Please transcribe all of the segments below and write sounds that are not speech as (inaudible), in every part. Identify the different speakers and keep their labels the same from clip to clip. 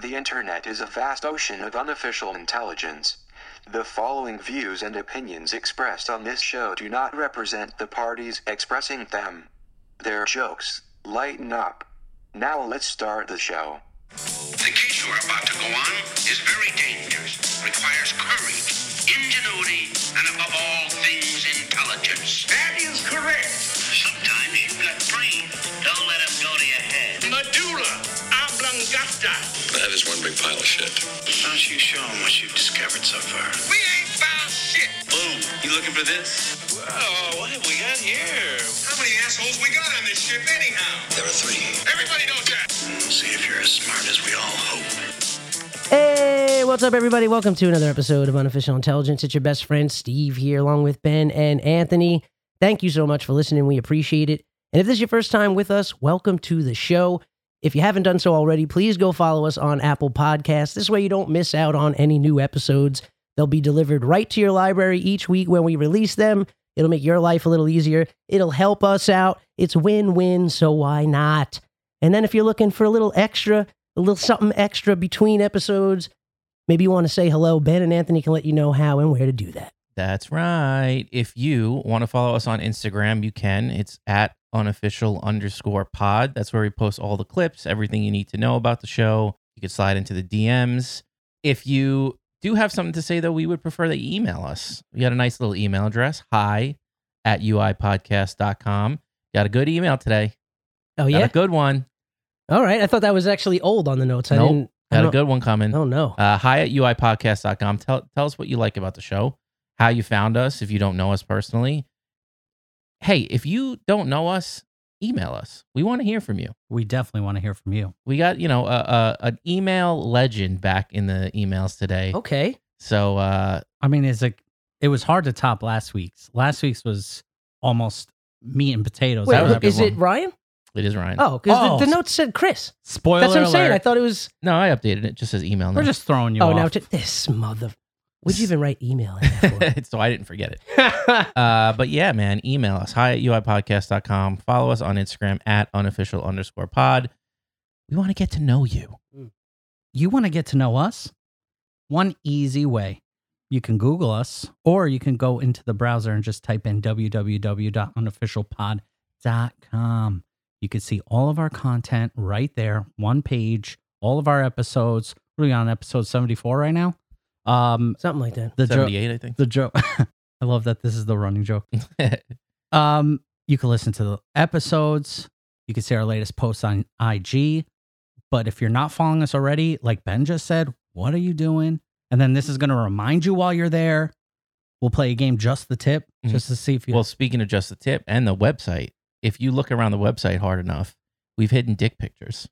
Speaker 1: The internet is a vast ocean of unofficial intelligence. The following views and opinions expressed on this show do not represent the parties expressing them. They're jokes. Lighten up. Now let's start the show.
Speaker 2: The case you are about to go on is very dangerous, requires courage, ingenuity, and above all things, intelligence. That is correct. Sometimes you've got brains. Don't let them go to your head. Medulla oblongata.
Speaker 3: That is one big pile of shit.
Speaker 2: Why don't you show them what you've discovered so far? We ain't found shit.
Speaker 3: Boom. You looking for this? Whoa, what have we got here?
Speaker 2: How many assholes we got on this ship anyhow?
Speaker 3: There are three.
Speaker 2: Everybody knows that. Hmm, See if you're as smart as we all hope.
Speaker 4: Hey, what's up, everybody? Welcome to another episode of Unofficial Intelligence. It's your best friend Steve here, along with Ben and Anthony. Thank you so much for listening. We appreciate it. And if this is your first time with us, welcome to the show. If you haven't done so already, please go follow us on Apple Podcasts. This way, you don't miss out on any new episodes. They'll be delivered right to your library each week when we release them. It'll make your life a little easier. It'll help us out. It's win win, so why not? And then if you're looking for a little extra, a little something extra between episodes, maybe you want to say hello. Ben and Anthony can let you know how and where to do that.
Speaker 5: That's right. If you want to follow us on Instagram, you can. It's at unofficial underscore pod. That's where we post all the clips, everything you need to know about the show. You could slide into the DMs. If you do have something to say, though, we would prefer that you email us. We got a nice little email address hi at uipodcast.com. Got a good email today.
Speaker 4: Oh,
Speaker 5: Got
Speaker 4: yeah?
Speaker 5: a good one.
Speaker 4: All right. I thought that was actually old on the notes. I
Speaker 5: Nope.
Speaker 4: didn't. I
Speaker 5: Got a
Speaker 4: don't- Oh,
Speaker 5: good one
Speaker 4: I
Speaker 5: coming.
Speaker 4: don't know.
Speaker 5: Uh, hi at uipodcast.com. Tell, tell us what you like about the show, how you found us if you don't know us personally. Hey, if you don't know us, email us. We want to hear from you.
Speaker 6: We definitely want to hear from you.
Speaker 5: We got, you know, a, a, an email legend back in the emails
Speaker 6: Oh.
Speaker 5: today.
Speaker 4: Okay.
Speaker 5: So, uh,
Speaker 6: I mean, it's like it was hard to top last week's. Last week's was almost meat and potatoes.
Speaker 4: Wait,
Speaker 5: that was a
Speaker 4: look,
Speaker 5: good
Speaker 4: is it
Speaker 5: one.
Speaker 4: Ryan?
Speaker 5: it is Ryan.
Speaker 4: Oh, because
Speaker 6: Oh.
Speaker 4: the, the notes said Chris.
Speaker 6: Spoiler
Speaker 4: That's what I'm saying.
Speaker 6: alert.
Speaker 4: I thought it was.
Speaker 5: No, I updated it. It just says email now.
Speaker 6: We're
Speaker 5: (laughs)
Speaker 6: just throwing you
Speaker 4: oh,
Speaker 6: off.
Speaker 4: now t- this mother.
Speaker 6: (laughs)
Speaker 4: Would you even write email? in that
Speaker 5: so I didn't forget it.
Speaker 4: for?
Speaker 5: Uh, but yeah, man, email us hi at uipodcast.com. Follow us on Instagram at unofficial underscore pod. We want to get to know you.
Speaker 6: you want to get to know us? One easy way. You can Google us, or you can go into the browser and just type in www.unofficialpod.com. You can see all of our content right there, one page, all of our episodes. What are we on episode 74 right now? Um,
Speaker 4: Something like that.
Speaker 6: the joke.
Speaker 5: 78, I think.
Speaker 6: the joke. (laughs) I love that this is the running joke.
Speaker 5: (laughs)
Speaker 6: Um, you can listen to the episodes. You can see our latest posts on IG. But if you're not following us already, like Ben just said, what are you doing? And then this is going to remind you while you're there. We'll play a game, just the tip,
Speaker 5: Mhm.
Speaker 4: Mm-hmm.
Speaker 6: just to see if you.
Speaker 5: Well, speaking of just the tip and the website, if you look around the website hard enough, we've hidden dick pictures.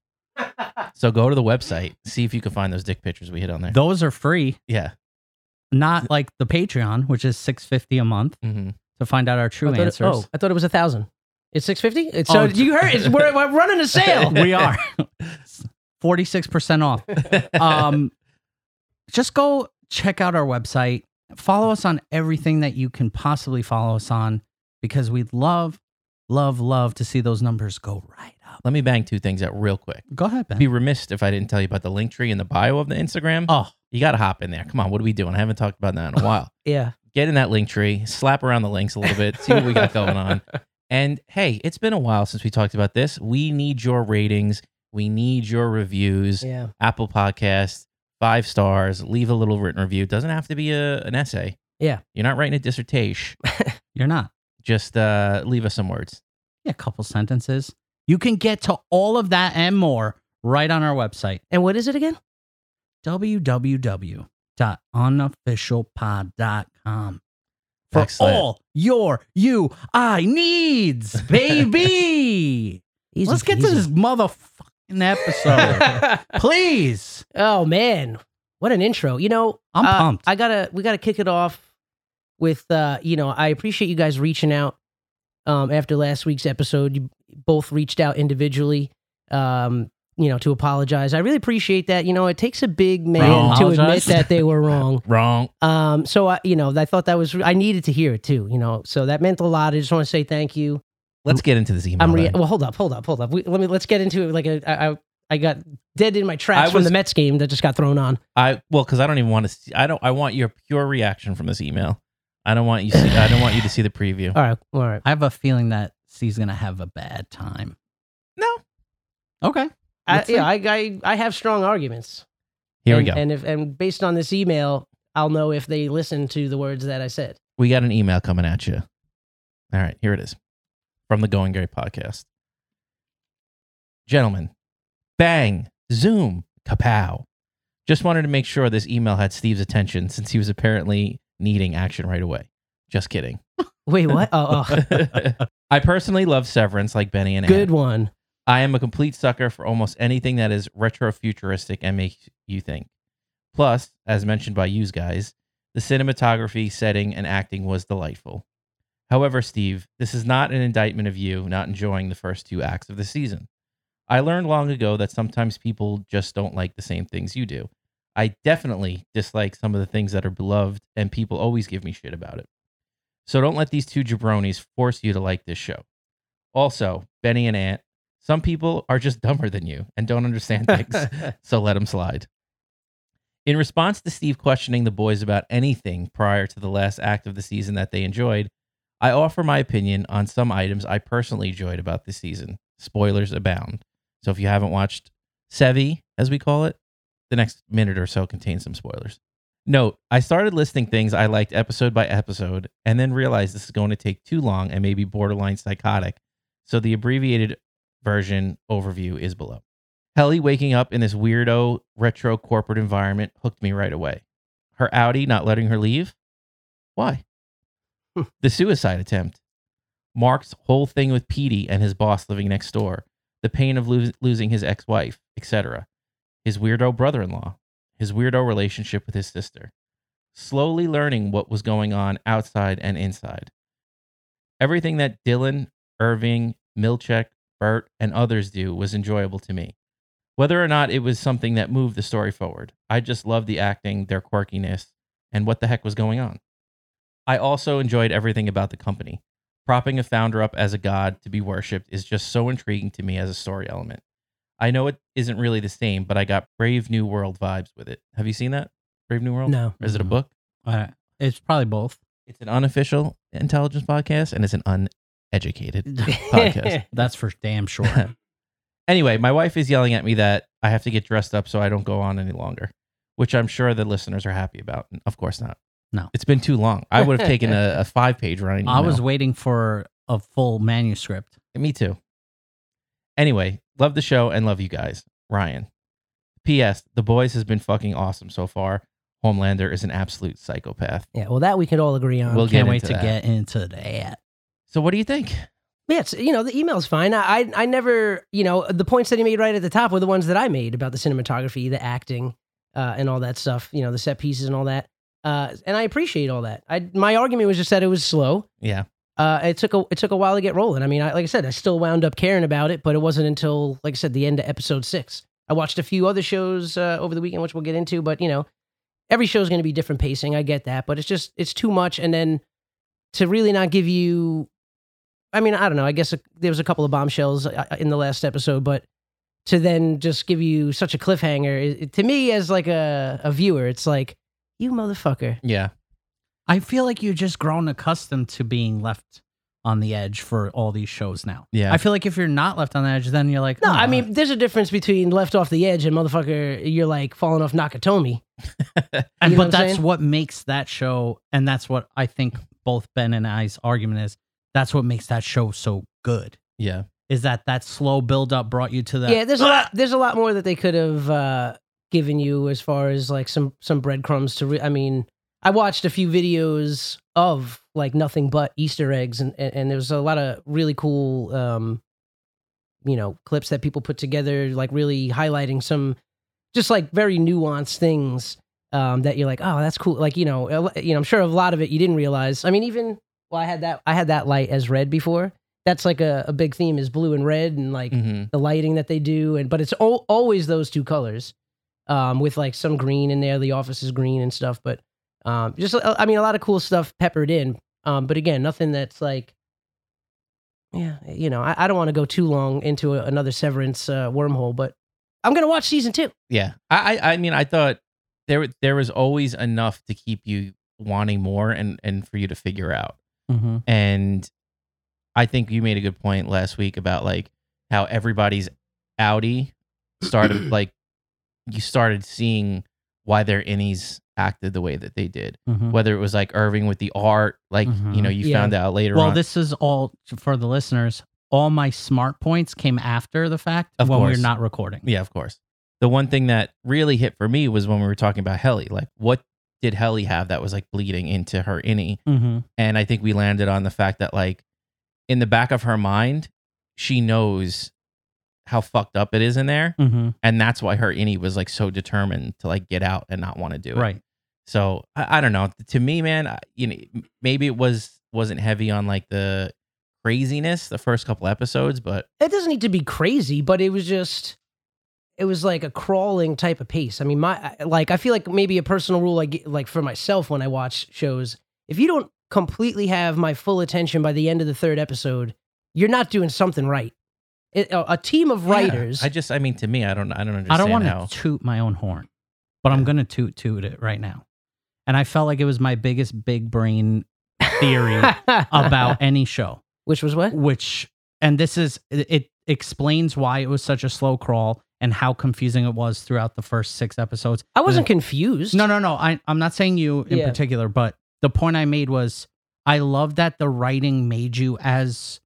Speaker 5: so go to the website, see if you can find those dick pictures we hid on
Speaker 6: (laughs)
Speaker 5: there.
Speaker 6: those are free,
Speaker 5: yeah.
Speaker 6: not like the Patreon, which is six fifty a month
Speaker 5: hmm
Speaker 6: to find out our true
Speaker 4: I thought it,
Speaker 6: answers.
Speaker 4: oh, I thought it was a thousand. It's six fifty. It's
Speaker 6: Oh,
Speaker 4: so you heard.
Speaker 6: (laughs)
Speaker 4: It's, we're, we're running a (laughs) sale.
Speaker 6: we
Speaker 4: (laughs)
Speaker 6: are (laughs) forty six percent off.
Speaker 5: Uh,
Speaker 6: um, just go check out our website. Follow us on everything that you can possibly follow us on because we'd love, love, love to see those numbers go right up.
Speaker 5: Let me bang two things out real quick.
Speaker 6: Go ahead,
Speaker 5: I'd be
Speaker 6: Ben.
Speaker 5: remiss if I didn't tell you about the link tree in the bio of the Instagram.
Speaker 6: Oh,
Speaker 5: You got to hop in there. Come on. What are we doing? I haven't talked about that in a while.
Speaker 4: Yeah.
Speaker 5: Get in that link tree, slap around the links a little bit, see what we got going on. And hey, it's been a while since we talked about this. We need your ratings, we need your reviews.
Speaker 4: Yeah.
Speaker 5: Apple Podcast, five stars, leave a little written review. It doesn't have to be a, an essay.
Speaker 4: Yeah.
Speaker 5: You're not writing a dissertation.
Speaker 6: you're not.
Speaker 5: Just uh, leave us some words.
Speaker 6: Yeah, a couple sentences. You can get to all of that and more right on our website,
Speaker 4: And what is it again?
Speaker 6: www.unofficialpod.com. For
Speaker 5: Excellent.
Speaker 6: all your you I needs, (laughs) baby.
Speaker 4: Easy
Speaker 6: Let's get to
Speaker 4: peasy.
Speaker 6: this motherfucking (laughs) episode. Please.
Speaker 4: (laughs) oh man, what an intro! You know,
Speaker 6: I'm
Speaker 4: uh,
Speaker 6: pumped.
Speaker 4: I gotta we gotta kick it off with uh, you know I appreciate you guys reaching out um, after last week's episode. You both reached out individually. Um, you know, to apologize. I really appreciate that. You know, it takes a big man
Speaker 6: Wrong.
Speaker 4: to admit
Speaker 6: Apologize.
Speaker 4: that they were wrong.
Speaker 5: Wrong.
Speaker 4: Um, so I, you know, I thought that was I needed to hear it too. You know, so that meant a lot. I just want to say thank you.
Speaker 5: Let's get into this email.
Speaker 4: I'm re-
Speaker 5: then.
Speaker 4: well. Hold up, hold up, hold up. We, let me let's get into it. Like a, I, I, I got dead in my tracks
Speaker 5: I
Speaker 4: from
Speaker 5: was-
Speaker 4: the Mets game that just got thrown on.
Speaker 5: I well, because I don't even want to. See, I don't. I want your pure reaction from this email. I don't want you. See, I don't want you to see the
Speaker 4: (laughs)
Speaker 5: preview.
Speaker 4: All right, all right.
Speaker 6: I have a feeling that C's gonna have a bad time.
Speaker 5: No.
Speaker 6: Okay.
Speaker 4: I,
Speaker 6: Let's see.
Speaker 4: yeah, I, I I have strong arguments.
Speaker 5: Here
Speaker 4: and,
Speaker 5: we go.
Speaker 4: And if and based on this email, I'll know if they listen to the words that I said.
Speaker 5: we got an email coming at you. All right, here it is from the Going Gray podcast. Gentlemen, bang, zoom, kapow. Just wanted to make sure this email had Steve's attention since he was apparently needing action right away. Just kidding.
Speaker 4: Wait, what? Oh,
Speaker 5: (laughs)
Speaker 4: oh.
Speaker 5: I personally love Severance like Benny and Ann.
Speaker 4: good one.
Speaker 5: I am a complete sucker for almost anything that is retrofuturistic and makes you think. Plus, as mentioned by you guys, the cinematography, setting, and acting was delightful. However, Steve, this is not an indictment of you not enjoying the first two acts of the season. I learned long ago that sometimes people just don't like the same things you do. I definitely dislike some of the things that are beloved, and people always give me shit about it. So don't let these two jabronis force you to like this show. Also, Benny and Ant, some people are just dumber than you and don't understand things, so let them slide. In response to Steve questioning the boys about anything prior to the last act of the season that they enjoyed, I offer my opinion on some items I personally enjoyed about this season. Spoilers abound. So if you haven't watched Sevi, as we call it, the next minute or so contains some spoilers. Note, I started listing things I liked episode by episode and then realized this is going to take too long and maybe borderline psychotic. So the abbreviated version overview is below. Helly waking up in this weirdo retro corporate environment hooked me right away. Her Audi not letting her leave? Why? the suicide attempt. Mark's whole thing with Petey and his boss living next door. The pain of lo- losing his ex wife, etc. His weirdo brother in law. His weirdo relationship with his sister. Slowly learning what was going on outside and inside. Everything that Dylan, Irving, Milchek, Bert, and others do was enjoyable to me. Whether or not it was something that moved the story forward, I just loved the acting, their quirkiness, and what the heck was going on. I also enjoyed everything about the company. Propping a founder up as a god to be worshipped is just so intriguing to me as a story element. I know it isn't really the same, but I got Brave New World vibes with it. Have you seen that? Brave New World?
Speaker 4: No.
Speaker 5: Or is it a
Speaker 6: Mhm.
Speaker 5: book?
Speaker 6: Uh, it's probably (laughs) both.
Speaker 5: It's an unofficial intelligence podcast and it's an
Speaker 6: (laughs)
Speaker 5: uneducated podcast.
Speaker 6: That's for damn (laughs) sure.
Speaker 5: Anyway, my wife is yelling at me that I have to get dressed up so I don't go on any longer, which I'm sure the listeners are happy about. Of course not.
Speaker 6: No.
Speaker 5: It's been too long. I would have
Speaker 6: (laughs)
Speaker 5: taken a, a five page running.
Speaker 6: I was
Speaker 5: email.
Speaker 6: waiting for a full manuscript.
Speaker 5: Me too. Anyway, love the show and love you guys. Ryan. P.S. The Boys has been fucking awesome so far. Homelander is an absolute psychopath.
Speaker 4: yeah, well, that we can all agree on.
Speaker 5: We'll
Speaker 6: Can't
Speaker 5: get
Speaker 6: wait
Speaker 5: into
Speaker 6: to
Speaker 5: that.
Speaker 6: get into that.
Speaker 5: So, what do you think?
Speaker 4: Yeah, it's, you know, the email's fine. I, I I never, you know, the points that he made right at the top were the ones that I made about the cinematography, the acting, uh, and all that stuff, you know, the set pieces and all that. Uh, and I appreciate all that. I my argument was just that it was slow.
Speaker 5: Yeah.
Speaker 4: Uh, it took a it took a while to get rolling. I mean, I, like I said, I still wound up caring about it, but it wasn't until, like I said, the end of episode six. I watched a few other shows uh, over the weekend, which we'll get into, but you know, every show's going to be different pacing. I get that, but it's just it's too much, and then to really not give you, I mean, I don't know. I guess uh there was a couple of bombshells uh, uh, in the last episode, but to then just give you such a cliffhanger, it, it- to me as like a a viewer, it's like you motherfucker.
Speaker 5: Yeah.
Speaker 6: I feel like you've just grown accustomed to being left on the edge for all these shows now.
Speaker 5: Yeah.
Speaker 6: I feel like if you're not left on the edge, then you're like,
Speaker 4: No,
Speaker 6: "Oh,
Speaker 4: I mean, there's a difference between left off the edge and motherfucker, you're like falling off Nakatomi.
Speaker 6: and but
Speaker 4: you know what I'm
Speaker 6: that's
Speaker 4: saying?
Speaker 6: what makes that show, and that's what I think both Ben and I's argument is. That's what makes that show so good.
Speaker 5: Yeah.
Speaker 6: Is that that slow build up brought you to that?
Speaker 4: yeah, there's a lot. There's a lot more that they could have uh, given you as far as like some some breadcrumbs to. Re- I mean, I watched a few videos of like nothing but Easter eggs, and and, and there was a lot of really cool, um, you know, clips that people put together, like really highlighting some just like very nuanced things um, that you're like, oh, that's cool. Like you know, a lo- you know, I'm sure a lot of it you didn't realize. I mean, even well, I had that I had that light as red before. That's like a, a big theme is blue and red, and like
Speaker 5: hmm
Speaker 4: the lighting that they do and but it's al- always those two colors um with like some green in there the office is green and stuff but um just uh, i mean a lot of cool stuff peppered in um but again nothing that's like yeah you know i, I don't want to go too long into a, another severance uh, wormhole but I'm gonna watch season two.
Speaker 5: Yeah, I I I mean, I thought there there was always enough to keep you wanting more and and for you to figure out.
Speaker 6: Mm-hmm.
Speaker 5: And I think you made a good point last week about like how everybody's outie
Speaker 6: (clears throat)
Speaker 5: started like you started seeing why their innies acted the way that they did.
Speaker 6: Mm-hmm.
Speaker 5: Whether it was like Irving with the art, like you know, you
Speaker 4: Yeah.
Speaker 5: found out later
Speaker 6: Well,
Speaker 5: on.
Speaker 6: this is all for the listeners. All my smart points came after the fact
Speaker 5: Of
Speaker 6: when
Speaker 5: course.
Speaker 6: we're not recording.
Speaker 5: yeah, of course. The one thing that really hit for me was when we were talking about Helly. Like, what did Helly have that was like bleeding into her innie?
Speaker 6: Mm-hmm.
Speaker 5: And I think we landed on the fact that, like, in the back of her mind, she knows how fucked up it is in there.
Speaker 6: Mm-hmm.
Speaker 5: And that's why her innie was like so determined to like get out and not want to do it.
Speaker 6: Right.
Speaker 5: So I, I don't know. To me, man, I, you know, maybe it was wasn't heavy on like the craziness the first couple episodes, but
Speaker 4: It doesn't need to be crazy, but it was just it was like a crawling type of pace. I mean, my I- like I feel like maybe a personal rule I get, like for myself when I watch shows, if you don't completely have my full attention by the end of the third episode, you're not doing something right. It, a, a team of
Speaker 5: Yeah,
Speaker 4: writers.
Speaker 5: I just, I mean, to me, I don't, I don't understand
Speaker 6: I don't want
Speaker 5: how.
Speaker 6: to toot my own horn, but I'm going to toot toot it right now. And I felt like it was my biggest big brain (laughs) theory about any show,
Speaker 4: (laughs) which was
Speaker 6: (laughs)
Speaker 4: what?
Speaker 6: which and this is it it explains why it was such a slow crawl and how confusing it was throughout the first 6 episodes.
Speaker 4: I wasn't confused.
Speaker 6: No, no, no. I, I'm not saying you in
Speaker 4: Yeah.
Speaker 6: particular, but the point I made was I love that the writing made you as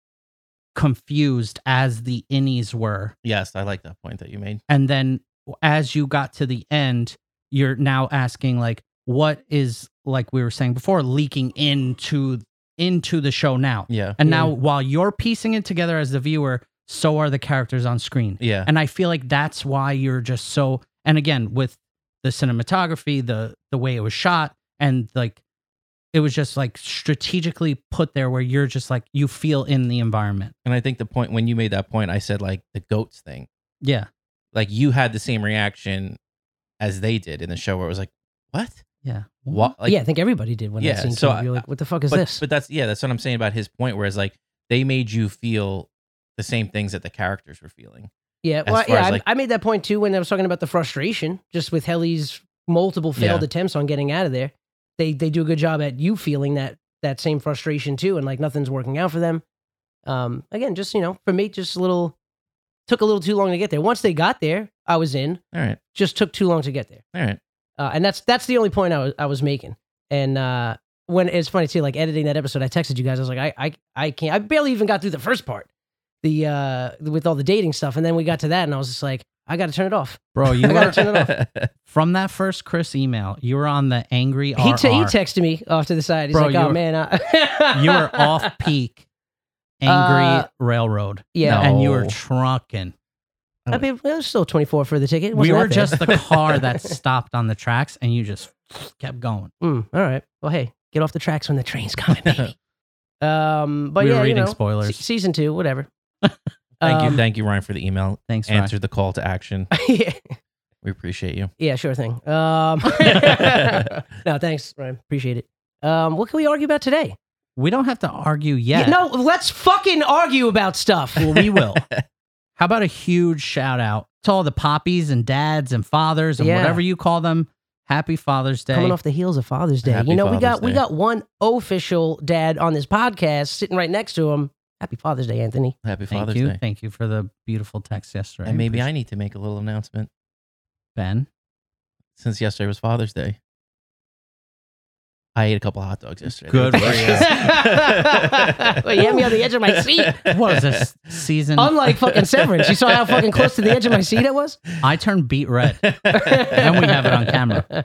Speaker 6: confused as the innies were.
Speaker 5: Yes, I like that point that you made.
Speaker 6: And then as you got to the end, you're now asking like, what is like we were saying before, leaking into into the show now.
Speaker 5: Yeah,
Speaker 6: And
Speaker 4: Yeah.
Speaker 6: now while you're piecing it together as the viewer, so are the characters on screen.
Speaker 5: yeah,
Speaker 6: And I feel like that's why you're just so and again with the cinematography, the the way it was shot and like it was just like strategically put there where you're just like you feel in the environment.
Speaker 5: and I think the point when you made that point, I said like the goats thing.
Speaker 6: Yeah.
Speaker 5: Like you had the same reaction as they did in the show, where it was like, "What?
Speaker 6: Yeah.
Speaker 5: What?" Like,
Speaker 4: Mm-hmm. yeah, I think everybody did when
Speaker 5: Yeah,
Speaker 4: that scene
Speaker 5: so
Speaker 4: came.
Speaker 5: I-
Speaker 4: You're like, what the fuck is
Speaker 5: but,
Speaker 4: this?
Speaker 5: But that's yeah, that's what I'm saying about his point. Whereas like they made you feel the same things that the characters were feeling.
Speaker 4: Yeah,
Speaker 5: as
Speaker 4: well,
Speaker 5: far
Speaker 4: yeah,
Speaker 5: as,
Speaker 4: I,
Speaker 5: like-
Speaker 4: I made that point too when I was talking about the frustration, just with Helly's multiple failed
Speaker 5: Yeah.
Speaker 4: attempts on getting out of there. They they do a good job at you feeling that that same frustration too, and like nothing's working out for them. Um, again, just you know, for me, just a little took a little too long to get there. Once they got there, I was in.
Speaker 5: All right,
Speaker 4: Just took too long to get there
Speaker 5: all right.
Speaker 4: uh, and that's that's the only point I was I was making. And uh, when it's funny too, like editing that episode, I texted you guys. I was like, I I I can't. I barely even got through the first part, the uh, with all the dating stuff, and then we got to that, and I was just like, I got to turn it off.
Speaker 6: Bro, you
Speaker 4: (laughs) I (laughs) gotta
Speaker 6: were
Speaker 4: turn it off.
Speaker 6: from that first Chris email, you were on the angry
Speaker 4: He,
Speaker 6: RR.
Speaker 4: te- he texted me off to the side. He's
Speaker 6: Bro,
Speaker 4: like,
Speaker 6: you
Speaker 4: oh
Speaker 6: were-
Speaker 4: man, I-
Speaker 6: (laughs) you were off peak angry
Speaker 4: Uh,
Speaker 6: railroad.
Speaker 4: (laughs) Yeah,
Speaker 5: No.
Speaker 6: And you were
Speaker 5: No.
Speaker 6: trucking.
Speaker 4: I mean, it was still twenty four for the ticket. It
Speaker 6: We
Speaker 4: wasn't
Speaker 6: were
Speaker 4: that bad.
Speaker 6: just the car
Speaker 4: (laughs)
Speaker 6: that stopped on the tracks and you just kept going.
Speaker 4: Mm, all right. Well, hey, get off the tracks when the train's coming,
Speaker 6: (laughs)
Speaker 4: baby. um, but
Speaker 6: we
Speaker 4: yeah,
Speaker 6: were reading
Speaker 4: you know, se-
Speaker 6: spoilers.
Speaker 4: season two,
Speaker 6: (laughs)
Speaker 4: whatever.
Speaker 5: (laughs) thank you,
Speaker 4: Um,
Speaker 5: thank you, Ryan, for the email.
Speaker 6: Thanks, Ryan.
Speaker 5: Answered the call to action.
Speaker 4: (laughs) yeah,
Speaker 5: We appreciate
Speaker 4: (laughs)
Speaker 5: you. (laughs)
Speaker 4: yeah, sure thing. Um, (laughs) No, thanks, Ryan. Appreciate it. Um, what can we argue about today?
Speaker 6: We don't have to argue yet.
Speaker 4: no, let's fucking argue
Speaker 6: (laughs)
Speaker 4: about stuff.
Speaker 6: Well, we
Speaker 4: (laughs)
Speaker 6: will. How about a huge shout out to all the poppies and dads and fathers and
Speaker 4: Yeah.
Speaker 6: whatever you call them? Happy Father's Day.
Speaker 4: Coming off the heels of Father's Day,
Speaker 5: Happy
Speaker 4: you know we got
Speaker 5: Father's
Speaker 4: we
Speaker 5: Day.
Speaker 4: got one official dad on this podcast sitting right next to him. Happy Father's Day, Anthony.
Speaker 5: Happy
Speaker 6: Thank
Speaker 5: Father's
Speaker 6: you.
Speaker 5: Day.
Speaker 6: Thank you for the beautiful text yesterday.
Speaker 5: And maybe I need to make a little announcement (laughs)
Speaker 6: Ben.
Speaker 5: since yesterday was Father's Day. I ate a couple hot dogs yesterday.
Speaker 6: Good for you.
Speaker 4: Well, you had me on the edge of
Speaker 5: (laughs)
Speaker 4: my seat.
Speaker 6: What is this season?
Speaker 4: Unlike fucking Severance, you saw how fucking close to the edge of my seat it was.
Speaker 6: I turned beat red. (laughs) And we have it on camera.
Speaker 4: (laughs)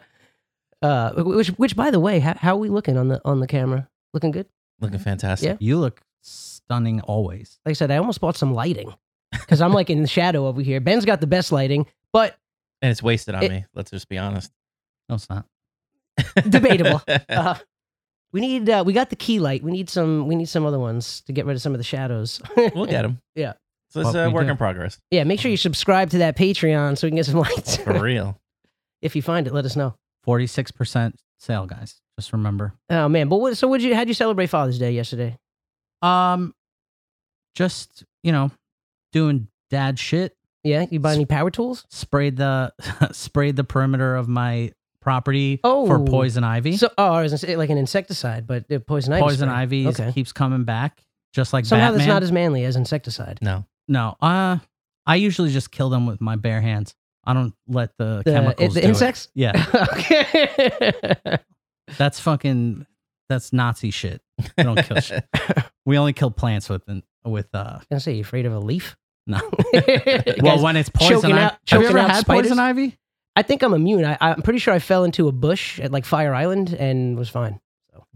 Speaker 4: Uh, which, which, by the way, how, how are we looking on the on the camera? Looking good.
Speaker 5: Looking fantastic.
Speaker 4: Yeah.
Speaker 6: You look stunning always.
Speaker 4: like I said, I almost bought some lighting because I'm like in the shadow over here. Ben's got the best lighting, but
Speaker 5: And it's wasted on
Speaker 4: It-
Speaker 5: me. Let's just be honest.
Speaker 6: No, it's not. (laughs)
Speaker 4: Debatable. uh, we need uh, we got the key light. We need some we need some other ones to get rid of some of the shadows.
Speaker 5: (laughs) we'll get them.
Speaker 4: Yeah.
Speaker 5: So it's
Speaker 6: Well,
Speaker 5: a
Speaker 6: we
Speaker 5: work
Speaker 6: do.
Speaker 5: in progress.
Speaker 4: yeah, make sure you subscribe to that Patreon so we can get some lights. (laughs)
Speaker 5: For real.
Speaker 4: if you find it, let us know.
Speaker 6: 46% sale, guys. Just remember.
Speaker 4: Oh man, but what, so would you how'd you celebrate Father's Day yesterday?
Speaker 6: Um, just, you know, doing dad shit.
Speaker 4: Yeah, you buy any power tools?
Speaker 6: Sprayed the (laughs) sprayed the perimeter of my property for
Speaker 4: Oh.
Speaker 6: poison ivy.
Speaker 4: So, oh, I was gonna say like an insecticide, but uh, poison ivy.
Speaker 6: poison
Speaker 4: spray.
Speaker 6: ivy is-
Speaker 4: Okay.
Speaker 6: keeps coming back, just like
Speaker 4: Somehow
Speaker 6: Batman.
Speaker 4: that's not as manly as insecticide.
Speaker 5: No.
Speaker 6: no, uh, I usually just kill them with my bare hands. I don't let the,
Speaker 4: The,
Speaker 6: chemicals.
Speaker 4: Uh, the
Speaker 6: do it.
Speaker 4: insects.
Speaker 6: Yeah,
Speaker 4: (laughs) okay.
Speaker 6: that's fucking that's Nazi shit. We don't kill
Speaker 4: (laughs)
Speaker 6: shit. We only kill plants with with uh.
Speaker 4: I say, you afraid of
Speaker 6: (laughs)
Speaker 4: a leaf? (laughs)
Speaker 6: No.
Speaker 4: You
Speaker 6: Well,
Speaker 4: guys-
Speaker 6: when it's poison
Speaker 4: choking
Speaker 6: ivy,
Speaker 4: out-
Speaker 6: have you
Speaker 4: choking
Speaker 6: ever
Speaker 4: out
Speaker 6: had
Speaker 4: spiders?
Speaker 6: poison ivy?
Speaker 4: I think I'm immune. I, I'm pretty sure I fell into a bush at like Fire Island and was fine.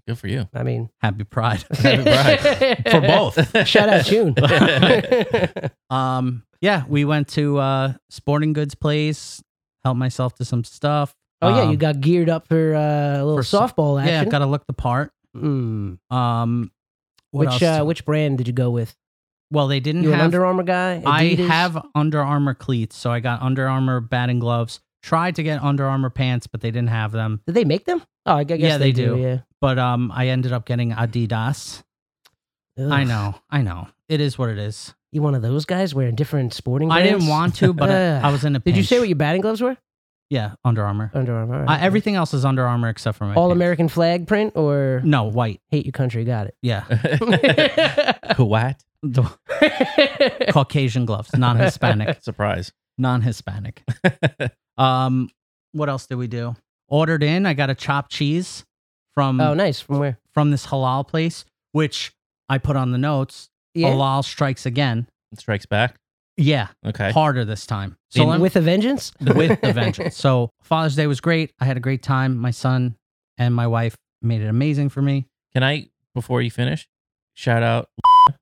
Speaker 5: Good for you.
Speaker 6: (laughs)
Speaker 4: I mean,
Speaker 6: Happy Pride
Speaker 4: (laughs)
Speaker 6: for
Speaker 4: for
Speaker 6: both.
Speaker 4: (laughs) Shout
Speaker 6: (laughs)
Speaker 4: out June. Oh,
Speaker 6: Um, yeah, we went to uh sporting goods place, helped myself to some stuff.
Speaker 4: oh yeah,
Speaker 6: Um,
Speaker 4: you got geared up for uh, a little
Speaker 6: for so-
Speaker 4: softball
Speaker 6: yeah,
Speaker 4: action.
Speaker 6: got to look the part.
Speaker 4: Mm.
Speaker 6: Um, what
Speaker 4: Which
Speaker 6: else?
Speaker 4: uh, which brand did you go with?
Speaker 6: well, they didn't
Speaker 4: You an
Speaker 6: have.
Speaker 4: Under Armour guy?
Speaker 6: I
Speaker 4: Adidas?
Speaker 6: have Under Armour cleats, so I got Under Armour batting gloves. Tried to get Under Armour pants, but they didn't have them.
Speaker 4: Did they make them? Oh, I gu- guess
Speaker 6: Yeah, they do.
Speaker 4: Yeah.
Speaker 6: But um, I ended up getting Adidas. I
Speaker 4: Ugh.
Speaker 6: know, I know, it is what it is.
Speaker 4: You one of those guys wearing different sporting?
Speaker 6: I didn't
Speaker 4: brands?
Speaker 6: want to, but I,
Speaker 4: (laughs) Ugh.
Speaker 6: I was in a.
Speaker 4: Did you say
Speaker 6: pinch.
Speaker 4: what your batting gloves were?
Speaker 6: Yeah, Under Armour.
Speaker 4: Under Armour. all
Speaker 6: Uh,
Speaker 4: right.
Speaker 6: everything else is Under Armour except for my
Speaker 4: All
Speaker 6: pants.
Speaker 4: American flag print or
Speaker 6: No, white.
Speaker 4: hate your country? Got it.
Speaker 6: Yeah, (laughs)
Speaker 4: (laughs)
Speaker 5: (laughs)
Speaker 4: Oh,
Speaker 5: Kuwait.
Speaker 6: The- Caucasian gloves, non
Speaker 4: (laughs)
Speaker 6: Hispanic,
Speaker 5: Surprise.
Speaker 6: non Hispanic. Um, what else did we do? Ordered in. I got a chopped cheese from
Speaker 4: oh, nice. From where?
Speaker 6: from this halal place, which I put on the notes.
Speaker 4: Yeah.
Speaker 6: Halal strikes again.
Speaker 5: Strikes back.
Speaker 6: Yeah,
Speaker 5: Okay.
Speaker 6: harder this time. So
Speaker 4: In-
Speaker 6: let me-
Speaker 4: with a vengeance.
Speaker 6: (laughs) with
Speaker 4: (laughs)
Speaker 6: the vengeance. So Father's Day was great. I had a great time. My son and my wife made it amazing for me.
Speaker 5: Can I, before you finish, shout out (laughs)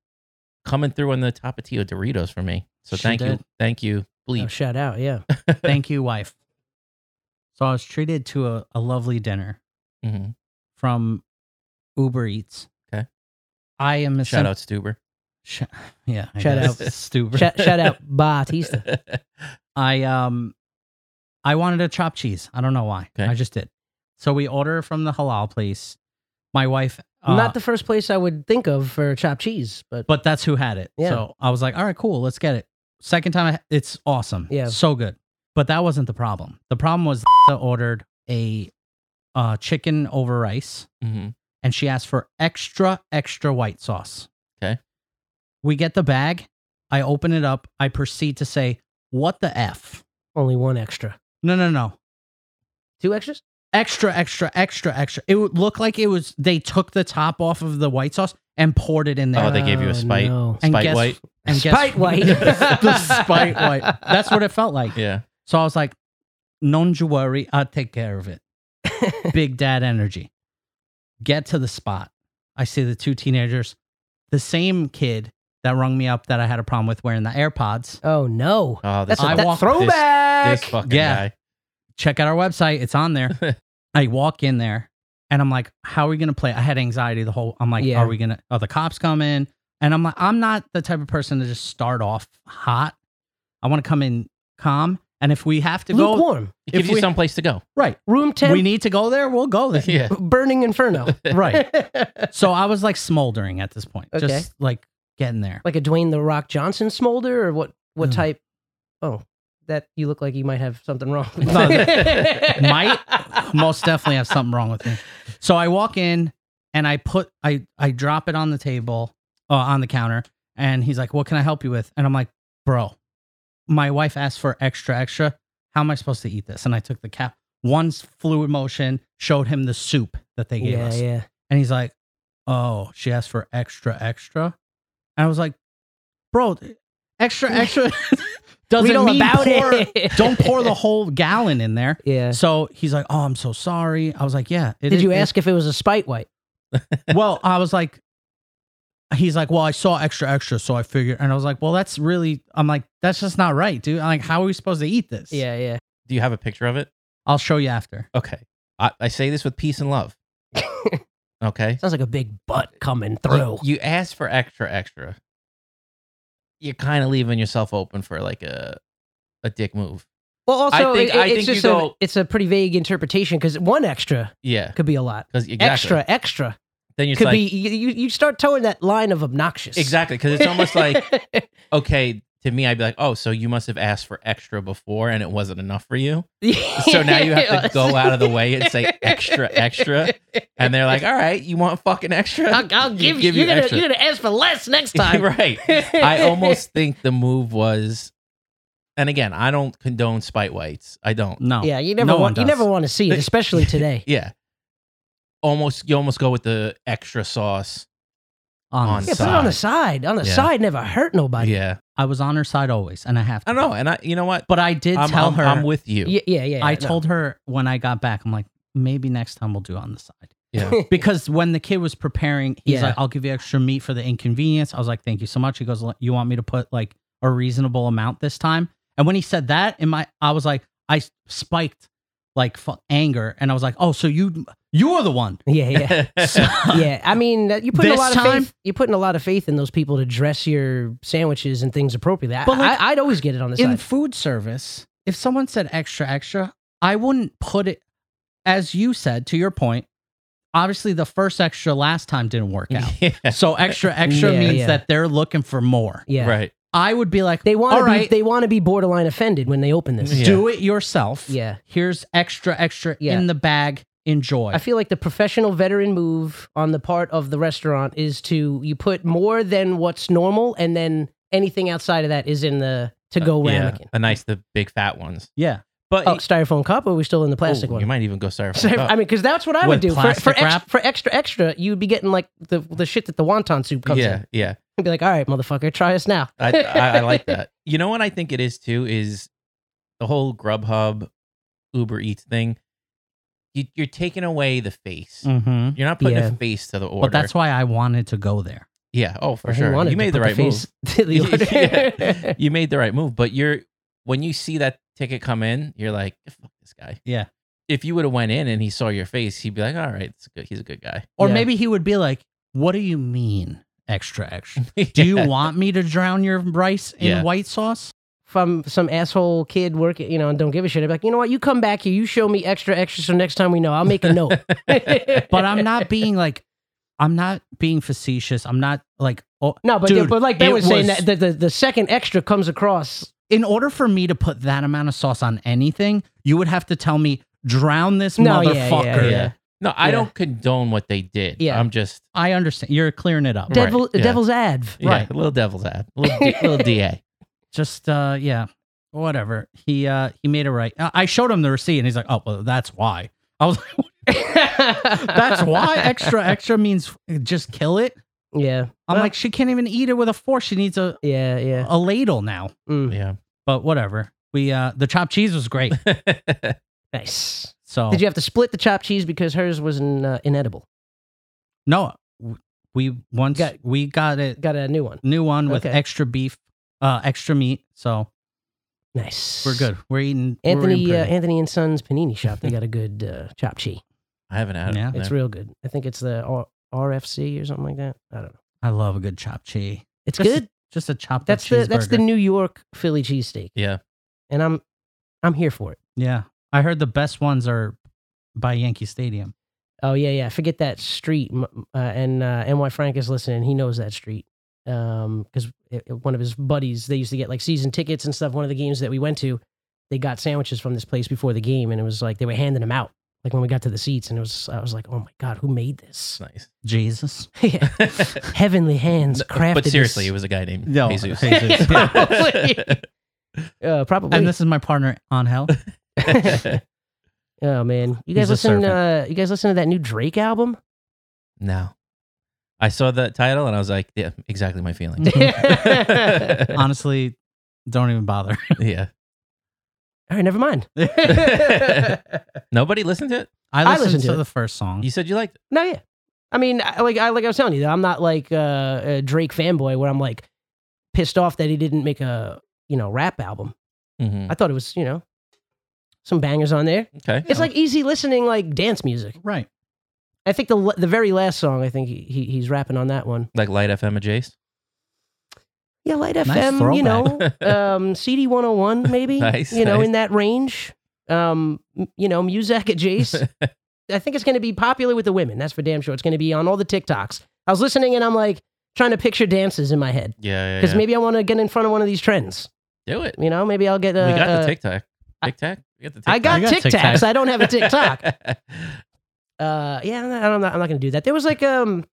Speaker 5: coming through on the Tapatio Doritos for me. So
Speaker 6: She
Speaker 5: thank you.
Speaker 6: did.
Speaker 5: Thank you.
Speaker 4: Oh,
Speaker 5: Bleep.
Speaker 4: shout out. Yeah.
Speaker 6: Thank you, wife. So I was treated to a, a lovely dinner
Speaker 5: Mhm.
Speaker 6: from Uber Eats.
Speaker 5: Okay.
Speaker 6: I am a
Speaker 5: Shout
Speaker 6: sim-
Speaker 5: out
Speaker 6: (laughs)
Speaker 5: Stuber.
Speaker 6: Sh- yeah. I
Speaker 4: Shout
Speaker 6: guess.
Speaker 5: out.
Speaker 6: Stuber.
Speaker 4: shout,
Speaker 6: (laughs)
Speaker 4: shout out Batista.
Speaker 6: I um, I wanted a chopped cheese. I don't know why.
Speaker 5: Okay.
Speaker 6: I just did. So we order from the halal place. My wife, uh,
Speaker 4: Not the first place I would think of for chopped cheese, but
Speaker 6: but that's who had it.
Speaker 4: Yeah.
Speaker 6: So I was like, all right, cool, let's get it. Second time, I, it's awesome.
Speaker 4: Yeah.
Speaker 6: so good. But that wasn't the problem. The problem was (laughs) ordered a uh, chicken over rice.
Speaker 5: hmm
Speaker 6: and she asked for extra, extra white sauce.
Speaker 5: Okay.
Speaker 6: We get the bag. I open it up. I proceed to say, What the F?
Speaker 4: only one extra.
Speaker 6: No, no, no.
Speaker 4: Two extras?
Speaker 6: Extra, extra, extra, extra. It would look like it was, they took the top off of the white sauce and poured it in there.
Speaker 5: Oh, they gave you a spite.
Speaker 4: No. (laughs)
Speaker 6: And
Speaker 5: Spite
Speaker 6: guess-
Speaker 5: White.
Speaker 6: and guess-
Speaker 4: Spite
Speaker 6: (laughs)
Speaker 4: white.
Speaker 6: the spite white. That's what it felt like.
Speaker 5: Yeah.
Speaker 6: So I was like, Non you worry. I'll take care of it. Big dad energy. Get to the spot. I see the two teenagers, the same kid that rung me up that I had a problem with wearing the AirPods.
Speaker 4: Oh no.
Speaker 5: Oh, this,
Speaker 4: That's a
Speaker 6: I
Speaker 5: fuck-
Speaker 4: that
Speaker 6: walk-
Speaker 4: throwback.
Speaker 5: this fucking
Speaker 6: Yeah.
Speaker 5: guy.
Speaker 6: check out our website. It's on
Speaker 4: (laughs)
Speaker 6: there. I walk in there and I'm like, how are we gonna play? I had anxiety the whole I'm like,
Speaker 4: Yeah.
Speaker 6: are we gonna are the cops coming? And I'm like, I'm not the type of person to just start off hot. I wanna come in calm. And if we have to go
Speaker 4: Lukewarm.
Speaker 6: If
Speaker 5: It gives you
Speaker 6: we-
Speaker 5: some place
Speaker 6: (laughs)
Speaker 5: to go. (laughs)
Speaker 6: right.
Speaker 4: Room temp.
Speaker 6: We need to go there, we'll go
Speaker 4: (laughs)
Speaker 6: there.
Speaker 5: Yeah.
Speaker 4: burning inferno.
Speaker 6: (laughs) right. So I was like smoldering at this point.
Speaker 4: Okay.
Speaker 6: Just like getting there.
Speaker 4: (laughs) like a Dwayne the Rock Johnson smolder, or what? What
Speaker 6: Ugh.
Speaker 4: type? Oh, that you look like you might have something wrong.
Speaker 6: No,
Speaker 4: (laughs)
Speaker 6: might most definitely have something wrong with me. So I walk in and I put I I drop it on the table uh, on the counter, and he's like, "What can I help you with?" And I'm like, "Bro, my wife asked for extra extra. How am I supposed to eat this?" And I took the cap. One s- fluid motion showed him the soup that they gave
Speaker 4: Yeah,
Speaker 6: us,
Speaker 4: yeah.
Speaker 6: and he's like, "Oh, she asked for extra extra," and I was like, "Bro, extra extra."
Speaker 4: (laughs)
Speaker 6: Doesn't
Speaker 4: we know
Speaker 6: mean
Speaker 4: about
Speaker 6: pour,
Speaker 5: (laughs)
Speaker 4: it.
Speaker 6: don't pour the whole gallon in there.
Speaker 4: (laughs) Yeah.
Speaker 6: So he's like, "Oh, I'm so sorry." I was like, "Yeah." it
Speaker 4: Did
Speaker 6: is-
Speaker 4: you
Speaker 6: it-
Speaker 4: ask if it was a spite white?
Speaker 6: well, I was like, he's like, "Well, I saw extra extra, so I figured." And I was like, "Well, that's really," I'm like, "That's just not right, dude." I'm like, how are we supposed to eat this?
Speaker 4: Yeah, yeah.
Speaker 5: Do you have a picture of it?
Speaker 6: I'll show you after.
Speaker 5: Okay. I, I say this with peace
Speaker 6: (coughs)
Speaker 5: and love. okay.
Speaker 4: Sounds like a big butt coming through.
Speaker 5: You, you ask for extra, extra. You're kind of leaving yourself open for like a a dick move.
Speaker 4: Well, also,
Speaker 5: I think-
Speaker 4: it-
Speaker 5: I
Speaker 4: it's
Speaker 5: think you
Speaker 4: just a,
Speaker 5: go-
Speaker 4: it's a pretty vague interpretation because one extra
Speaker 5: Yeah.
Speaker 4: could be a lot.
Speaker 5: Because exactly.
Speaker 4: Extra, extra
Speaker 5: Then you're
Speaker 4: could
Speaker 5: like,
Speaker 4: be. You, you you start towing that line of obnoxious. (laughs)
Speaker 5: exactly. Because it's almost like okay, to me, I'd be like, oh, so you must have asked for extra before and it wasn't enough for you. So now you have to
Speaker 4: (laughs)
Speaker 5: go out of the way and say extra, extra. And they're like, all right, you want fucking extra? (laughs)
Speaker 4: I'll, I'll give you. you're, gonna,
Speaker 5: extra."
Speaker 4: you're gonna ask for less next time.
Speaker 5: (laughs) right.
Speaker 4: (laughs)
Speaker 5: I almost think the move was, and again, I don't condone spite whites. I don't.
Speaker 6: No.
Speaker 4: Yeah, you never
Speaker 6: No one
Speaker 4: want you
Speaker 6: does.
Speaker 4: never want to see it, especially
Speaker 5: (laughs)
Speaker 4: today.
Speaker 5: Yeah. Almost, you almost go with the extra sauce.
Speaker 6: on
Speaker 5: on
Speaker 4: yeah,
Speaker 6: the
Speaker 4: put it on the
Speaker 6: side.
Speaker 4: side. On the
Speaker 5: Yeah.
Speaker 4: side, never hurt nobody.
Speaker 5: Yeah.
Speaker 6: I was on her side always, and I have
Speaker 5: I
Speaker 6: to.
Speaker 5: don't know. And I, you know what?
Speaker 6: But I did
Speaker 5: I'm,
Speaker 6: tell
Speaker 5: I'm-
Speaker 6: her.
Speaker 5: I'm with you.
Speaker 4: Yeah, yeah, yeah.
Speaker 6: I
Speaker 4: no.
Speaker 6: told her when I got back, I'm like, maybe next time we'll do on the side.
Speaker 5: Yeah.
Speaker 6: Because when the kid was preparing, he's
Speaker 4: Yeah.
Speaker 6: like, I'll give you extra meat for the inconvenience. I was like, thank you so much. He goes, you want me to put like a reasonable amount this time? And when he said that, in my, I was like, I s- spiked like fu- anger, and I was like, oh, so you you are the one.
Speaker 4: (laughs) Yeah,
Speaker 6: (laughs)
Speaker 4: yeah,
Speaker 5: (laughs)
Speaker 4: yeah. I mean, that- you put in a
Speaker 6: This
Speaker 4: lot of
Speaker 6: time-
Speaker 4: faith. You put in a lot of faith in those people to dress your sandwiches and things appropriately. I,
Speaker 6: But, like,
Speaker 4: I, I'd always get it on the
Speaker 6: in
Speaker 4: side.
Speaker 6: food service, if someone said extra, extra, I wouldn't put it, as you said, to your point, obviously the first extra last time didn't work out. (laughs)
Speaker 5: Yeah.
Speaker 6: So extra, extra
Speaker 4: Yeah,
Speaker 6: means
Speaker 4: yeah.
Speaker 6: that they're looking for more.
Speaker 4: yeah,
Speaker 5: Right.
Speaker 6: I would be like,
Speaker 4: They want
Speaker 6: all
Speaker 4: to
Speaker 6: right,
Speaker 4: be. They want to be borderline offended when they open this.
Speaker 5: Yeah.
Speaker 6: do it yourself.
Speaker 4: Yeah.
Speaker 6: Here's extra, extra
Speaker 4: Yeah.
Speaker 6: in the bag. Enjoy.
Speaker 4: I feel like the professional veteran move on the part of the restaurant is to you put more than what's normal, and then anything outside of that is in the to go
Speaker 5: Uh, Yeah.
Speaker 4: ramekin.
Speaker 5: A nice, the big fat ones.
Speaker 6: yeah.
Speaker 5: But
Speaker 4: Oh, styrofoam cup, or we're still in the plastic
Speaker 5: Ooh,
Speaker 4: one.
Speaker 5: You might even go styrofoam.
Speaker 4: So,
Speaker 5: Oh, cup.
Speaker 4: I mean, because that's what I would
Speaker 6: With
Speaker 4: do for,
Speaker 6: plastic
Speaker 4: for, extra,
Speaker 6: wrap?
Speaker 4: for extra extra. You'd be getting like the the shit that the wonton soup comes
Speaker 5: yeah,
Speaker 4: in.
Speaker 5: yeah.
Speaker 4: I'd be like, all right, motherfucker, try us now.
Speaker 5: I, I, I
Speaker 4: (laughs)
Speaker 5: like that. You know what I think it is too is the whole Grubhub, Uber Eats thing. You, you're taking away the face.
Speaker 6: Mm-hmm.
Speaker 5: You're not putting
Speaker 4: Yeah.
Speaker 5: a face to the order.
Speaker 6: But that's why I wanted to go there.
Speaker 5: yeah. Oh, for
Speaker 4: I
Speaker 5: sure.
Speaker 4: wanted to
Speaker 5: You made the
Speaker 4: put
Speaker 5: right
Speaker 4: face (laughs) to the
Speaker 5: move.
Speaker 4: order.
Speaker 5: (laughs)
Speaker 4: (laughs)
Speaker 5: Yeah. You made the right move. But you're when you see that ticket come in, you're like, fuck this guy.
Speaker 6: Yeah.
Speaker 5: If you would have went in and he saw your face, he'd be like, all right, it's good. He's a good guy. (laughs)
Speaker 6: Or
Speaker 4: Yeah.
Speaker 6: maybe he would be like, what do you mean extra, extra? Do you
Speaker 5: (laughs) Yeah.
Speaker 6: want me to drown your rice in
Speaker 5: Yeah.
Speaker 6: white sauce?
Speaker 4: From some asshole kid working, you know, and don't give a shit. I'd be like, you know what? You come back here. You show me extra extra, so next time we know. I'll make a
Speaker 5: (laughs)
Speaker 4: note.
Speaker 6: But I'm not being like, I'm not being facetious. I'm not like, oh,
Speaker 4: No, but,
Speaker 6: Dude,
Speaker 4: but like Ben
Speaker 6: it
Speaker 4: was, saying,
Speaker 6: was-
Speaker 4: that the, the, the second extra comes across.
Speaker 6: in order for me to put that amount of sauce on anything, you would have to tell me, drown this
Speaker 4: No, yeah, yeah,
Speaker 6: motherfucker.
Speaker 4: Oh, yeah.
Speaker 5: No, I
Speaker 4: Yeah.
Speaker 5: don't condone what they did.
Speaker 4: Yeah.
Speaker 5: I'm just
Speaker 6: I understand. You're clearing it up.
Speaker 5: Right,
Speaker 4: Devil,
Speaker 5: yeah.
Speaker 4: Devil's adv. (laughs)
Speaker 5: yeah,
Speaker 6: Right.
Speaker 5: a little devil's ad. A little, D- little DA.
Speaker 6: Just uh yeah. Whatever. He uh he made it right. I I showed him the receipt and he's like, Oh well that's why. I was like, That's
Speaker 4: (laughs)
Speaker 6: why extra extra means just kill it.
Speaker 4: Yeah,
Speaker 6: I'm
Speaker 4: Well,
Speaker 6: like, she can't even eat it with a fork. She needs a,
Speaker 4: yeah, yeah.
Speaker 6: a ladle now.
Speaker 4: Mm,
Speaker 5: Yeah.
Speaker 6: But whatever. We uh the chopped cheese was
Speaker 4: (laughs)
Speaker 6: great.
Speaker 4: nice.
Speaker 6: So
Speaker 4: Did you have to split the chopped cheese because hers was in, uh, inedible?
Speaker 6: no we once
Speaker 4: Got-
Speaker 6: we got a
Speaker 4: Got a new one.
Speaker 6: new one with
Speaker 4: Okay.
Speaker 6: extra beef, uh extra meat. So
Speaker 4: Nice.
Speaker 6: We're good. We're eating. we're eating
Speaker 4: Anthony uh,
Speaker 6: pretty.
Speaker 4: Anthony and Sons Panini Shop. They got a good uh, chopped cheese.
Speaker 5: I haven't
Speaker 6: (laughs)
Speaker 5: had
Speaker 6: Yeah.
Speaker 5: it.
Speaker 4: It's real good. I think it's the R- RFC or something like that. I don't know.
Speaker 6: I love a good chopped cheese.
Speaker 4: It's
Speaker 6: Just-
Speaker 4: good.
Speaker 6: Just a chopped. up
Speaker 4: That's the that's the
Speaker 6: cheeseburger.
Speaker 4: New York Philly cheesesteak,
Speaker 5: yeah.
Speaker 4: and I'm I'm here for it.
Speaker 6: yeah. I heard the best ones are by Yankee Stadium.
Speaker 4: Oh yeah, yeah. Forget that street. m- m- Uh, and uh, NY Frank is listening. He knows that street um, because one of his buddies they used to get like season tickets and stuff. One of the games that we went to, they got sandwiches from this place before the game, and it was like they were handing them out. Like when we got to the seats, and it was I was like, oh my god, who made
Speaker 5: It's
Speaker 4: this?
Speaker 5: nice.
Speaker 6: Jesus.
Speaker 4: (laughs) Yeah. Heavenly hands crafted.
Speaker 5: (laughs) but
Speaker 4: this-
Speaker 5: seriously, it was a guy named
Speaker 6: No,
Speaker 4: (laughs)
Speaker 5: Jesus.
Speaker 6: Jesus,
Speaker 4: probably. Uh, probably.
Speaker 6: And this is my partner on hell.
Speaker 4: oh man, you
Speaker 6: He's
Speaker 4: guys
Speaker 6: a
Speaker 4: listen.
Speaker 6: servant.
Speaker 4: Uh, you guys listen to that new Drake album?
Speaker 5: (laughs) no. I saw that title and I was like, yeah, exactly
Speaker 4: (laughs)
Speaker 5: my feeling. (laughs)
Speaker 4: Mhm.
Speaker 5: yeah.
Speaker 6: Honestly, don't even bother. (laughs)
Speaker 4: All right, never mind. (laughs)
Speaker 5: Nobody listened to it?
Speaker 6: I
Speaker 4: I
Speaker 6: listened,
Speaker 4: listened to
Speaker 6: to,
Speaker 4: it.
Speaker 6: the first song.
Speaker 5: You said you liked it.
Speaker 4: No, yeah. I mean, I, like I like I was telling you, I'm not like uh, a Drake fanboy where I'm like pissed off that he didn't make a you know rap album.
Speaker 5: Mhm.
Speaker 4: I thought it was you know some bangers on there.
Speaker 5: Okay.
Speaker 4: It's like easy listening, like dance music.
Speaker 6: Right.
Speaker 4: I think the l- the very last song, I think he, he he's rapping on that one.
Speaker 5: Like Light FM adjacent.
Speaker 4: Yeah, Light
Speaker 6: Nice
Speaker 4: FM, you know,
Speaker 5: (laughs)
Speaker 4: um, CD 101 maybe,
Speaker 5: Nice,
Speaker 4: you know,
Speaker 5: nice.
Speaker 4: in that range. Um, m- you know, Muzak at
Speaker 5: (laughs)
Speaker 4: Jace. I think it's going to be popular with the women. That's for damn sure. It's going to be on all the TikToks. I was listening and I'm like, trying to picture dances in my head
Speaker 5: Yeah, yeah,
Speaker 4: because
Speaker 5: yeah.
Speaker 4: maybe I want to get in front of one of these trends.
Speaker 5: do it.
Speaker 4: You know, maybe I'll get. A,
Speaker 5: we got
Speaker 4: a-
Speaker 5: the Tic Tac. Tic Tac. We got the Tic
Speaker 4: uh, I got,
Speaker 6: I got
Speaker 4: Tic
Speaker 6: Tic
Speaker 4: Tacs.
Speaker 6: Tacs.
Speaker 4: I don't
Speaker 5: (laughs)
Speaker 4: have a TikTok. uh, yeah, I'm not, I'm not, I'm not going to do that. There was like um,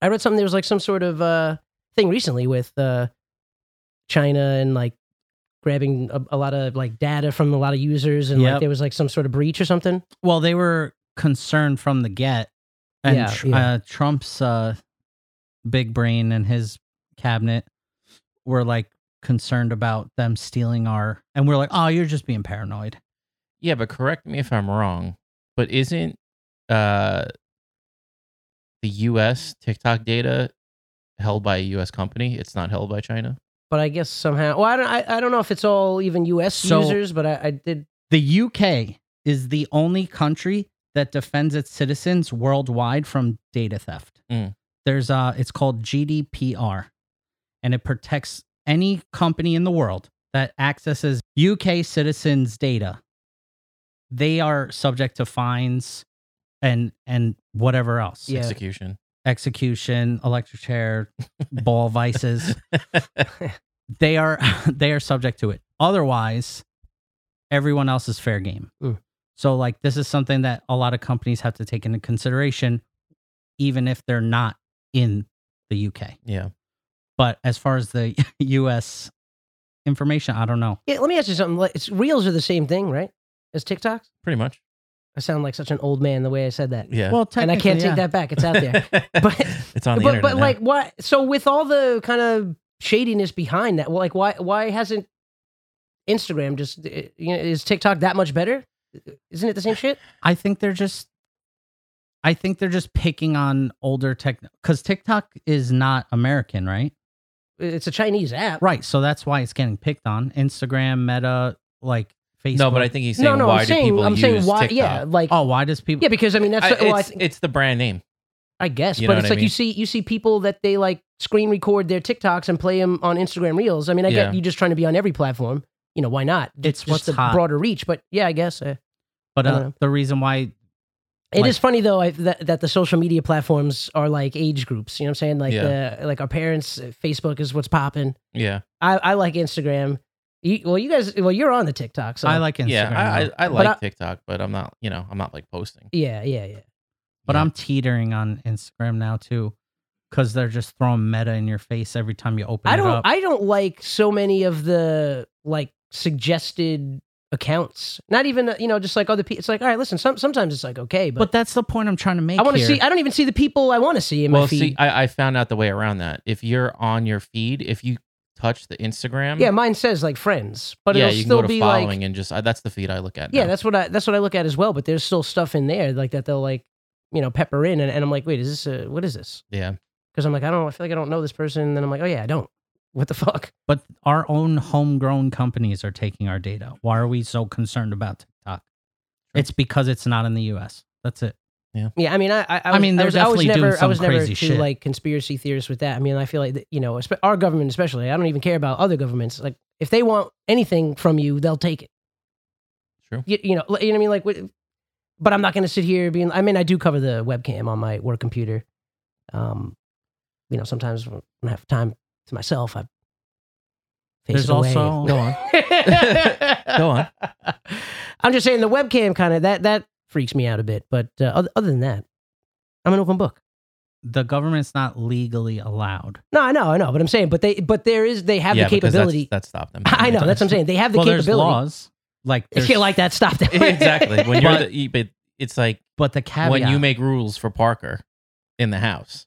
Speaker 4: I read something. There was like some sort of uh thing recently with uh China and like grabbing a, a lot of like data from a lot of users, and like
Speaker 6: Yep.
Speaker 4: there was like some sort of breach or something.
Speaker 6: Well, they were concerned from the get, and
Speaker 4: Yeah,
Speaker 6: tr-
Speaker 4: yeah.
Speaker 6: Uh, Trump's uh, big brain and his cabinet were like concerned about them stealing our, and we're like, oh, you're just being paranoid.
Speaker 5: Yeah, but correct me if I'm wrong, but isn't uh the US TikTok data held by a US company? It's not held by China.
Speaker 4: But I guess somehow, well, I don't, I, I don't know if it's all even U.S.
Speaker 6: So-
Speaker 4: users, but I, I did.
Speaker 6: The UK is the only country that defends its citizens worldwide from data theft.
Speaker 5: Mm.
Speaker 6: There's uh it's called GDPR and it protects any company in the world that accesses UK citizens' data. They are subject to fines and and whatever else.
Speaker 4: Yeah.
Speaker 5: Execution.
Speaker 6: Execution, electric chair, ball vices they are (laughs) they are subject to it. Otherwise, everyone else is fair game.
Speaker 4: Mm.
Speaker 6: So like this is something that a lot of companies have to take into consideration, even if they're not in the UK.
Speaker 5: yeah.
Speaker 6: But as far as the (laughs) US information, I don't know.
Speaker 4: Yeah, let me ask you something. Like, It's reels are the same thing, right? As TikToks.
Speaker 5: Pretty much.
Speaker 4: I sound like such an old man the way I said that.
Speaker 5: Yeah.
Speaker 6: Well,
Speaker 4: and I
Speaker 6: technically,
Speaker 4: can't take
Speaker 6: yeah.
Speaker 4: that back. It's out there.
Speaker 5: (laughs)
Speaker 4: But-
Speaker 5: it's on the
Speaker 4: but
Speaker 5: internet.
Speaker 4: but
Speaker 5: now.
Speaker 4: like why? So with all the kind of shadiness behind that, like why why hasn't Instagram just uh, you know, is TikTok that much better? Isn't it the same shit?
Speaker 6: I think they're just I think they're just picking on older tech because TikTok is not American, right?
Speaker 4: It's a Chinese app,
Speaker 6: Right. So that's why it's getting picked on. Instagram, Meta, like Facebook.
Speaker 5: no, but I think he's saying
Speaker 4: No, no,
Speaker 5: why
Speaker 4: I'm
Speaker 5: do
Speaker 4: saying
Speaker 5: people
Speaker 4: I'm
Speaker 5: use
Speaker 4: saying why?
Speaker 5: TikTok?
Speaker 4: Yeah, like
Speaker 6: Oh, why does people
Speaker 4: yeah, because I mean that's
Speaker 5: I-
Speaker 4: well, I,
Speaker 5: it's,
Speaker 4: think,
Speaker 5: it's the brand name.
Speaker 4: I guess,
Speaker 5: you know
Speaker 4: but
Speaker 5: what
Speaker 4: it's
Speaker 5: I
Speaker 4: like you
Speaker 5: mean?
Speaker 4: see you see people that they like screen record their TikToks and play them on Instagram Reels. I mean, I
Speaker 5: Yeah.
Speaker 4: get you just trying to be on every platform. You know why not?
Speaker 6: It's
Speaker 4: just
Speaker 6: what's
Speaker 4: the
Speaker 6: hot.
Speaker 4: broader reach, but yeah, I guess. Uh,
Speaker 6: But
Speaker 4: I don't
Speaker 6: uh,
Speaker 4: know.
Speaker 6: the reason why,
Speaker 4: It
Speaker 6: Like-
Speaker 4: is funny though I, that that the social media platforms are like age groups. You know what I'm saying? Like
Speaker 5: Yeah.
Speaker 4: the like our parents, uh, Facebook is what's popping.
Speaker 5: Yeah.
Speaker 4: I, I like Instagram. You, well, you guys, well, you're on the TikTok, so
Speaker 6: I like Instagram,
Speaker 5: yeah. I, I,
Speaker 6: though.
Speaker 5: I
Speaker 4: But
Speaker 5: like
Speaker 4: I-
Speaker 5: TikTok, but I'm not, you know, I'm not like posting.
Speaker 4: yeah, yeah, yeah.
Speaker 6: but
Speaker 5: Yeah.
Speaker 6: I'm teetering on Instagram now too, because they're just throwing meta in your face every time you open
Speaker 4: I
Speaker 6: it
Speaker 4: don't,
Speaker 6: up.
Speaker 4: I don't like so many of the like suggested accounts. Not even uh, you know, just like other people. It's like, all right, listen. Some sometimes it's like okay,
Speaker 6: but
Speaker 4: but,
Speaker 6: that's the point I'm trying to make.
Speaker 4: I want to
Speaker 6: here.
Speaker 4: see. I don't even see the people I want to see in
Speaker 5: Well,
Speaker 4: my feed.
Speaker 5: see, I, I found out the way around that. If you're on your feed, if you touch the Instagram,
Speaker 4: yeah, mine says like friends, but
Speaker 5: yeah,
Speaker 4: it'll
Speaker 5: you can
Speaker 4: still
Speaker 5: go to
Speaker 4: be like
Speaker 5: following and just I, that's the feed I look at.
Speaker 4: Yeah,
Speaker 5: now.
Speaker 4: that's what I that's what I look at as well. But there's still stuff in there like that they'll like you know pepper in, and, and I'm like, wait, is this a, what is this?
Speaker 5: yeah,
Speaker 4: Because I'm like, I don't, I feel like I don't know this person, and then I'm like, oh yeah, I don't. What the fuck? (laughs)
Speaker 6: But our own homegrown companies are taking our data. Why are we so concerned about TikTok? It's because it's not in the U.S. That's it.
Speaker 4: Yeah, I mean, I I, I,
Speaker 6: I
Speaker 4: was,
Speaker 6: mean, they're
Speaker 4: was, I was
Speaker 6: definitely
Speaker 4: never
Speaker 6: doing
Speaker 4: I
Speaker 6: some
Speaker 4: was never
Speaker 6: crazy
Speaker 4: too
Speaker 6: shit.
Speaker 4: like conspiracy theorist with that. I mean, I feel like that, you know espe- our government especially. I don't even care about other governments. Like if they want anything from you, they'll take it.
Speaker 5: true.
Speaker 4: You, you know, like- you know what I mean? Like, what- but I'm not going to sit here being. I mean, I do cover the webcam on my work computer. Um, you know, sometimes when I have time to myself, I face
Speaker 6: There's
Speaker 4: it away.
Speaker 6: also-
Speaker 4: (laughs)
Speaker 5: Go on, go on.
Speaker 4: I'm just saying the webcam kind of that that freaks me out a bit. But uh, other, other than that, I'm an open book.
Speaker 6: The government's not legally allowed.
Speaker 4: No, I know, I know, but I'm saying, but they, but there is, they have
Speaker 5: yeah,
Speaker 4: the
Speaker 5: because
Speaker 4: capability.
Speaker 5: That's, that stopped them.
Speaker 4: (laughs) I know that's what I'm saying. They have the
Speaker 6: well, there's
Speaker 4: capability.
Speaker 6: laws
Speaker 4: (laughs)
Speaker 6: like
Speaker 4: If you
Speaker 6: there's-
Speaker 4: like that, stop them.
Speaker 5: (laughs)
Speaker 4: (laughs)
Speaker 5: exactly. When you're the, but it's like
Speaker 6: but the caveat.
Speaker 5: when you make rules for Parker in the house.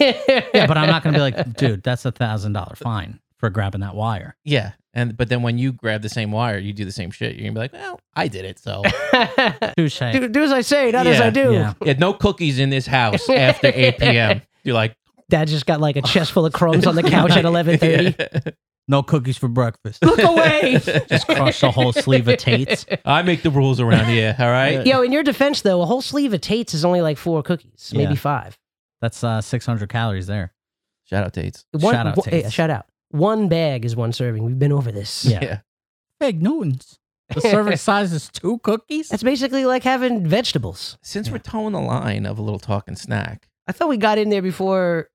Speaker 6: yeah, but I'm not going to be like, dude, that's a thousand dollar fine for grabbing that wire.
Speaker 5: Yeah, and but then when you grab the same wire, you do the same shit. You're gonna be like, well, I did it, so
Speaker 4: like,
Speaker 6: Touche.
Speaker 4: (laughs) do, do as I say, not as
Speaker 5: Yeah,
Speaker 4: I do.
Speaker 6: yeah.
Speaker 5: yeah, no cookies in this house after 8
Speaker 4: (laughs)
Speaker 5: p.m. You're like
Speaker 4: Dad just got like a chest full of
Speaker 6: (laughs)
Speaker 4: crumbs on the couch
Speaker 5: (laughs)
Speaker 4: at 11:30.
Speaker 6: No cookies for
Speaker 4: (laughs)
Speaker 6: breakfast.
Speaker 4: Look away.
Speaker 6: (laughs) Just crush a whole sleeve of Tates.
Speaker 5: I make the rules around here. All right.
Speaker 4: Yo, in your defense though, a whole sleeve of Tates is only like four cookies, maybe
Speaker 6: Yeah.
Speaker 4: five.
Speaker 6: That's uh, 600 calories there.
Speaker 5: Shout out dates.
Speaker 4: One,
Speaker 6: Shout out
Speaker 4: one- yeah,
Speaker 6: Tates.
Speaker 4: shout out. One bag is one serving. We've been over this.
Speaker 6: Yeah.
Speaker 5: Yeah.
Speaker 6: Big Newtons. The serving size is two cookies?
Speaker 4: That's basically like having vegetables.
Speaker 5: Since we're towing the line of a little talk and snack,
Speaker 4: I thought we got in there before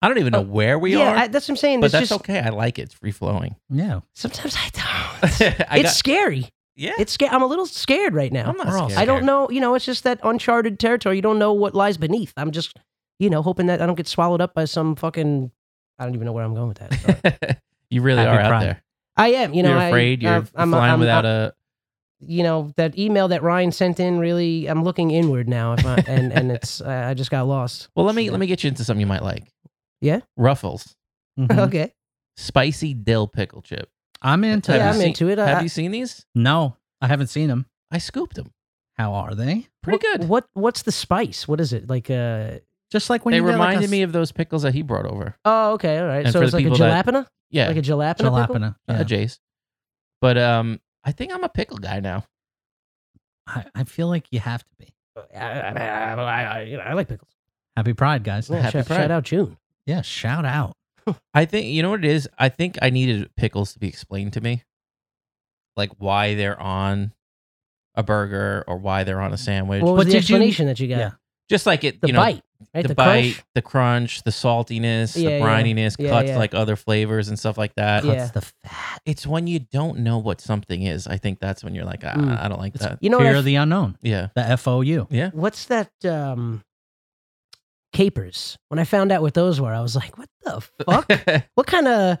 Speaker 5: I don't even know where we
Speaker 4: Oh, yeah,
Speaker 5: are,
Speaker 4: I, that's what I'm saying.
Speaker 5: but
Speaker 4: It's
Speaker 5: that's
Speaker 4: just
Speaker 5: okay. I like it. It's free (laughs) flowing.
Speaker 6: Yeah.
Speaker 4: sometimes I don't.
Speaker 6: (laughs)
Speaker 5: I
Speaker 4: it's
Speaker 5: got-
Speaker 4: scary.
Speaker 5: yeah.
Speaker 4: It's sca- I'm a little scared right now.
Speaker 5: I'm not
Speaker 6: We're all
Speaker 5: scared.
Speaker 4: I don't know. You know, it's just that uncharted territory. You don't know what lies beneath. I'm just, you know, hoping that I don't get swallowed up by some fucking. I don't even know where I'm going with that.
Speaker 5: (laughs)
Speaker 4: Sorry.
Speaker 5: you really
Speaker 6: I'd be
Speaker 5: are out
Speaker 6: crying.
Speaker 5: there.
Speaker 4: I am. You know,
Speaker 5: you're
Speaker 4: I-
Speaker 5: afraid. You're
Speaker 4: I've- I'm-
Speaker 5: flying
Speaker 4: I'm-
Speaker 5: without
Speaker 4: I'm-
Speaker 5: a.
Speaker 4: You know that email that Ryan sent in. Really, I'm looking inward now, if I, and
Speaker 5: (laughs)
Speaker 4: and it's I I just got lost.
Speaker 5: Well, let me let me get you into something you might like.
Speaker 4: Yeah?
Speaker 5: Ruffles, Mm-hmm.
Speaker 6: Mhm.
Speaker 4: (laughs) Okay,
Speaker 5: spicy dill pickle chip.
Speaker 6: I'm into
Speaker 5: Have
Speaker 4: yeah,
Speaker 5: you
Speaker 4: I'm
Speaker 6: that.
Speaker 5: seen-
Speaker 4: into it. I-
Speaker 5: Have
Speaker 4: I-
Speaker 5: you seen these?
Speaker 6: No, I haven't seen them.
Speaker 5: I scooped them.
Speaker 6: How are they?
Speaker 5: Pretty
Speaker 4: what,
Speaker 5: good.
Speaker 4: What what's the spice? What is it like? Uh
Speaker 6: Just like when
Speaker 5: They
Speaker 6: you get, like,
Speaker 5: reminded
Speaker 6: a
Speaker 5: me of those pickles that he brought over.
Speaker 4: oh, okay, all right.
Speaker 5: And
Speaker 4: so
Speaker 5: for
Speaker 4: it's
Speaker 5: the
Speaker 4: like a
Speaker 5: people that-
Speaker 4: jalapeno,
Speaker 5: Yeah,
Speaker 4: like a jalapeno. pickle?
Speaker 6: jalapeno.
Speaker 5: uh,
Speaker 6: Yeah.
Speaker 5: Jace. But um, I think I'm a pickle guy now.
Speaker 6: I, I feel like you have to be.
Speaker 4: I, I, I, I, you know, I like pickles.
Speaker 6: Happy Pride, guys.
Speaker 4: Yeah,
Speaker 5: Happy
Speaker 4: shout,
Speaker 5: Pride.
Speaker 4: shout out June.
Speaker 6: Yeah, shout out.
Speaker 5: I think you know what it is. I think I needed pickles to be explained to me, like why they're on a burger or why they're on a sandwich.
Speaker 4: What was
Speaker 6: But
Speaker 4: the
Speaker 6: did you-
Speaker 4: explanation that you got?
Speaker 6: Yeah.
Speaker 5: Just like it,
Speaker 4: The
Speaker 5: you know,
Speaker 4: bite, right?
Speaker 5: the,
Speaker 4: The,
Speaker 5: bite,
Speaker 4: crunch.
Speaker 5: the crunch, the saltiness,
Speaker 4: Yeah,
Speaker 5: the
Speaker 4: yeah.
Speaker 5: brininess,
Speaker 4: Yeah,
Speaker 5: cuts
Speaker 4: yeah.
Speaker 5: like other flavors and stuff like that.
Speaker 4: Yeah.
Speaker 6: Cuts the fat.
Speaker 5: It's when you don't know what something is. I think that's when you're like, ah,
Speaker 4: Mm.
Speaker 5: I don't like
Speaker 6: It's
Speaker 5: that.
Speaker 4: You know what
Speaker 6: Fear
Speaker 4: I
Speaker 6: of the unknown.
Speaker 5: Yeah,
Speaker 6: The FOU.
Speaker 4: what's that um capers when i found out what those were i was like what
Speaker 6: (laughs)
Speaker 4: the
Speaker 5: (laughs)
Speaker 4: fuck what kind of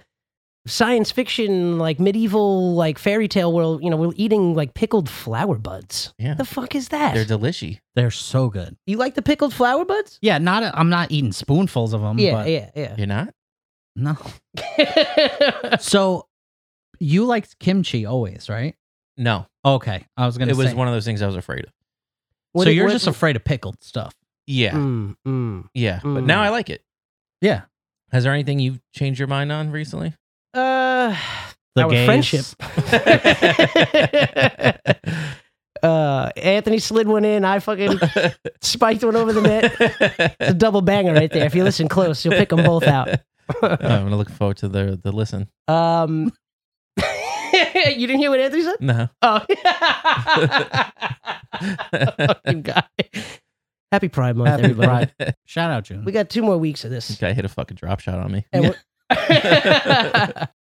Speaker 4: science fiction like medieval like fairy tale world you know we're eating like pickled flower buds
Speaker 5: yeah.
Speaker 4: the fuck is that
Speaker 5: They're delishy.
Speaker 6: They're so good.
Speaker 4: you like the pickled flower buds
Speaker 6: Yeah, not. i I'm not eating spoonfuls of them.
Speaker 4: yeah
Speaker 6: but
Speaker 4: yeah yeah
Speaker 5: You're not?
Speaker 6: No. So you liked kimchi always, right?
Speaker 5: No.
Speaker 6: Okay, I was gonna.
Speaker 5: It was
Speaker 6: say.
Speaker 5: one of those things I was afraid of.
Speaker 4: (laughs) What
Speaker 6: so
Speaker 4: it-
Speaker 6: you're
Speaker 4: what-
Speaker 6: just afraid of pickled stuff.
Speaker 5: Yeah.
Speaker 4: Mm, mm.
Speaker 6: (laughs)
Speaker 5: Yeah. But
Speaker 4: Mm.
Speaker 5: now I like it.
Speaker 6: Yeah.
Speaker 5: Has there anything you've changed your mind on recently?
Speaker 4: uh (laughs)
Speaker 6: The
Speaker 4: our
Speaker 6: gays.
Speaker 4: friendship uh anthony slid one in i fucking spiked one over the net It's a double banger right there. If you listen close, you'll pick them both out.
Speaker 5: (laughs)
Speaker 6: (laughs)
Speaker 5: I'm gonna look forward to the the listen.
Speaker 4: Um, (laughs) you didn't hear what Anthony said?
Speaker 5: No.
Speaker 4: Oh, (laughs) fucking guy. Happy Pride Month,
Speaker 6: Happy
Speaker 4: everybody.
Speaker 6: Pride. Shout out, June.
Speaker 4: We got two more weeks of this.
Speaker 5: This (laughs) guy hit a fucking drop shot on me.
Speaker 4: And we're-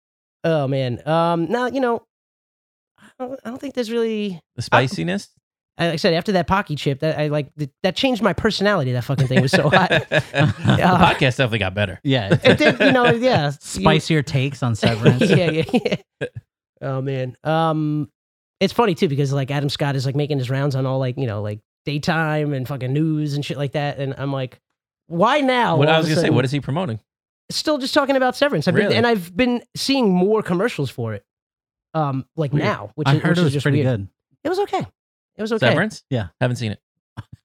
Speaker 4: (laughs) oh man. Um, now you know, I don't, I don't think there's really.
Speaker 5: The spiciness.
Speaker 4: Like I said after that pocky chip, that I like that changed my personality. That fucking thing was so
Speaker 5: (laughs)
Speaker 6: (laughs)
Speaker 4: hot.
Speaker 5: the podcast definitely got better.
Speaker 6: yeah,
Speaker 4: (laughs) It did, you know, yeah. you-
Speaker 6: spicier takes
Speaker 4: (laughs)
Speaker 6: on severance.
Speaker 4: yeah,
Speaker 5: (laughs)
Speaker 4: yeah, yeah. Oh man. Um it's funny too because like Adam Scott is like making his rounds on all like, you know, like daytime and fucking news and shit like that. And I'm like, why now?
Speaker 5: what
Speaker 4: Oh, all
Speaker 5: I
Speaker 4: of a
Speaker 5: was gonna say,
Speaker 4: sudden?
Speaker 5: what is he promoting?
Speaker 4: still just talking about severance. I've
Speaker 5: Really?
Speaker 4: been, and I've been seeing more commercials for it. Um, like
Speaker 5: Weird.
Speaker 4: now, which
Speaker 6: I
Speaker 4: is,
Speaker 6: heard
Speaker 4: which
Speaker 6: it
Speaker 4: is
Speaker 6: was
Speaker 4: just
Speaker 6: pretty
Speaker 4: weird.
Speaker 6: good.
Speaker 4: It was okay. It was okay.
Speaker 5: Severance?
Speaker 6: Yeah.
Speaker 5: Haven't seen it.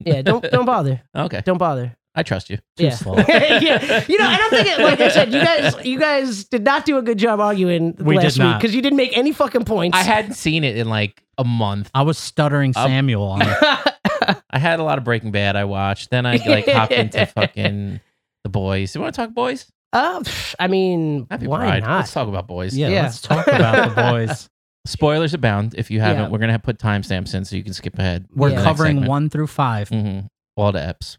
Speaker 4: Yeah,
Speaker 5: (laughs)
Speaker 4: don't don't bother.
Speaker 5: Okay.
Speaker 4: Don't bother.
Speaker 5: I trust you.
Speaker 6: Too
Speaker 4: yeah.
Speaker 6: slow.
Speaker 4: (laughs) yeah. You know, I don't think it like I said, you guys you guys did not do a good job arguing
Speaker 6: We did
Speaker 4: last week
Speaker 6: not.
Speaker 4: because you didn't make any fucking points.
Speaker 5: I hadn't seen it in like a month.
Speaker 6: I was stuttering
Speaker 5: Um,
Speaker 6: Samuel on it.
Speaker 5: I had a lot of Breaking Bad I watched. Then I like
Speaker 4: (laughs)
Speaker 5: hopped into fucking the boys. You want to talk boys?
Speaker 4: Uh, pff, I mean,
Speaker 5: Happy
Speaker 4: why
Speaker 5: Pride.
Speaker 4: not?
Speaker 5: Let's talk about boys.
Speaker 6: Yeah,
Speaker 4: (laughs) Yeah.
Speaker 6: let's talk about the
Speaker 4: (laughs)
Speaker 6: boys.
Speaker 5: Spoilers abound. If you haven't,
Speaker 4: Yeah.
Speaker 5: we're gonna have put timestamps in so you can skip ahead.
Speaker 6: We're
Speaker 4: Yeah. Next
Speaker 6: covering one through five.
Speaker 5: hmm All the eps.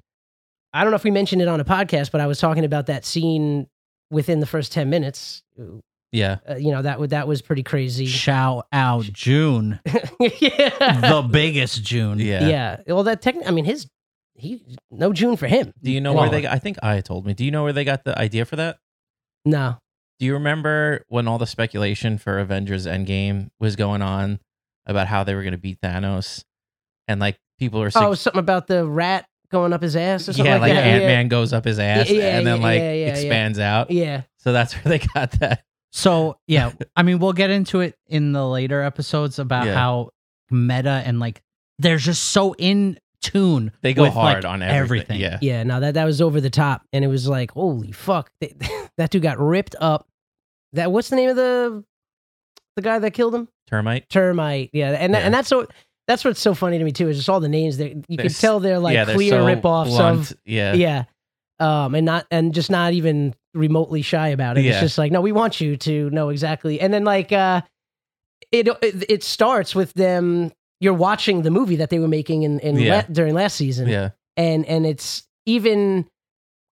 Speaker 4: I don't know if we mentioned it on a podcast, but I was talking about that scene within the first ten minutes. Uh,
Speaker 5: Yeah.
Speaker 4: you know that would that was pretty crazy.
Speaker 6: Shout out June,
Speaker 4: (laughs) yeah.
Speaker 6: the biggest June.
Speaker 5: Yeah.
Speaker 4: Um, yeah. Well, that techni I mean, his he no June for him.
Speaker 5: Do you know
Speaker 4: Well-
Speaker 5: where they? Got, I think I told me. Do you know where they got the idea for that?
Speaker 4: No.
Speaker 5: Do you remember when all the speculation for Avengers Endgame was going on about how they were gonna beat Thanos, and like people were
Speaker 4: Oh,
Speaker 5: saying,
Speaker 4: something about the rat going up his ass or something
Speaker 5: yeah,
Speaker 4: like,
Speaker 5: like,
Speaker 4: that.
Speaker 5: Ant Man goes up his ass
Speaker 4: Yeah, yeah,
Speaker 5: and then
Speaker 4: yeah,
Speaker 5: like
Speaker 4: yeah, yeah, yeah.
Speaker 5: expands out.
Speaker 4: Yeah. yeah.
Speaker 5: So that's where they got that. (laughs)
Speaker 6: So yeah, I mean, we'll get into it in the later episodes about
Speaker 5: Yeah.
Speaker 6: how meta and like they're just so in tune.
Speaker 5: They go
Speaker 6: with, like,
Speaker 5: hard on everything.
Speaker 6: everything.
Speaker 5: Yeah.
Speaker 4: Yeah, no, that that was over the top, and it was like, holy fuck, They- (laughs) that dude got ripped up. That what's the name of the the guy that killed him?
Speaker 5: Termite.
Speaker 4: Termite. Yeah, and that,
Speaker 5: Yeah.
Speaker 4: and that's so that's what's so funny to me too is just all the names that you can
Speaker 5: There's-
Speaker 4: tell they're like
Speaker 5: yeah, they're
Speaker 4: clear
Speaker 5: so
Speaker 4: rip offs
Speaker 5: blunt.
Speaker 4: of
Speaker 5: yeah.
Speaker 4: yeah, um, and not and just not even remotely shy about it. It's
Speaker 5: Yeah.
Speaker 4: just like, no, we want you to know exactly, and then like uh, it it, it starts with them. You're watching the movie that they were making in, in
Speaker 5: Yeah.
Speaker 4: la- during last season
Speaker 5: Yeah.
Speaker 4: and and it's even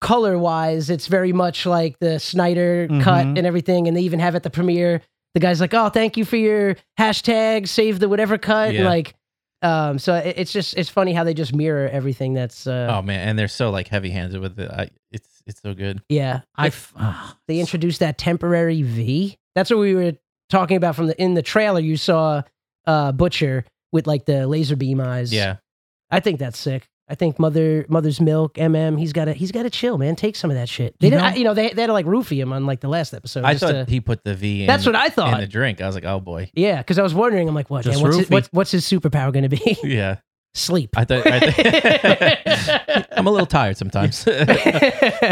Speaker 4: color wise, it's very much like the Snyder
Speaker 5: Mm-hmm.
Speaker 4: cut
Speaker 6: Mhm.
Speaker 4: and everything. And they even have at the premiere, the guy's like, "Oh, thank you for your hashtag save the whatever cut."
Speaker 5: Yeah.
Speaker 4: Like, um, so it, it's just it's funny how they just mirror everything. That's uh,
Speaker 5: Oh man, and they're so like heavy-handed with it. I, it's it's so good.
Speaker 4: yeah.
Speaker 6: I
Speaker 4: If
Speaker 6: f-
Speaker 5: (laughs)
Speaker 6: ah,
Speaker 4: they introduced that temporary V. That's what we were talking about from the in the trailer. You saw uh, Butcher with like the laser beam eyes.
Speaker 5: Yeah,
Speaker 4: I think that's sick. I think mother mother's milk mm he's got to he's got to chill man take some of that shit they
Speaker 6: You
Speaker 4: didn't
Speaker 6: know-
Speaker 4: I, you know they, they had to like roofie him on like the last episode
Speaker 5: I
Speaker 4: just
Speaker 5: thought
Speaker 4: to-
Speaker 5: he put the V. In,
Speaker 4: that's what I
Speaker 5: in
Speaker 4: thought
Speaker 5: the drink. I was like, oh boy.
Speaker 4: yeah because I was wondering I'm like what
Speaker 6: Just
Speaker 4: man, what's, his,
Speaker 6: roofie.
Speaker 4: what's what's his superpower gonna be
Speaker 5: (laughs) Yeah,
Speaker 4: sleep (laughs)
Speaker 5: I thought. I th- (laughs) I'm a little tired sometimes.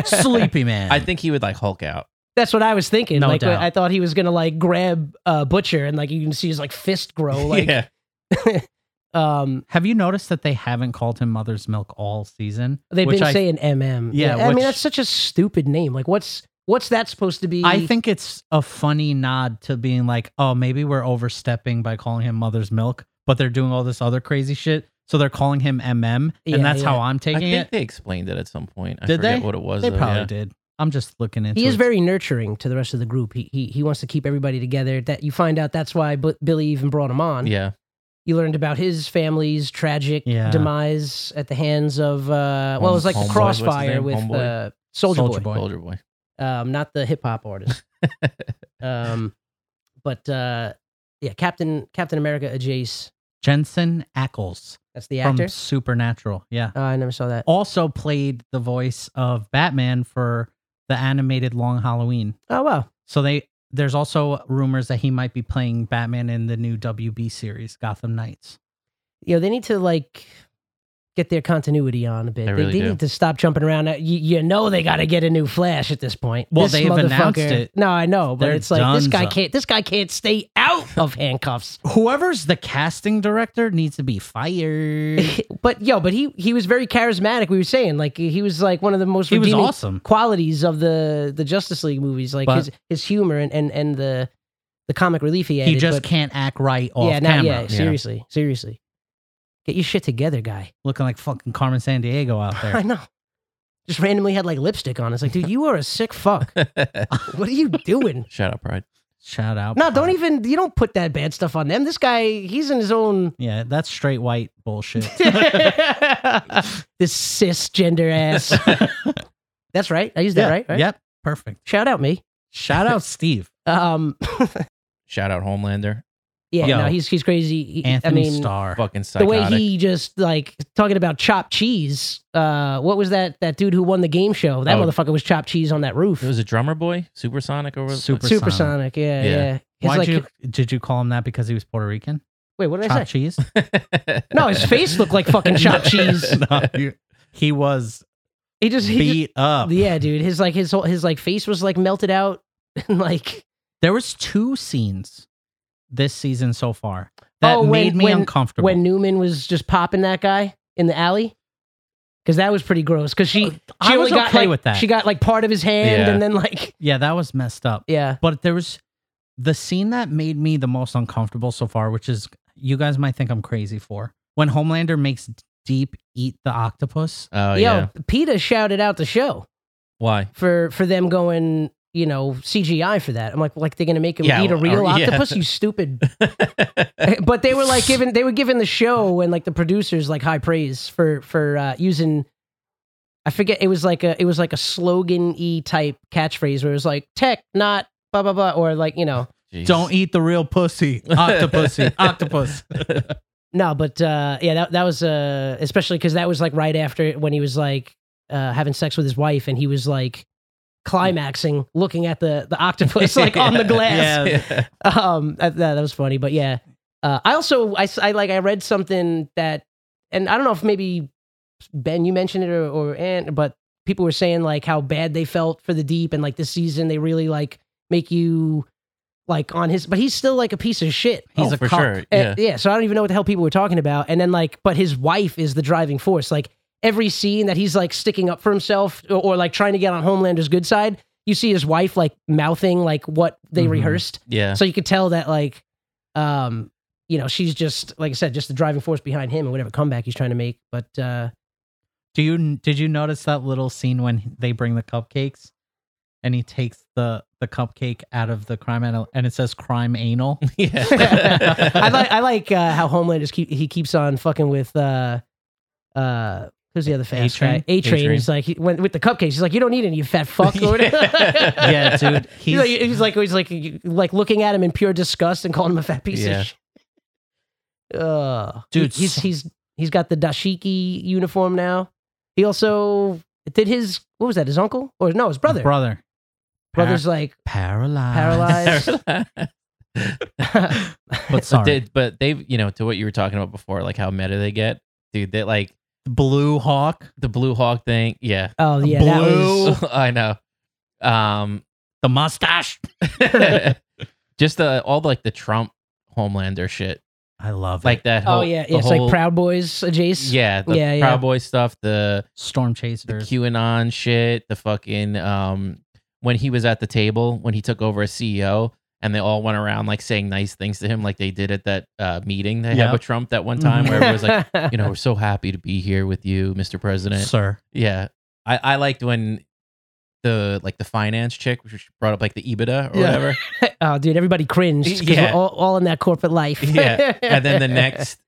Speaker 6: sleepy man.
Speaker 5: (laughs) I think he would like Hulk out.
Speaker 4: (laughs) that's what I was thinking
Speaker 6: No
Speaker 4: like
Speaker 6: doubt.
Speaker 4: I thought he was gonna like grab uh, butcher and like you can see his like fist
Speaker 5: (laughs)
Speaker 4: grow Oh, like
Speaker 5: yeah,
Speaker 4: um
Speaker 6: Have you noticed that they haven't called him Mother's Milk all season?
Speaker 4: they've
Speaker 6: Which
Speaker 4: been
Speaker 6: I,
Speaker 4: saying mm
Speaker 6: Yeah,
Speaker 4: I
Speaker 6: which-
Speaker 4: mean that's such a stupid name like what's what's that supposed to be
Speaker 6: I think it's a funny nod to being like, oh, maybe we're overstepping by calling him Mother's Milk, but they're doing all this other crazy shit. So they're calling him MM,
Speaker 4: Yeah,
Speaker 6: and that's
Speaker 4: yeah.
Speaker 6: how I'm
Speaker 5: I
Speaker 6: taking
Speaker 5: think
Speaker 6: it.
Speaker 5: they explained it at some point. I
Speaker 6: Did
Speaker 5: forget
Speaker 6: they?
Speaker 5: what it was.
Speaker 6: They
Speaker 5: though,
Speaker 6: probably
Speaker 5: yeah.
Speaker 6: did. I'm just looking into
Speaker 4: he is
Speaker 6: it.
Speaker 4: very nurturing to the rest of the group. He, he he wants to keep everybody together. That you find out that's why B- Billy even brought him on.
Speaker 5: Yeah,
Speaker 4: You learned about his family's tragic
Speaker 6: Yeah.
Speaker 4: demise at the hands of uh, well, it was like
Speaker 5: Homeboy,
Speaker 4: the
Speaker 5: what's his
Speaker 4: crossfire
Speaker 5: name?
Speaker 4: with
Speaker 5: Homeboy?
Speaker 4: uh, Soldier Boy,
Speaker 6: Soulja Boy.
Speaker 5: Soldier Boy. (laughs)
Speaker 4: Um, not the hip hop artist. um, but uh, yeah, Captain Captain America Ajace.
Speaker 6: Jensen Ackles
Speaker 4: That's the
Speaker 6: from
Speaker 4: actor.
Speaker 6: Supernatural. Yeah.
Speaker 4: Uh, I never saw that.
Speaker 6: Also played the voice of Batman for the animated Long Halloween.
Speaker 4: Oh wow,
Speaker 6: So they there's also rumors that he might be playing Batman in the new WB series Gotham Knights.
Speaker 4: you know they need to like get their continuity on a bit.
Speaker 5: They really do.
Speaker 4: need to stop jumping around. Uh, You, you know they got to get a new Flash at this point.
Speaker 6: Well,
Speaker 4: This
Speaker 6: they've announced
Speaker 4: motherfucker-
Speaker 6: it.
Speaker 4: No, I know, but
Speaker 6: They're
Speaker 4: it's like this guy
Speaker 6: donezo.
Speaker 4: can't. This guy can't stay out of handcuffs. (laughs)
Speaker 6: Whoever's the casting director needs to be
Speaker 4: (laughs)
Speaker 6: fired.
Speaker 4: but yo, but he he was very charismatic. We were saying like he was like one of the most
Speaker 6: he was
Speaker 4: redeeming
Speaker 6: awesome.
Speaker 4: qualities of the the Justice League movies. Like
Speaker 6: But-
Speaker 4: his his humor and and and the the comic relief he added.
Speaker 6: He just
Speaker 4: but-
Speaker 6: can't act right off
Speaker 4: yeah, no,
Speaker 6: camera.
Speaker 4: yeah, seriously, seriously. Get your shit together, guy.
Speaker 6: Looking like fucking Carmen San Diego out
Speaker 4: (laughs) I
Speaker 6: there.
Speaker 4: know. Just randomly had like lipstick on. It's like, dude, you are a sick fuck. what are you
Speaker 6: (laughs)
Speaker 4: doing?
Speaker 5: Shout out, Pride.
Speaker 6: Shout out.
Speaker 4: No, don't even. You don't put that bad stuff on them. This guy, he's in
Speaker 6: (laughs)
Speaker 4: his own.
Speaker 6: Yeah, that's straight white
Speaker 4: (laughs)
Speaker 6: bullshit.
Speaker 4: this
Speaker 6: (laughs)
Speaker 4: cisgender ass. That's right. I used
Speaker 6: Yeah,
Speaker 4: that right. right?
Speaker 6: Yep. Perfect.
Speaker 4: Shout out me.
Speaker 6: Shout
Speaker 4: (laughs)
Speaker 6: out Steve.
Speaker 4: Um.
Speaker 5: Shout out, Homelander.
Speaker 4: Yeah.
Speaker 6: Yo.
Speaker 4: no, he's he's crazy. He-
Speaker 6: Anthony
Speaker 4: I mean,
Speaker 6: Starr.
Speaker 5: Fucking
Speaker 4: the
Speaker 5: psychotic.
Speaker 4: way he just like talking about chopped cheese. Uh, what was that? That dude who won the game show. That
Speaker 5: Oh.
Speaker 4: motherfucker was chopped cheese on that roof.
Speaker 5: it was a drummer boy, Supersonic or what- (laughs)
Speaker 6: Super-
Speaker 4: supersonic. Yeah.
Speaker 5: Yeah.
Speaker 4: Yeah. He's
Speaker 6: Why'd
Speaker 4: like-
Speaker 6: you did you call him that because he was Puerto Rican?
Speaker 4: Wait, what did I
Speaker 6: Chopped
Speaker 4: say? (laughs)
Speaker 6: cheese?
Speaker 4: No, his face looked like fucking chopped cheese.
Speaker 6: No, you- he was
Speaker 4: He just, he just-
Speaker 6: beat up.
Speaker 4: yeah, dude. His like his whole his like face was like melted out, (laughs) and like
Speaker 6: There was two scenes this season so far that
Speaker 4: Oh, when-
Speaker 6: made me
Speaker 4: when-
Speaker 6: uncomfortable.
Speaker 4: when Newman was just popping that guy in the alley, because that was pretty gross. Because she,
Speaker 6: Uh,
Speaker 4: she
Speaker 6: I was
Speaker 4: only Oh, got
Speaker 6: okay
Speaker 4: like,
Speaker 6: with that.
Speaker 4: She got like part of his hand,
Speaker 5: Yeah.
Speaker 4: and then like
Speaker 6: yeah, that was messed up.
Speaker 4: yeah,
Speaker 6: But there was the scene that made me the most uncomfortable so far, which is you guys might think I'm crazy for when Homelander makes Deep eat the octopus.
Speaker 5: Oh
Speaker 4: yo,
Speaker 5: yeah.
Speaker 4: Peta shouted out the show
Speaker 5: Why?
Speaker 4: for for them going. You know CGI for that. I'm like, like they're gonna make him
Speaker 5: Yeah,
Speaker 4: eat a
Speaker 5: or-
Speaker 4: real
Speaker 5: yeah.
Speaker 4: octopus. You
Speaker 5: (laughs)
Speaker 4: stupid. but they were like giving they were giving the show and like the producers like high praise for for uh, using I forget it was like a it was like a slogan y type catchphrase where it was like tech not blah blah blah or like you know
Speaker 5: Jeez.
Speaker 6: Don't eat the real pussy, octopusy, octopus.
Speaker 4: no but uh, yeah that that was uh, especially because that was like right after when he was like uh, having sex with his wife and he was like climaxing looking at the the
Speaker 5: (laughs)
Speaker 4: octopus like on the glass
Speaker 6: Yeah.
Speaker 5: Yeah.
Speaker 4: (laughs) um that, that that was funny but yeah uh i also I, s- I, like i read something that and i don't know if maybe ben you mentioned it or or Ant, but people were saying like how bad they felt for the deep and like this season they really like make you like on his but he's still like a piece of shit
Speaker 6: He's
Speaker 5: oh,
Speaker 6: a
Speaker 5: for
Speaker 6: cuck.
Speaker 5: sure.
Speaker 4: Uh,
Speaker 5: Yeah.
Speaker 4: yeah so i don't even know what the hell people were talking about and then like but his wife is the driving force like every scene that he's like sticking up for himself or, or like trying to get on homelander's good side you see his wife like mouthing like what they
Speaker 6: Mhm.
Speaker 5: Mm-hmm.
Speaker 4: rehearsed
Speaker 5: Yeah.
Speaker 4: so you could tell that like um you know she's just like i said just the driving force behind him and whatever comeback he's trying to make but uh (laughs)
Speaker 6: Do you did you notice that little scene when they bring the cupcakes and he takes the the cupcake out of the crime anal- and it says crime anal?
Speaker 5: yeah.
Speaker 4: (laughs) I like I like uh, how Homeland just keep he keeps on fucking with uh uh who's the other fast
Speaker 6: A-Train?
Speaker 4: guy A Train.
Speaker 5: A-Train.
Speaker 4: He's like he went with the cupcakes. He's like you don't need any you fat fuck (laughs) or whatever.
Speaker 6: (laughs)
Speaker 5: Yeah.
Speaker 6: yeah, dude.
Speaker 4: He's,
Speaker 6: (laughs) He's,
Speaker 4: like, he's like he's like you- like looking at him in pure disgust and calling him a fat piece
Speaker 5: Yeah.
Speaker 4: of shit. Ugh.
Speaker 6: Dude,
Speaker 4: he's he's he's got the dashiki uniform now. He also did his what was that? His uncle or no? His brother.
Speaker 6: brother.
Speaker 4: Brother's like
Speaker 6: paralyzed.
Speaker 4: Paralyzed.
Speaker 6: but
Speaker 5: But,
Speaker 6: sorry.
Speaker 5: did, but they've, you know, to what you were talking about before, like how meta they get, dude, they like
Speaker 6: Blue Hawk,
Speaker 5: the Blue Hawk thing. Yeah.
Speaker 4: oh yeah, that was-
Speaker 6: Blue.
Speaker 5: (laughs) I know. Um, (laughs)
Speaker 6: the mustache.
Speaker 5: just the, all like the Trump Homelander shit.
Speaker 6: I love
Speaker 5: Like
Speaker 6: it.
Speaker 5: that.
Speaker 4: oh
Speaker 5: Whole,
Speaker 4: yeah,
Speaker 5: the
Speaker 4: yeah it's
Speaker 5: whole-
Speaker 4: like Proud Boys, uh, Jace.
Speaker 5: Yeah. The
Speaker 4: Yeah,
Speaker 5: Proud
Speaker 4: yeah.
Speaker 5: Boy stuff, the,
Speaker 6: Storm
Speaker 5: the
Speaker 6: Chasers.
Speaker 5: QAnon shit, the fucking um when he was at the table when he took over as CEO and they all went around like saying nice things to him like they did at that uh, meeting they
Speaker 6: Yeah.
Speaker 5: had with Trump that one time
Speaker 6: Mhm.
Speaker 5: where it was
Speaker 6: (laughs)
Speaker 4: (laughs)
Speaker 5: like, you know, we're so happy to be here with you, Mr. President.
Speaker 6: Sir.
Speaker 5: yeah. I, I liked when the like the finance chick which brought up like the EBITDA or
Speaker 6: Yeah.
Speaker 5: whatever.
Speaker 4: oh dude, everybody cringed 'cause
Speaker 5: Yeah.
Speaker 4: we're all, all in that corporate life.
Speaker 5: Yeah. And
Speaker 4: (laughs)
Speaker 5: then the next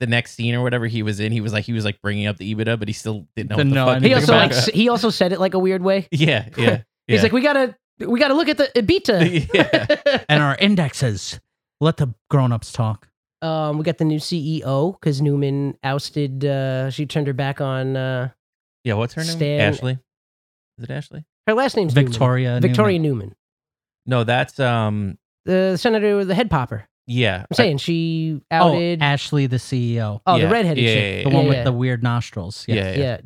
Speaker 5: the next scene or whatever he was in, he was like he was like bringing up the EBITDA, but he still didn't know. What
Speaker 6: Didn't
Speaker 5: the
Speaker 6: know
Speaker 5: fuck
Speaker 4: he
Speaker 6: anything
Speaker 5: was
Speaker 4: also
Speaker 6: about
Speaker 5: talking
Speaker 4: like
Speaker 6: it.
Speaker 5: about.
Speaker 4: s- he also said it like a weird way.
Speaker 5: (laughs) yeah, yeah, yeah.
Speaker 4: He's like, we gotta we gotta look at the Ibiza.
Speaker 5: (laughs) yeah.
Speaker 4: (laughs)
Speaker 6: and our indexes. Let the grown ups talk.
Speaker 4: um, we got the new CEO because Newman ousted. Uh, she turned her back on. Uh,
Speaker 5: Yeah, what's her name?
Speaker 4: Stan-
Speaker 5: Ashley. Is it Ashley?
Speaker 4: her last name's Newman.
Speaker 6: Victoria.
Speaker 4: Victoria Newman,
Speaker 5: No, that's um
Speaker 4: the senator with the head popper.
Speaker 5: yeah.
Speaker 4: I'm saying she
Speaker 6: Newman.
Speaker 4: outed.
Speaker 6: Oh,
Speaker 4: Oh,
Speaker 6: Ashley, the CEO.
Speaker 4: the
Speaker 5: yeah,
Speaker 4: redheaded
Speaker 5: yeah,
Speaker 4: chick.
Speaker 6: The
Speaker 5: yeah,
Speaker 6: one
Speaker 4: Yeah,
Speaker 6: with
Speaker 4: Oh, yeah.
Speaker 6: the weird nostrils.
Speaker 5: Yeah,
Speaker 6: Yeah.
Speaker 5: yeah.
Speaker 4: Yeah.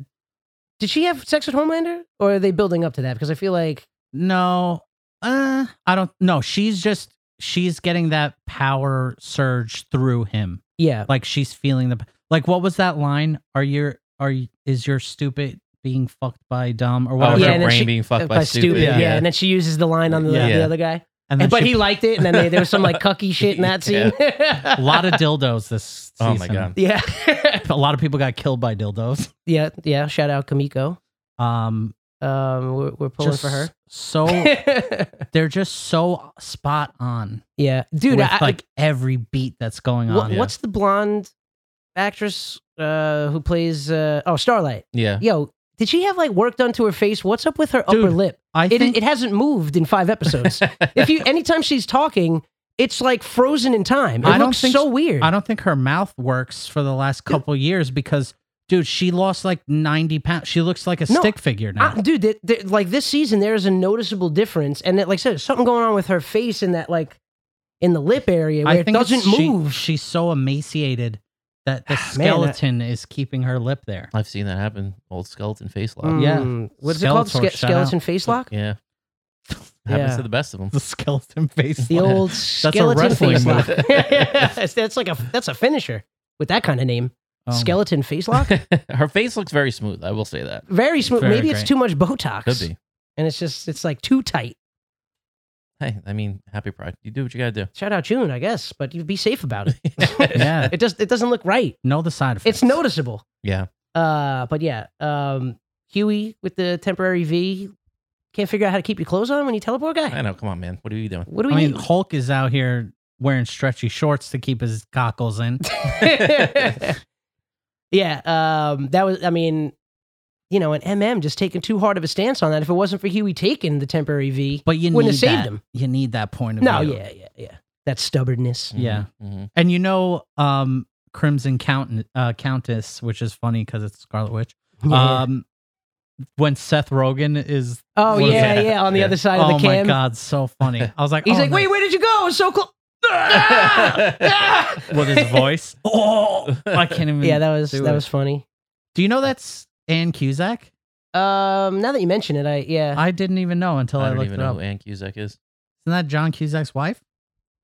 Speaker 4: Did she have sex with Homelander, or are they building up to that? Because I feel like
Speaker 6: No, uh, I don't. No, she's just she's getting that power surge through him.
Speaker 4: yeah,
Speaker 6: Like she's feeling the like. What was that line? Are you are you, is your stupid being fucked by dumb or
Speaker 5: Oh,
Speaker 6: whatever?
Speaker 4: Yeah,
Speaker 5: her
Speaker 4: and then
Speaker 5: brain
Speaker 4: she- uh,
Speaker 5: being fucked by,
Speaker 4: by
Speaker 5: stupid.
Speaker 4: Yeah. and then she uses the line on the,
Speaker 5: Yeah.
Speaker 4: the other guy,
Speaker 6: And
Speaker 4: and,
Speaker 6: then
Speaker 4: but
Speaker 6: she-
Speaker 4: he liked it, and then they, there was some like cucky shit
Speaker 6: (laughs)
Speaker 4: in that scene. (laughs)
Speaker 6: a lot of dildos this.
Speaker 5: Oh my
Speaker 6: season.
Speaker 5: God.
Speaker 4: yeah, (laughs)
Speaker 6: a lot of people got killed by dildos.
Speaker 4: yeah, yeah. Shout out Kamiko.
Speaker 6: Um,
Speaker 4: Um, we're, we're pulling
Speaker 6: just
Speaker 4: for her. (laughs)
Speaker 6: So they're just so spot on,
Speaker 4: yeah, dude.
Speaker 6: With
Speaker 4: I,
Speaker 6: like every beat that's going
Speaker 4: wha-
Speaker 6: on.
Speaker 4: What's the blonde actress uh, who plays? Uh, oh, Starlight.
Speaker 5: Yeah.
Speaker 4: Yo, did she have like work done to her face? What's up with her upper
Speaker 6: Dude,
Speaker 4: lip?
Speaker 6: I
Speaker 4: It,
Speaker 6: think
Speaker 4: it hasn't moved in
Speaker 6: (laughs)
Speaker 4: five episodes. if you anytime she's talking, it's like frozen in time. It
Speaker 6: I don't
Speaker 4: looks
Speaker 6: think
Speaker 4: so
Speaker 6: s-
Speaker 4: weird.
Speaker 6: I don't think her mouth works for the last couple years because, dude, she lost like 90 pounds. She looks like a
Speaker 4: No,
Speaker 6: stick figure now.
Speaker 4: I- Ah, dude, th- th- like this season, there is a noticeable difference, and it, like I said, there's something going on with her face in that like in the lip area where
Speaker 6: I
Speaker 4: it doesn't
Speaker 6: it's- she-
Speaker 4: move.
Speaker 6: she's so emaciated that the
Speaker 4: Ah, man, that-
Speaker 6: skeleton is keeping her lip
Speaker 4: (laughs)
Speaker 6: there.
Speaker 5: I've seen that happen. Old skeleton face lock.
Speaker 4: Mm,
Speaker 6: yeah.
Speaker 4: what's it called?
Speaker 6: Skeletor,
Speaker 4: Ske-
Speaker 6: shout
Speaker 4: skeleton face lock.
Speaker 5: Yeah. Happens
Speaker 4: Yeah.
Speaker 5: to the best of them.
Speaker 6: The skeleton face.
Speaker 4: The
Speaker 5: Yeah.
Speaker 4: old
Speaker 6: a
Speaker 4: skeleton
Speaker 6: wrestling
Speaker 4: face lock.
Speaker 6: (laughs)
Speaker 5: move.
Speaker 4: Yes, that's like a that's a finisher with that kind of name.
Speaker 6: Oh,
Speaker 4: skeleton face lock.
Speaker 5: (laughs) Her face looks very smooth. I will say that.
Speaker 4: Very smooth.
Speaker 6: Very
Speaker 4: Maybe it's
Speaker 6: great.
Speaker 4: too much Botox.
Speaker 5: Could be.
Speaker 4: And it's just it's like too tight.
Speaker 5: Hey, I mean, happy pride. You do what you gotta do.
Speaker 4: Shout out June, I guess, but you be safe
Speaker 6: (laughs)
Speaker 4: about it. (laughs)
Speaker 6: Yeah.
Speaker 4: It just it doesn't look right.
Speaker 6: Know the side effects.
Speaker 4: It's noticeable.
Speaker 5: (laughs) Yeah.
Speaker 4: Uh, but yeah, um, Huey with the temporary V can't figure out how to keep your clothes on when you teleport guy.
Speaker 5: I know. Come on, man. What are you doing?
Speaker 4: What do
Speaker 6: I
Speaker 4: we
Speaker 6: mean,
Speaker 4: need?
Speaker 6: Hulk is out here wearing stretchy shorts to keep his cockles in.
Speaker 4: (laughs) yeah, um, that was. I mean, you know, an MM just taking too hard of a stance on that. If it wasn't for Huey taking the temporary V,
Speaker 6: But you
Speaker 4: (laughs) Wouldn't
Speaker 6: need
Speaker 4: have saved
Speaker 6: that.
Speaker 4: him.
Speaker 6: You need that point of
Speaker 4: no,
Speaker 6: view.
Speaker 4: yeah, yeah, yeah, that stubbornness.
Speaker 6: Yeah.
Speaker 5: Mhm,
Speaker 6: And you know, um, Crimson Count- uh, Countess, which is funny because it's Scarlet Witch. Um, when Seth Rogen is,
Speaker 4: oh
Speaker 6: what is
Speaker 4: yeah,
Speaker 5: it?
Speaker 4: yeah, on the
Speaker 5: Yeah.
Speaker 4: other side
Speaker 6: oh
Speaker 4: of the
Speaker 6: my
Speaker 4: cam,
Speaker 6: god, so funny. I was like,
Speaker 4: (laughs) he's
Speaker 6: oh,
Speaker 4: like,
Speaker 6: no.
Speaker 4: "Wait, where did you go? It was so (laughs) Ah! close."
Speaker 6: with his
Speaker 4: (laughs)
Speaker 6: voice. oh,
Speaker 5: (laughs)
Speaker 6: I can't even.
Speaker 4: yeah, that was
Speaker 6: do
Speaker 4: that
Speaker 6: it.
Speaker 4: was funny.
Speaker 6: Do you know that's Anne Cusack?
Speaker 4: Um, now that you mention it, I yeah,
Speaker 6: I didn't even know until I,
Speaker 5: I don't
Speaker 6: looked
Speaker 5: even
Speaker 6: it
Speaker 5: know
Speaker 6: up.
Speaker 5: who Ann Cusack is.
Speaker 6: Isn't that John Cusack's wife?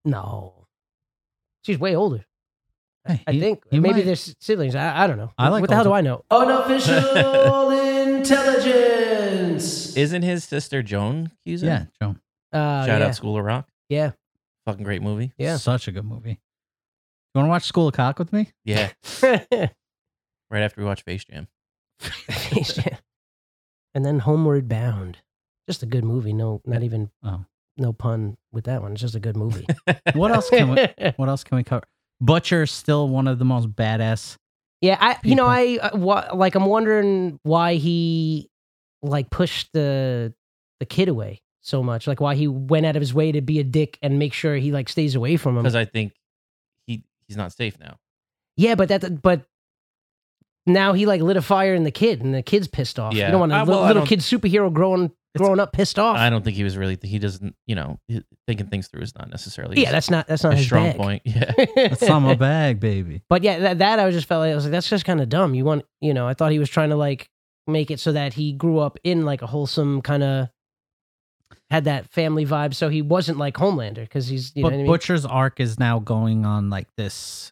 Speaker 4: no, she's way older.
Speaker 6: Hey,
Speaker 4: I
Speaker 6: he-
Speaker 4: think
Speaker 6: he
Speaker 4: maybe
Speaker 6: might-
Speaker 4: they're s- siblings. I, I don't know.
Speaker 6: I like
Speaker 4: what the hell do
Speaker 6: older-
Speaker 4: I know?
Speaker 6: (laughs)
Speaker 4: Unofficial intelligence.
Speaker 5: Isn't his sister Joan Cusack?
Speaker 6: Yeah, Joan.
Speaker 4: Uh,
Speaker 5: Shout
Speaker 4: yeah.
Speaker 5: out School of Rock.
Speaker 4: Yeah.
Speaker 5: Fucking great movie.
Speaker 4: Yeah.
Speaker 6: such a good movie. You want to watch School of Cock with me?
Speaker 5: Yeah. Right after we watch Face Jam.
Speaker 4: Space Jam. (laughs) And then Homeward Bound. Just a good movie. No, not even
Speaker 6: Oh.
Speaker 4: no pun with that one. It's just a good
Speaker 5: (laughs)
Speaker 4: movie.
Speaker 6: What else can
Speaker 4: (laughs)
Speaker 6: we? What else can we cover? Butcher's still one of the most badass.
Speaker 4: yeah, I you know I
Speaker 6: People.
Speaker 4: uh, wa- like I'm wondering why he like pushed the the kid away so much. Like why he went out of his way to be a dick and make sure he like stays away from him.
Speaker 5: because I think he he's not safe now.
Speaker 4: Yeah, but that but now he like lit a fire in the kid, and the kid's pissed off.
Speaker 5: Yeah.
Speaker 4: You don't want a
Speaker 5: Uh,
Speaker 4: little-
Speaker 5: well, I
Speaker 4: little
Speaker 5: don't-
Speaker 4: kid superhero growing growing up pissed off.
Speaker 5: I don't think he was really. He doesn't. You know, he- thinking things through is not necessarily.
Speaker 4: yeah, that's not that's not
Speaker 5: a
Speaker 4: his
Speaker 5: strong
Speaker 4: bag. (laughs)
Speaker 5: point. (laughs) Yeah,
Speaker 6: That's on my bag, baby.
Speaker 4: but yeah, that, that I was just felt like I was like that's just kind of dumb. You want you know I thought he was trying to like make it so that he grew up in like a wholesome kind of had that family vibe, so he wasn't like Homelander because he's you know
Speaker 6: but
Speaker 4: what I mean?
Speaker 6: Butcher's arc is now going on like this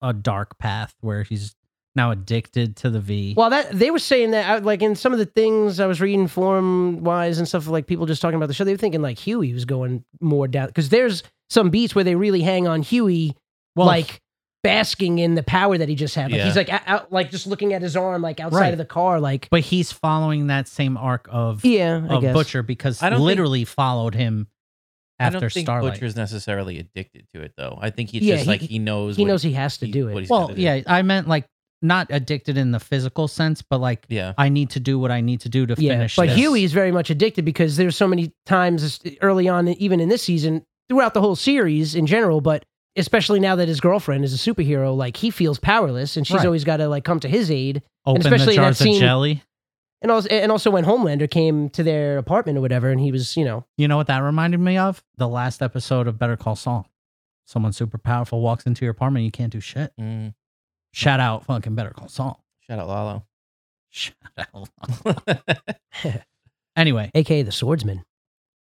Speaker 6: a dark path where he's now addicted to the V.
Speaker 4: Well, that they were saying that, I- like in some of the things I was reading form wise and stuff, like people just talking about the show, they were thinking like Huey was going more down because there's some beats where they really hang on Huey,
Speaker 6: Well,
Speaker 4: like basking in the power that he just had. Like
Speaker 5: Yeah.
Speaker 4: he's like out- out, like just looking at his arm, like outside
Speaker 6: Right.
Speaker 4: of the car, like
Speaker 6: but he's following that same arc of
Speaker 4: yeah, I
Speaker 6: of
Speaker 4: guess.
Speaker 6: Butcher because
Speaker 5: I don't think-
Speaker 6: literally followed him
Speaker 5: I
Speaker 6: after
Speaker 5: don't think
Speaker 6: Starlight.
Speaker 5: Butcher's necessarily addicted to it though. I think he's
Speaker 4: Yeah,
Speaker 5: just
Speaker 4: he-
Speaker 5: like he knows.
Speaker 4: He
Speaker 5: what-
Speaker 4: knows he has to
Speaker 5: he-
Speaker 4: do
Speaker 5: what
Speaker 4: it.
Speaker 5: he's
Speaker 6: well,
Speaker 5: gotta do.
Speaker 6: yeah, I meant like not addicted in the physical sense, but like
Speaker 5: yeah.
Speaker 6: I need to do what I need to do to
Speaker 4: Yeah,
Speaker 6: finish.
Speaker 4: but
Speaker 6: this.
Speaker 4: Huey is very much addicted because there's so many times early on, even in this season, throughout the whole series in general, but especially now that his girlfriend is a superhero, like he feels powerless, and she's
Speaker 6: Right.
Speaker 4: always got to like come to his aid.
Speaker 6: opened
Speaker 4: especially
Speaker 6: the
Speaker 4: that
Speaker 6: jars
Speaker 4: scene-
Speaker 6: of jelly.
Speaker 4: And also, and also when Homelander came to their apartment or whatever, and he was, you know,
Speaker 6: You know what that reminded me of? The last episode of Better Call Saul. Someone super powerful walks into your apartment, you can't do shit.
Speaker 5: Mm,
Speaker 6: Shout out fucking Better Call Saul. (laughs)
Speaker 5: shout out Lalo. (laughs)
Speaker 6: Shout out. anyway,
Speaker 4: aka the swordsman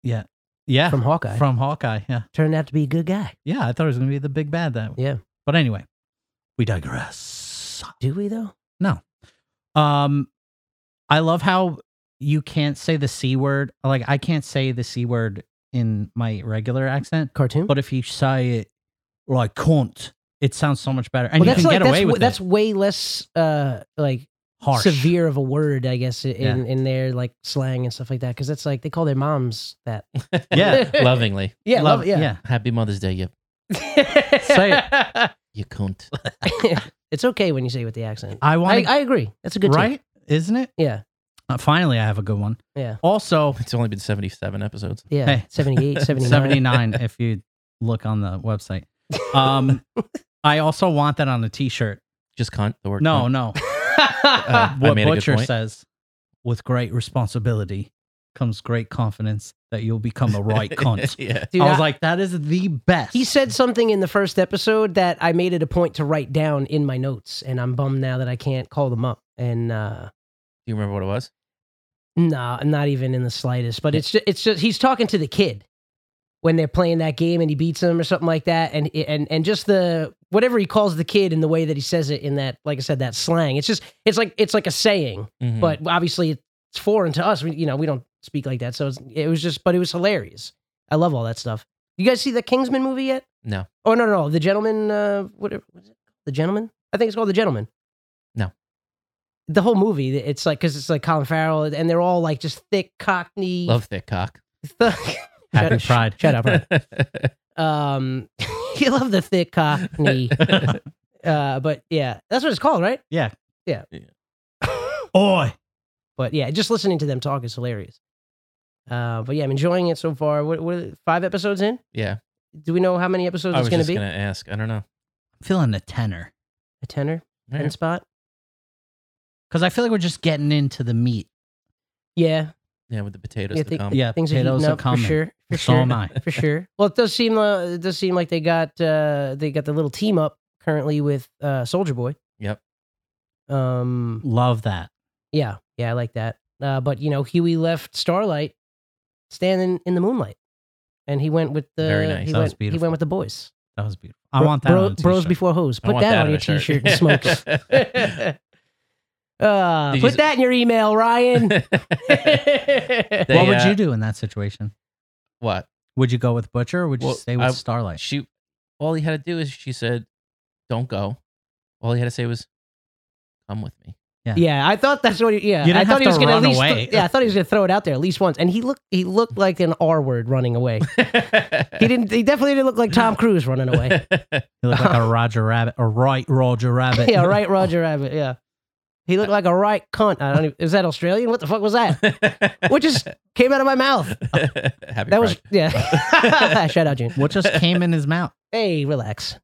Speaker 6: yeah. Yeah.
Speaker 4: from Hawkeye,
Speaker 6: From Hawkeye. Yeah.
Speaker 4: turned out to be a good guy.
Speaker 6: Yeah. I thought it was going to be the big bad that
Speaker 4: Yeah.
Speaker 6: But anyway, we digress.
Speaker 4: Do we though?
Speaker 6: Um, I love how you can't say the C word. Like, I can't say the C word in my regular accent,
Speaker 4: Cartoon.
Speaker 6: but if you say it like cunt, it sounds so much better. And
Speaker 4: Well,
Speaker 6: you
Speaker 4: that's
Speaker 6: can
Speaker 4: like
Speaker 6: get
Speaker 4: that's,
Speaker 6: away
Speaker 4: w-
Speaker 6: with
Speaker 4: that's
Speaker 6: it.
Speaker 4: way less uh like
Speaker 6: Harsh.
Speaker 4: severe of a word, I guess, in
Speaker 6: Yeah.
Speaker 4: in their like slang and stuff like that. Because that's like they call their moms that. (laughs)
Speaker 6: Yeah.
Speaker 5: lovingly.
Speaker 4: Yeah, love, it, yeah.
Speaker 6: yeah.
Speaker 5: Happy Mother's Day, you
Speaker 6: Say
Speaker 5: you cunt. (laughs)
Speaker 4: (laughs) it's okay when you say it with the accent.
Speaker 6: I
Speaker 4: I,
Speaker 6: want
Speaker 4: I agree. That's a
Speaker 6: to.
Speaker 4: good take.
Speaker 6: Right? Isn't it?
Speaker 4: Yeah,
Speaker 6: Uh, finally, I have a good one.
Speaker 4: yeah,
Speaker 6: Also,
Speaker 5: It's only been seventy-seven episodes.
Speaker 4: yeah.
Speaker 6: Hey. (laughs)
Speaker 4: 78, 79. (laughs)
Speaker 6: 79 if you look on the website.
Speaker 4: (laughs)
Speaker 6: Um, I also want that on a t shirt.
Speaker 5: Just cunt. The word
Speaker 6: No,
Speaker 5: cunt.
Speaker 4: (laughs)
Speaker 6: no.
Speaker 5: Uh, I
Speaker 6: what
Speaker 5: made a good
Speaker 6: Butcher
Speaker 5: point.
Speaker 6: says, with great responsibility comes great confidence that you'll become a
Speaker 4: (laughs)
Speaker 6: right cunt.
Speaker 5: (laughs) yeah.
Speaker 4: Dude,
Speaker 6: I was
Speaker 4: I-
Speaker 6: like, that is the best.
Speaker 4: he said something in the first episode that I made it a point to write down in my notes, and I'm bummed now that I can't call them up. And uh,
Speaker 5: Do you remember what it was?
Speaker 4: no, not even in the slightest. But it's just, it's just he's talking to the kid when they're playing that game, and he beats him or something like that, and and and just the whatever he calls the kid and the way that he says it in that, like I said, that slang. It's just it's like it's like a saying.
Speaker 5: Mhm.
Speaker 4: but obviously it's foreign to us. We, you know, we don't speak like that. So it's, it was just, but it was hilarious. I love all that stuff. You guys see the Kingsman movie yet?
Speaker 5: No.
Speaker 4: Oh no, no, no. the gentleman. Uh, whatever was it? The gentleman. I think it's called the gentleman.
Speaker 5: No.
Speaker 4: The whole movie, it's like because it's like Colin Farrell, and they're all like just thick Cockney.
Speaker 5: love thick cock.
Speaker 4: (laughs) Happy
Speaker 6: Happy Pride.
Speaker 4: Shut up. (laughs) Ryan. Um, (laughs) you love the thick
Speaker 5: (laughs)
Speaker 4: Cockney. uh, but yeah, that's what it's called, right?
Speaker 6: Yeah.
Speaker 4: Yeah.
Speaker 6: (laughs) Oi.
Speaker 4: But yeah, just listening to them talk is hilarious. Uh, but yeah, I'm enjoying it so far. What, what are- five episodes in?
Speaker 5: yeah.
Speaker 4: Do we know how many episodes
Speaker 5: I
Speaker 4: it's
Speaker 5: was
Speaker 4: going
Speaker 5: just
Speaker 4: to be?
Speaker 5: gonna ask. I don't know.
Speaker 6: I'm feeling the tenor
Speaker 4: A tenor, ten
Speaker 5: Alright.
Speaker 4: spot.
Speaker 6: because I feel like we're just getting into the meat.
Speaker 4: Yeah,
Speaker 5: Yeah, with the potatoes
Speaker 4: Yeah,
Speaker 5: to
Speaker 4: think-
Speaker 5: come.
Speaker 6: Yeah,
Speaker 4: Um, things are
Speaker 6: potatoes
Speaker 4: heating
Speaker 6: are
Speaker 4: up for
Speaker 6: coming.
Speaker 4: sure. For
Speaker 6: So
Speaker 4: sure.
Speaker 5: (laughs)
Speaker 6: am I.
Speaker 4: For sure. Well, it does seem uh, it does seem like they got uh, they got the little team up currently with uh, Soldier Boy.
Speaker 5: Yep.
Speaker 4: Um.
Speaker 6: Love that.
Speaker 4: Yeah. Yeah. I like that. Uh, but you know, Huey left Starlight standing in the moonlight, and he went with the
Speaker 5: Very nice.
Speaker 4: He
Speaker 6: That was
Speaker 4: went, he
Speaker 6: beautiful.
Speaker 4: went with the boys.
Speaker 6: That was beautiful. I
Speaker 4: Bro-
Speaker 6: want that.
Speaker 4: bro-
Speaker 6: on a
Speaker 4: bros
Speaker 6: t-shirt.
Speaker 4: before hoes.
Speaker 5: I
Speaker 4: Put
Speaker 5: want
Speaker 4: that, on
Speaker 5: a
Speaker 4: your
Speaker 5: shirt.
Speaker 4: t-shirt
Speaker 5: (laughs)
Speaker 4: and smoke it. Uh,
Speaker 5: Did you
Speaker 4: put
Speaker 5: s-
Speaker 4: that in your email,
Speaker 5: (laughs)
Speaker 4: Ryan. (laughs)
Speaker 5: They,
Speaker 6: what would
Speaker 5: uh,
Speaker 6: you do in that situation?
Speaker 5: what?
Speaker 6: Would you go with Butcher or would you
Speaker 5: Well,
Speaker 6: stay with
Speaker 5: I-
Speaker 6: Starlight?
Speaker 5: She. All he had to do is she said, "Don't go." All he had to say was, "Come with me."
Speaker 6: Yeah.
Speaker 4: Yeah, I thought that's what. He, yeah,
Speaker 6: You didn't
Speaker 4: I thought
Speaker 6: have
Speaker 4: he
Speaker 6: to
Speaker 4: was gonna
Speaker 6: run
Speaker 4: at least.
Speaker 6: away.
Speaker 4: yeah, I thought he was gonna throw it out there at least once, and he looked. He looked like an R word running away.
Speaker 5: (laughs)
Speaker 4: he didn't. He definitely didn't look like Tom Cruise running away.
Speaker 6: You look like a Roger Rabbit, a right Roger Rabbit.
Speaker 4: (laughs) yeah, right, Roger Rabbit. Yeah, he looked like a right cunt. I don't. Even, is that Australian? What the fuck was that? What just came out of my
Speaker 5: (laughs)
Speaker 4: mouth?
Speaker 5: Happy
Speaker 4: That was yeah. (laughs) Shout out, June.
Speaker 6: What just came in his mouth?
Speaker 4: Hey, relax.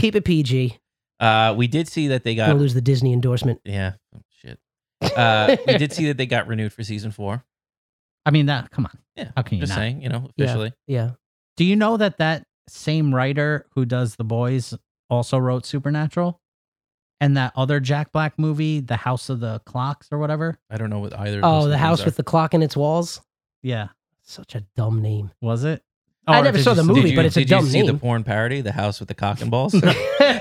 Speaker 4: Keep it PG.
Speaker 5: Pride. Uh, we did see that they
Speaker 4: I'm gonna
Speaker 5: got
Speaker 4: lose the Disney endorsement.
Speaker 5: yeah oh, shit. Uh, we did see that they got renewed for season four.
Speaker 6: I mean, that. Come on.
Speaker 5: Yeah,
Speaker 6: How can you
Speaker 5: Just
Speaker 6: not?
Speaker 5: saying, you know, officially.
Speaker 4: Yeah.
Speaker 6: Do you know that that same writer who does The Boys also wrote Supernatural, and that other Jack Black movie, The House of the Clocks or whatever?
Speaker 5: I don't know what either. Of
Speaker 4: Oh,
Speaker 5: those
Speaker 4: the
Speaker 5: things
Speaker 4: house
Speaker 5: are.
Speaker 4: with the clock in its walls.
Speaker 6: Yeah.
Speaker 4: Such a dumb
Speaker 5: (laughs)
Speaker 4: name.
Speaker 6: Was it?
Speaker 4: I
Speaker 6: Or
Speaker 4: never
Speaker 6: did
Speaker 4: saw
Speaker 6: you
Speaker 4: the
Speaker 6: see-
Speaker 5: Did
Speaker 4: movie,
Speaker 5: you-
Speaker 4: but it's a
Speaker 5: did you
Speaker 4: dumb
Speaker 5: see the
Speaker 4: name.
Speaker 5: porn parody, the house with the cock
Speaker 4: (laughs)
Speaker 5: and balls?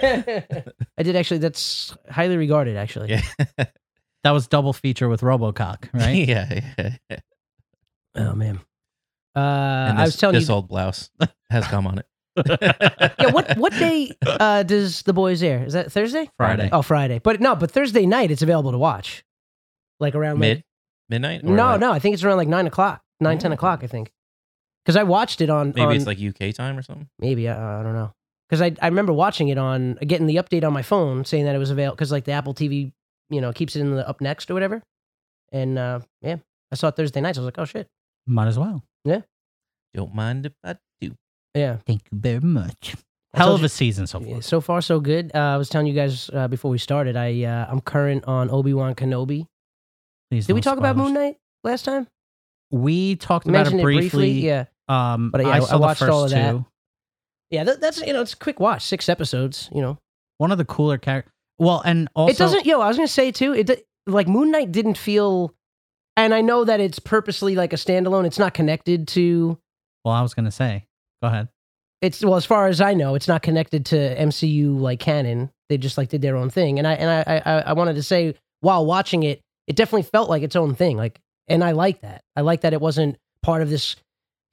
Speaker 4: I did actually. That's highly regarded. Actually,
Speaker 5: yeah.
Speaker 6: That was double feature with
Speaker 4: (laughs)
Speaker 6: Robocock, right?
Speaker 5: (laughs) yeah, yeah.
Speaker 4: Oh man. Uh,
Speaker 5: And
Speaker 4: I
Speaker 5: this-
Speaker 4: was telling
Speaker 5: this
Speaker 4: you.
Speaker 5: old blouse has come on
Speaker 4: (laughs) yeah.
Speaker 5: it.
Speaker 4: What what day uh, does the boys air? Is that Thursday?
Speaker 6: Friday.
Speaker 4: Oh, Friday. But no, but Thursday night it's available to watch. Like around like-
Speaker 5: (laughs) Mid midnight? Or
Speaker 4: no,
Speaker 5: like-
Speaker 4: no. I think it's around like nine o'clock, nine ten
Speaker 5: Oh.
Speaker 4: o'clock. I think. Because I watched it on.
Speaker 5: Maybe
Speaker 4: on-
Speaker 5: it's like UK time or something.
Speaker 4: maybe uh, I don't know. Because I, I remember watching it on getting the update on my phone saying that it was available because like the Apple TV you know keeps it in the up next or whatever, and uh, yeah, I saw it Thursday nights. I was like, oh shit,
Speaker 6: Might as well.
Speaker 5: Don't mind if I do.
Speaker 4: yeah.
Speaker 6: Thank you very much.
Speaker 4: I told
Speaker 6: Hell of
Speaker 4: you-
Speaker 6: a season so
Speaker 4: Yeah,
Speaker 6: far.
Speaker 4: So far, so good. Uh, I was telling you guys uh, before we started. I uh, I'm current on Obi Wan Kenobi.
Speaker 6: Please
Speaker 4: Did we
Speaker 6: no
Speaker 4: talk about
Speaker 6: spoilers.
Speaker 4: Moon Knight last time?
Speaker 6: We talked about
Speaker 4: Mentioned
Speaker 6: it
Speaker 4: it
Speaker 6: briefly.
Speaker 4: Yeah,
Speaker 6: Um,
Speaker 4: But, yeah, I
Speaker 6: I saw
Speaker 4: watched
Speaker 6: the first
Speaker 4: all of that.
Speaker 6: two.
Speaker 4: yeah. That, that's you know it's a quick watch, six episodes. You know,
Speaker 6: One of the cooler characters. Well, and also
Speaker 4: it doesn't. Yo, I was gonna say too. It do- like Moon Knight didn't feel, and I know that it's purposely like a standalone. It's not connected to.
Speaker 6: Well, I was gonna say. Go ahead.
Speaker 4: It's well, as far as I know, it's not connected to MCU like canon. They just like did their own thing, and I and I I, I wanted to say while watching it, it definitely felt like its own thing. Like, and I like that. I like that it wasn't part of this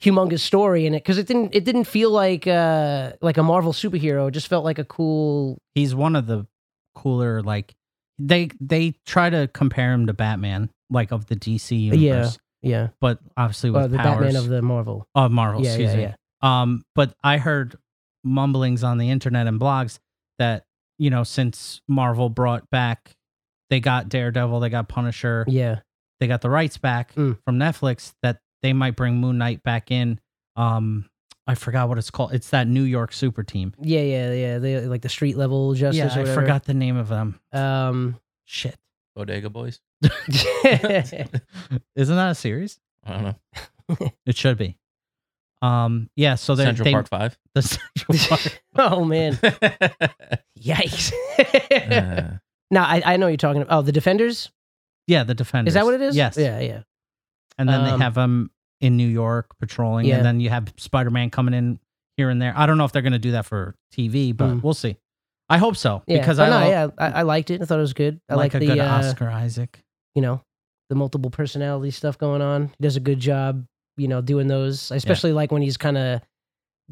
Speaker 4: humongous story in it because it didn't it didn't feel like uh like a Marvel superhero. It just felt like a cool
Speaker 6: He's one of the cooler. Like they they try to compare him to Batman, like of the DC universe.
Speaker 4: yeah
Speaker 6: But obviously with
Speaker 4: uh, the
Speaker 6: powers
Speaker 4: Batman of the Marvel.
Speaker 6: of Marvel.
Speaker 4: Yeah,
Speaker 6: excuse
Speaker 4: yeah,
Speaker 6: me.
Speaker 4: yeah.
Speaker 6: Um, but I heard mumblings on the internet and blogs that you know since Marvel brought back, they got Daredevil, they got Punisher,
Speaker 4: Yeah.
Speaker 6: they got the rights back
Speaker 4: Mm.
Speaker 6: from Netflix that they might bring Moon Knight back in. Um, I forgot what it's called. It's that New York Super Team.
Speaker 4: Yeah, yeah, yeah. They like the street level justice.
Speaker 6: yeah,
Speaker 4: or
Speaker 6: I
Speaker 4: whatever.
Speaker 6: forgot the name of them. (laughs)
Speaker 4: Um, (laughs)
Speaker 6: Shit,
Speaker 5: Bodega Boys? (laughs)
Speaker 6: isn't that a series?
Speaker 5: I don't know.
Speaker 6: It should be. Um, yeah. So they
Speaker 5: Central
Speaker 6: they,
Speaker 5: Park 5?
Speaker 6: (laughs) The
Speaker 4: (laughs)
Speaker 6: Central Park.
Speaker 4: oh man, yikes! (laughs) Now no,
Speaker 5: (laughs) Uh,
Speaker 4: I, I know what you're talking about. Oh, the defenders.
Speaker 6: yeah, the Defenders.
Speaker 4: Is that what it is?
Speaker 6: Yes.
Speaker 4: Yeah, yeah.
Speaker 6: and then
Speaker 4: Um,
Speaker 6: they have them in New York patrolling,
Speaker 4: Yeah.
Speaker 6: and then you have Spider Man coming in here and there. I don't know if they're going to do that for TV, but
Speaker 4: Mm.
Speaker 6: we'll see. I hope so
Speaker 4: yeah.
Speaker 6: because I
Speaker 4: But no,
Speaker 6: lo-
Speaker 4: yeah, I, I liked it. I thought it was good. I
Speaker 6: like,
Speaker 4: like,
Speaker 6: a
Speaker 4: the
Speaker 6: good
Speaker 4: uh,
Speaker 6: Oscar Isaac.
Speaker 4: you know the multiple personality stuff going on. He does a good job, you know, doing those. I especially like when he's kind of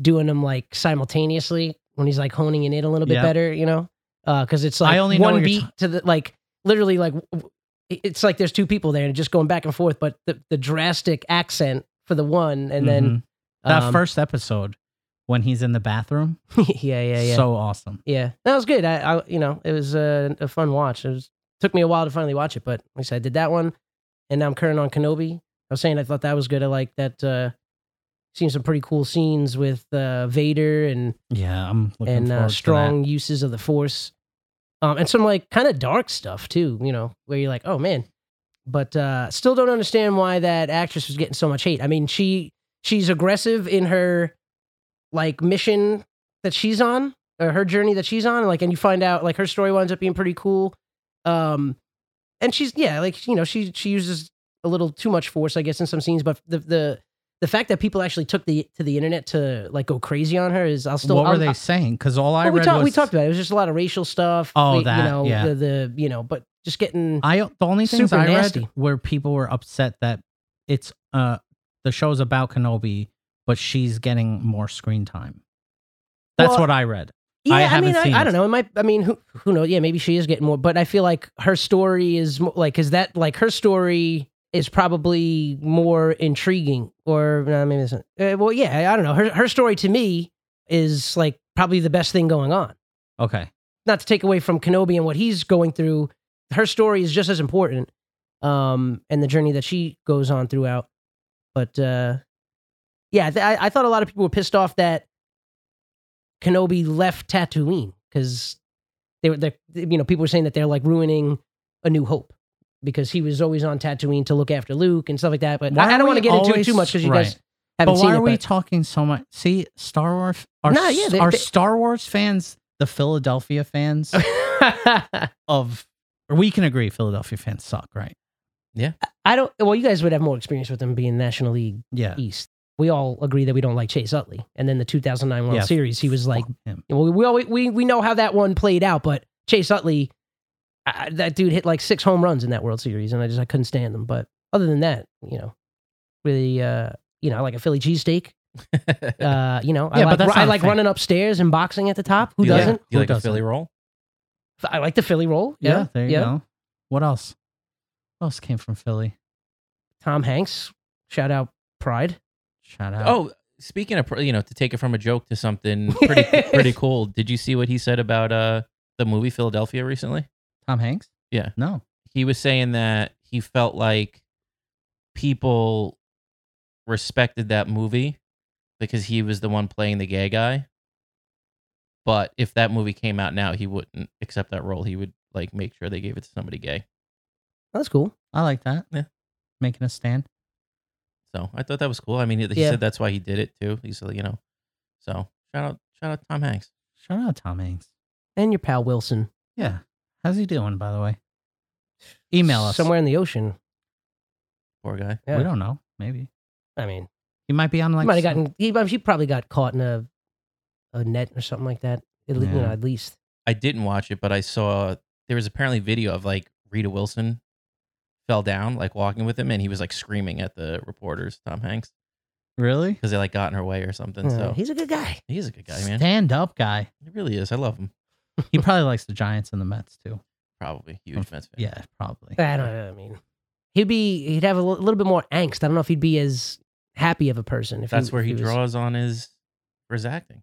Speaker 4: doing them like simultaneously when he's like honing in it a little bit
Speaker 6: Yeah.
Speaker 4: better, you know, because it's like
Speaker 6: I only know
Speaker 4: one
Speaker 6: what you're
Speaker 4: beat
Speaker 6: ta-
Speaker 4: to the like literally like w- w- it's like there's two people there and just going back and forth, but the, the drastic accent for the one and then
Speaker 6: Mhm. that
Speaker 4: um,
Speaker 6: first episode when he's in the bathroom,
Speaker 4: (laughs) yeah yeah yeah
Speaker 6: so awesome.
Speaker 4: yeah that was good. I, I you know it was uh, a, a fun watch. It was, took me a while to finally watch it, but like I said, I did that one, and now I'm current on Kenobi. I was saying I thought that was good. I like that. uh Seen some pretty cool scenes with uh, Vader and
Speaker 6: Yeah, I'm looking
Speaker 4: and
Speaker 6: forward
Speaker 4: uh,
Speaker 6: to
Speaker 4: strong uses of the force um, and some like kind of dark stuff too you know where you're like oh man but uh, still don't understand why that actress was getting so much hate i mean she she's aggressive in her like mission that she's on or her journey that she's on like and you find out like her story winds up being pretty cool um and she's yeah like you know she she uses a little too much force i guess in some scenes but the the the fact that people actually took the to the internet to like go crazy on her is i'll
Speaker 6: that.
Speaker 4: still
Speaker 6: what
Speaker 4: I'll-
Speaker 6: were they saying? Because all I
Speaker 4: well, we
Speaker 6: read
Speaker 4: talked.
Speaker 6: was
Speaker 4: we talked about it. It was just a lot of racial stuff.
Speaker 6: Oh,
Speaker 4: we,
Speaker 6: that,
Speaker 4: you know,
Speaker 6: yeah.
Speaker 4: the, the you know, but just getting
Speaker 6: I the only things
Speaker 4: Super
Speaker 6: I
Speaker 4: nasty.
Speaker 6: read where people were upset that it's uh the show's about Kenobi, but she's getting more screen time. That's
Speaker 4: Well,
Speaker 6: what I read.
Speaker 4: Yeah,
Speaker 6: I
Speaker 4: I,
Speaker 6: haven't
Speaker 4: mean,
Speaker 6: seen
Speaker 4: I, I
Speaker 6: it.
Speaker 4: don't know. It might. I mean, who who knows? Yeah, maybe she is getting more, but I feel like her story is mo- like is that like her story is probably more intriguing, or no, maybe it's not. Uh, well, yeah, I don't know. Her her story to me is like probably the best thing going on.
Speaker 6: Okay.
Speaker 4: Not to take away from Kenobi and what he's going through, her story is just as important, um, and the journey that she goes on throughout. But uh, yeah, th- I, I thought a lot of people were pissed off that Kenobi left Tatooine because they were, they, you know, people were saying that they're like ruining A New Hope because he was always on Tatooine to look after Luke and stuff like that. But
Speaker 6: Why
Speaker 4: I, I
Speaker 6: are
Speaker 4: don't want to
Speaker 6: we
Speaker 4: get into it
Speaker 6: always-
Speaker 4: too much because you guys
Speaker 6: right.
Speaker 4: haven't
Speaker 6: but
Speaker 4: seen
Speaker 6: why are
Speaker 4: it.
Speaker 6: we
Speaker 4: but-
Speaker 6: talking so much? See, Star Wars are,
Speaker 4: No, yeah, they-
Speaker 6: are
Speaker 4: they-
Speaker 6: Star Wars fans the Philadelphia fans of or we can agree Philadelphia fans suck, right?
Speaker 4: (laughs) I don't. Well, you guys would have more experience with them being National League
Speaker 6: Yeah.
Speaker 4: East. We all agree that we don't like Chase Utley. And then the 2009 World
Speaker 6: Yeah,
Speaker 4: Series, he was like,
Speaker 6: Fuck him.
Speaker 4: well, we, we, we, we know how that one played out, but Chase Utley, I, I- that dude hit like six home runs in that World Series, and I just I couldn't stand him. But other than that, you know, really, uh, you know, I like a
Speaker 6: (laughs)
Speaker 4: Philly cheesesteak. Uh, you know, I
Speaker 6: Yeah, but
Speaker 4: like,
Speaker 6: that's
Speaker 4: I
Speaker 6: not a
Speaker 4: like
Speaker 6: thing.
Speaker 4: running upstairs and boxing at the top. Who
Speaker 5: Do you like-
Speaker 4: doesn't?
Speaker 5: Do you
Speaker 6: Who
Speaker 5: like a
Speaker 6: doesn't?
Speaker 5: Philly roll?
Speaker 4: I like the Philly roll.
Speaker 6: Yeah,
Speaker 4: Yeah,
Speaker 6: there you
Speaker 4: yeah.
Speaker 6: go. What else? What else came from Philly?
Speaker 4: Tom Hanks, shout out Pride.
Speaker 6: Shout out.
Speaker 5: Oh, speaking of, you know, to take it from a joke to something pretty pretty cool. Did you see what he said about uh the movie Philadelphia recently?
Speaker 6: Tom Hanks?
Speaker 5: Yeah.
Speaker 6: No.
Speaker 5: He was saying that he felt like people respected that movie because he was the one playing the gay guy. But if that movie came out now, he wouldn't accept that role. He would like make sure they gave it to somebody gay.
Speaker 4: That's cool.
Speaker 6: I like that.
Speaker 5: Yeah.
Speaker 6: Making a stand.
Speaker 5: So I thought that was cool. I mean, he, he
Speaker 4: Yeah.
Speaker 5: said that's why he did it too. He said, you know, so shout out, shout out Tom Hanks.
Speaker 6: Shout out Tom Hanks.
Speaker 4: And your pal Wilson.
Speaker 6: Yeah. How's he doing, by the way? Email us.
Speaker 4: somewhere in the ocean.
Speaker 5: Poor guy.
Speaker 4: Yeah.
Speaker 6: We don't know. Maybe.
Speaker 4: I mean,
Speaker 6: He might be on like
Speaker 4: might have
Speaker 6: some-
Speaker 4: gotten. He, he probably got caught in a a net or something like that. At le- You
Speaker 6: Yeah.
Speaker 4: know, at least.
Speaker 5: I didn't watch it, but I saw there was apparently video of like Rita Wilson fell down, like walking with him, and he was like screaming at the reporters, Tom Hanks,
Speaker 6: Really?
Speaker 5: because they like got in her way or something.
Speaker 4: Uh,
Speaker 5: so
Speaker 4: he's a good guy.
Speaker 5: he's a good guy, man.
Speaker 6: Stand up guy.
Speaker 5: He really is. I love him.
Speaker 6: He probably likes the Giants and the Mets
Speaker 4: (laughs)
Speaker 6: too.
Speaker 5: Probably huge
Speaker 6: Unf-
Speaker 5: Mets fan.
Speaker 6: Yeah, probably.
Speaker 4: I don't know. I mean, he'd be. He'd have a li- little bit more angst. I don't know if he'd be as happy of a person. If
Speaker 5: that's where
Speaker 4: if
Speaker 5: he,
Speaker 4: was-
Speaker 5: draws on his for his acting,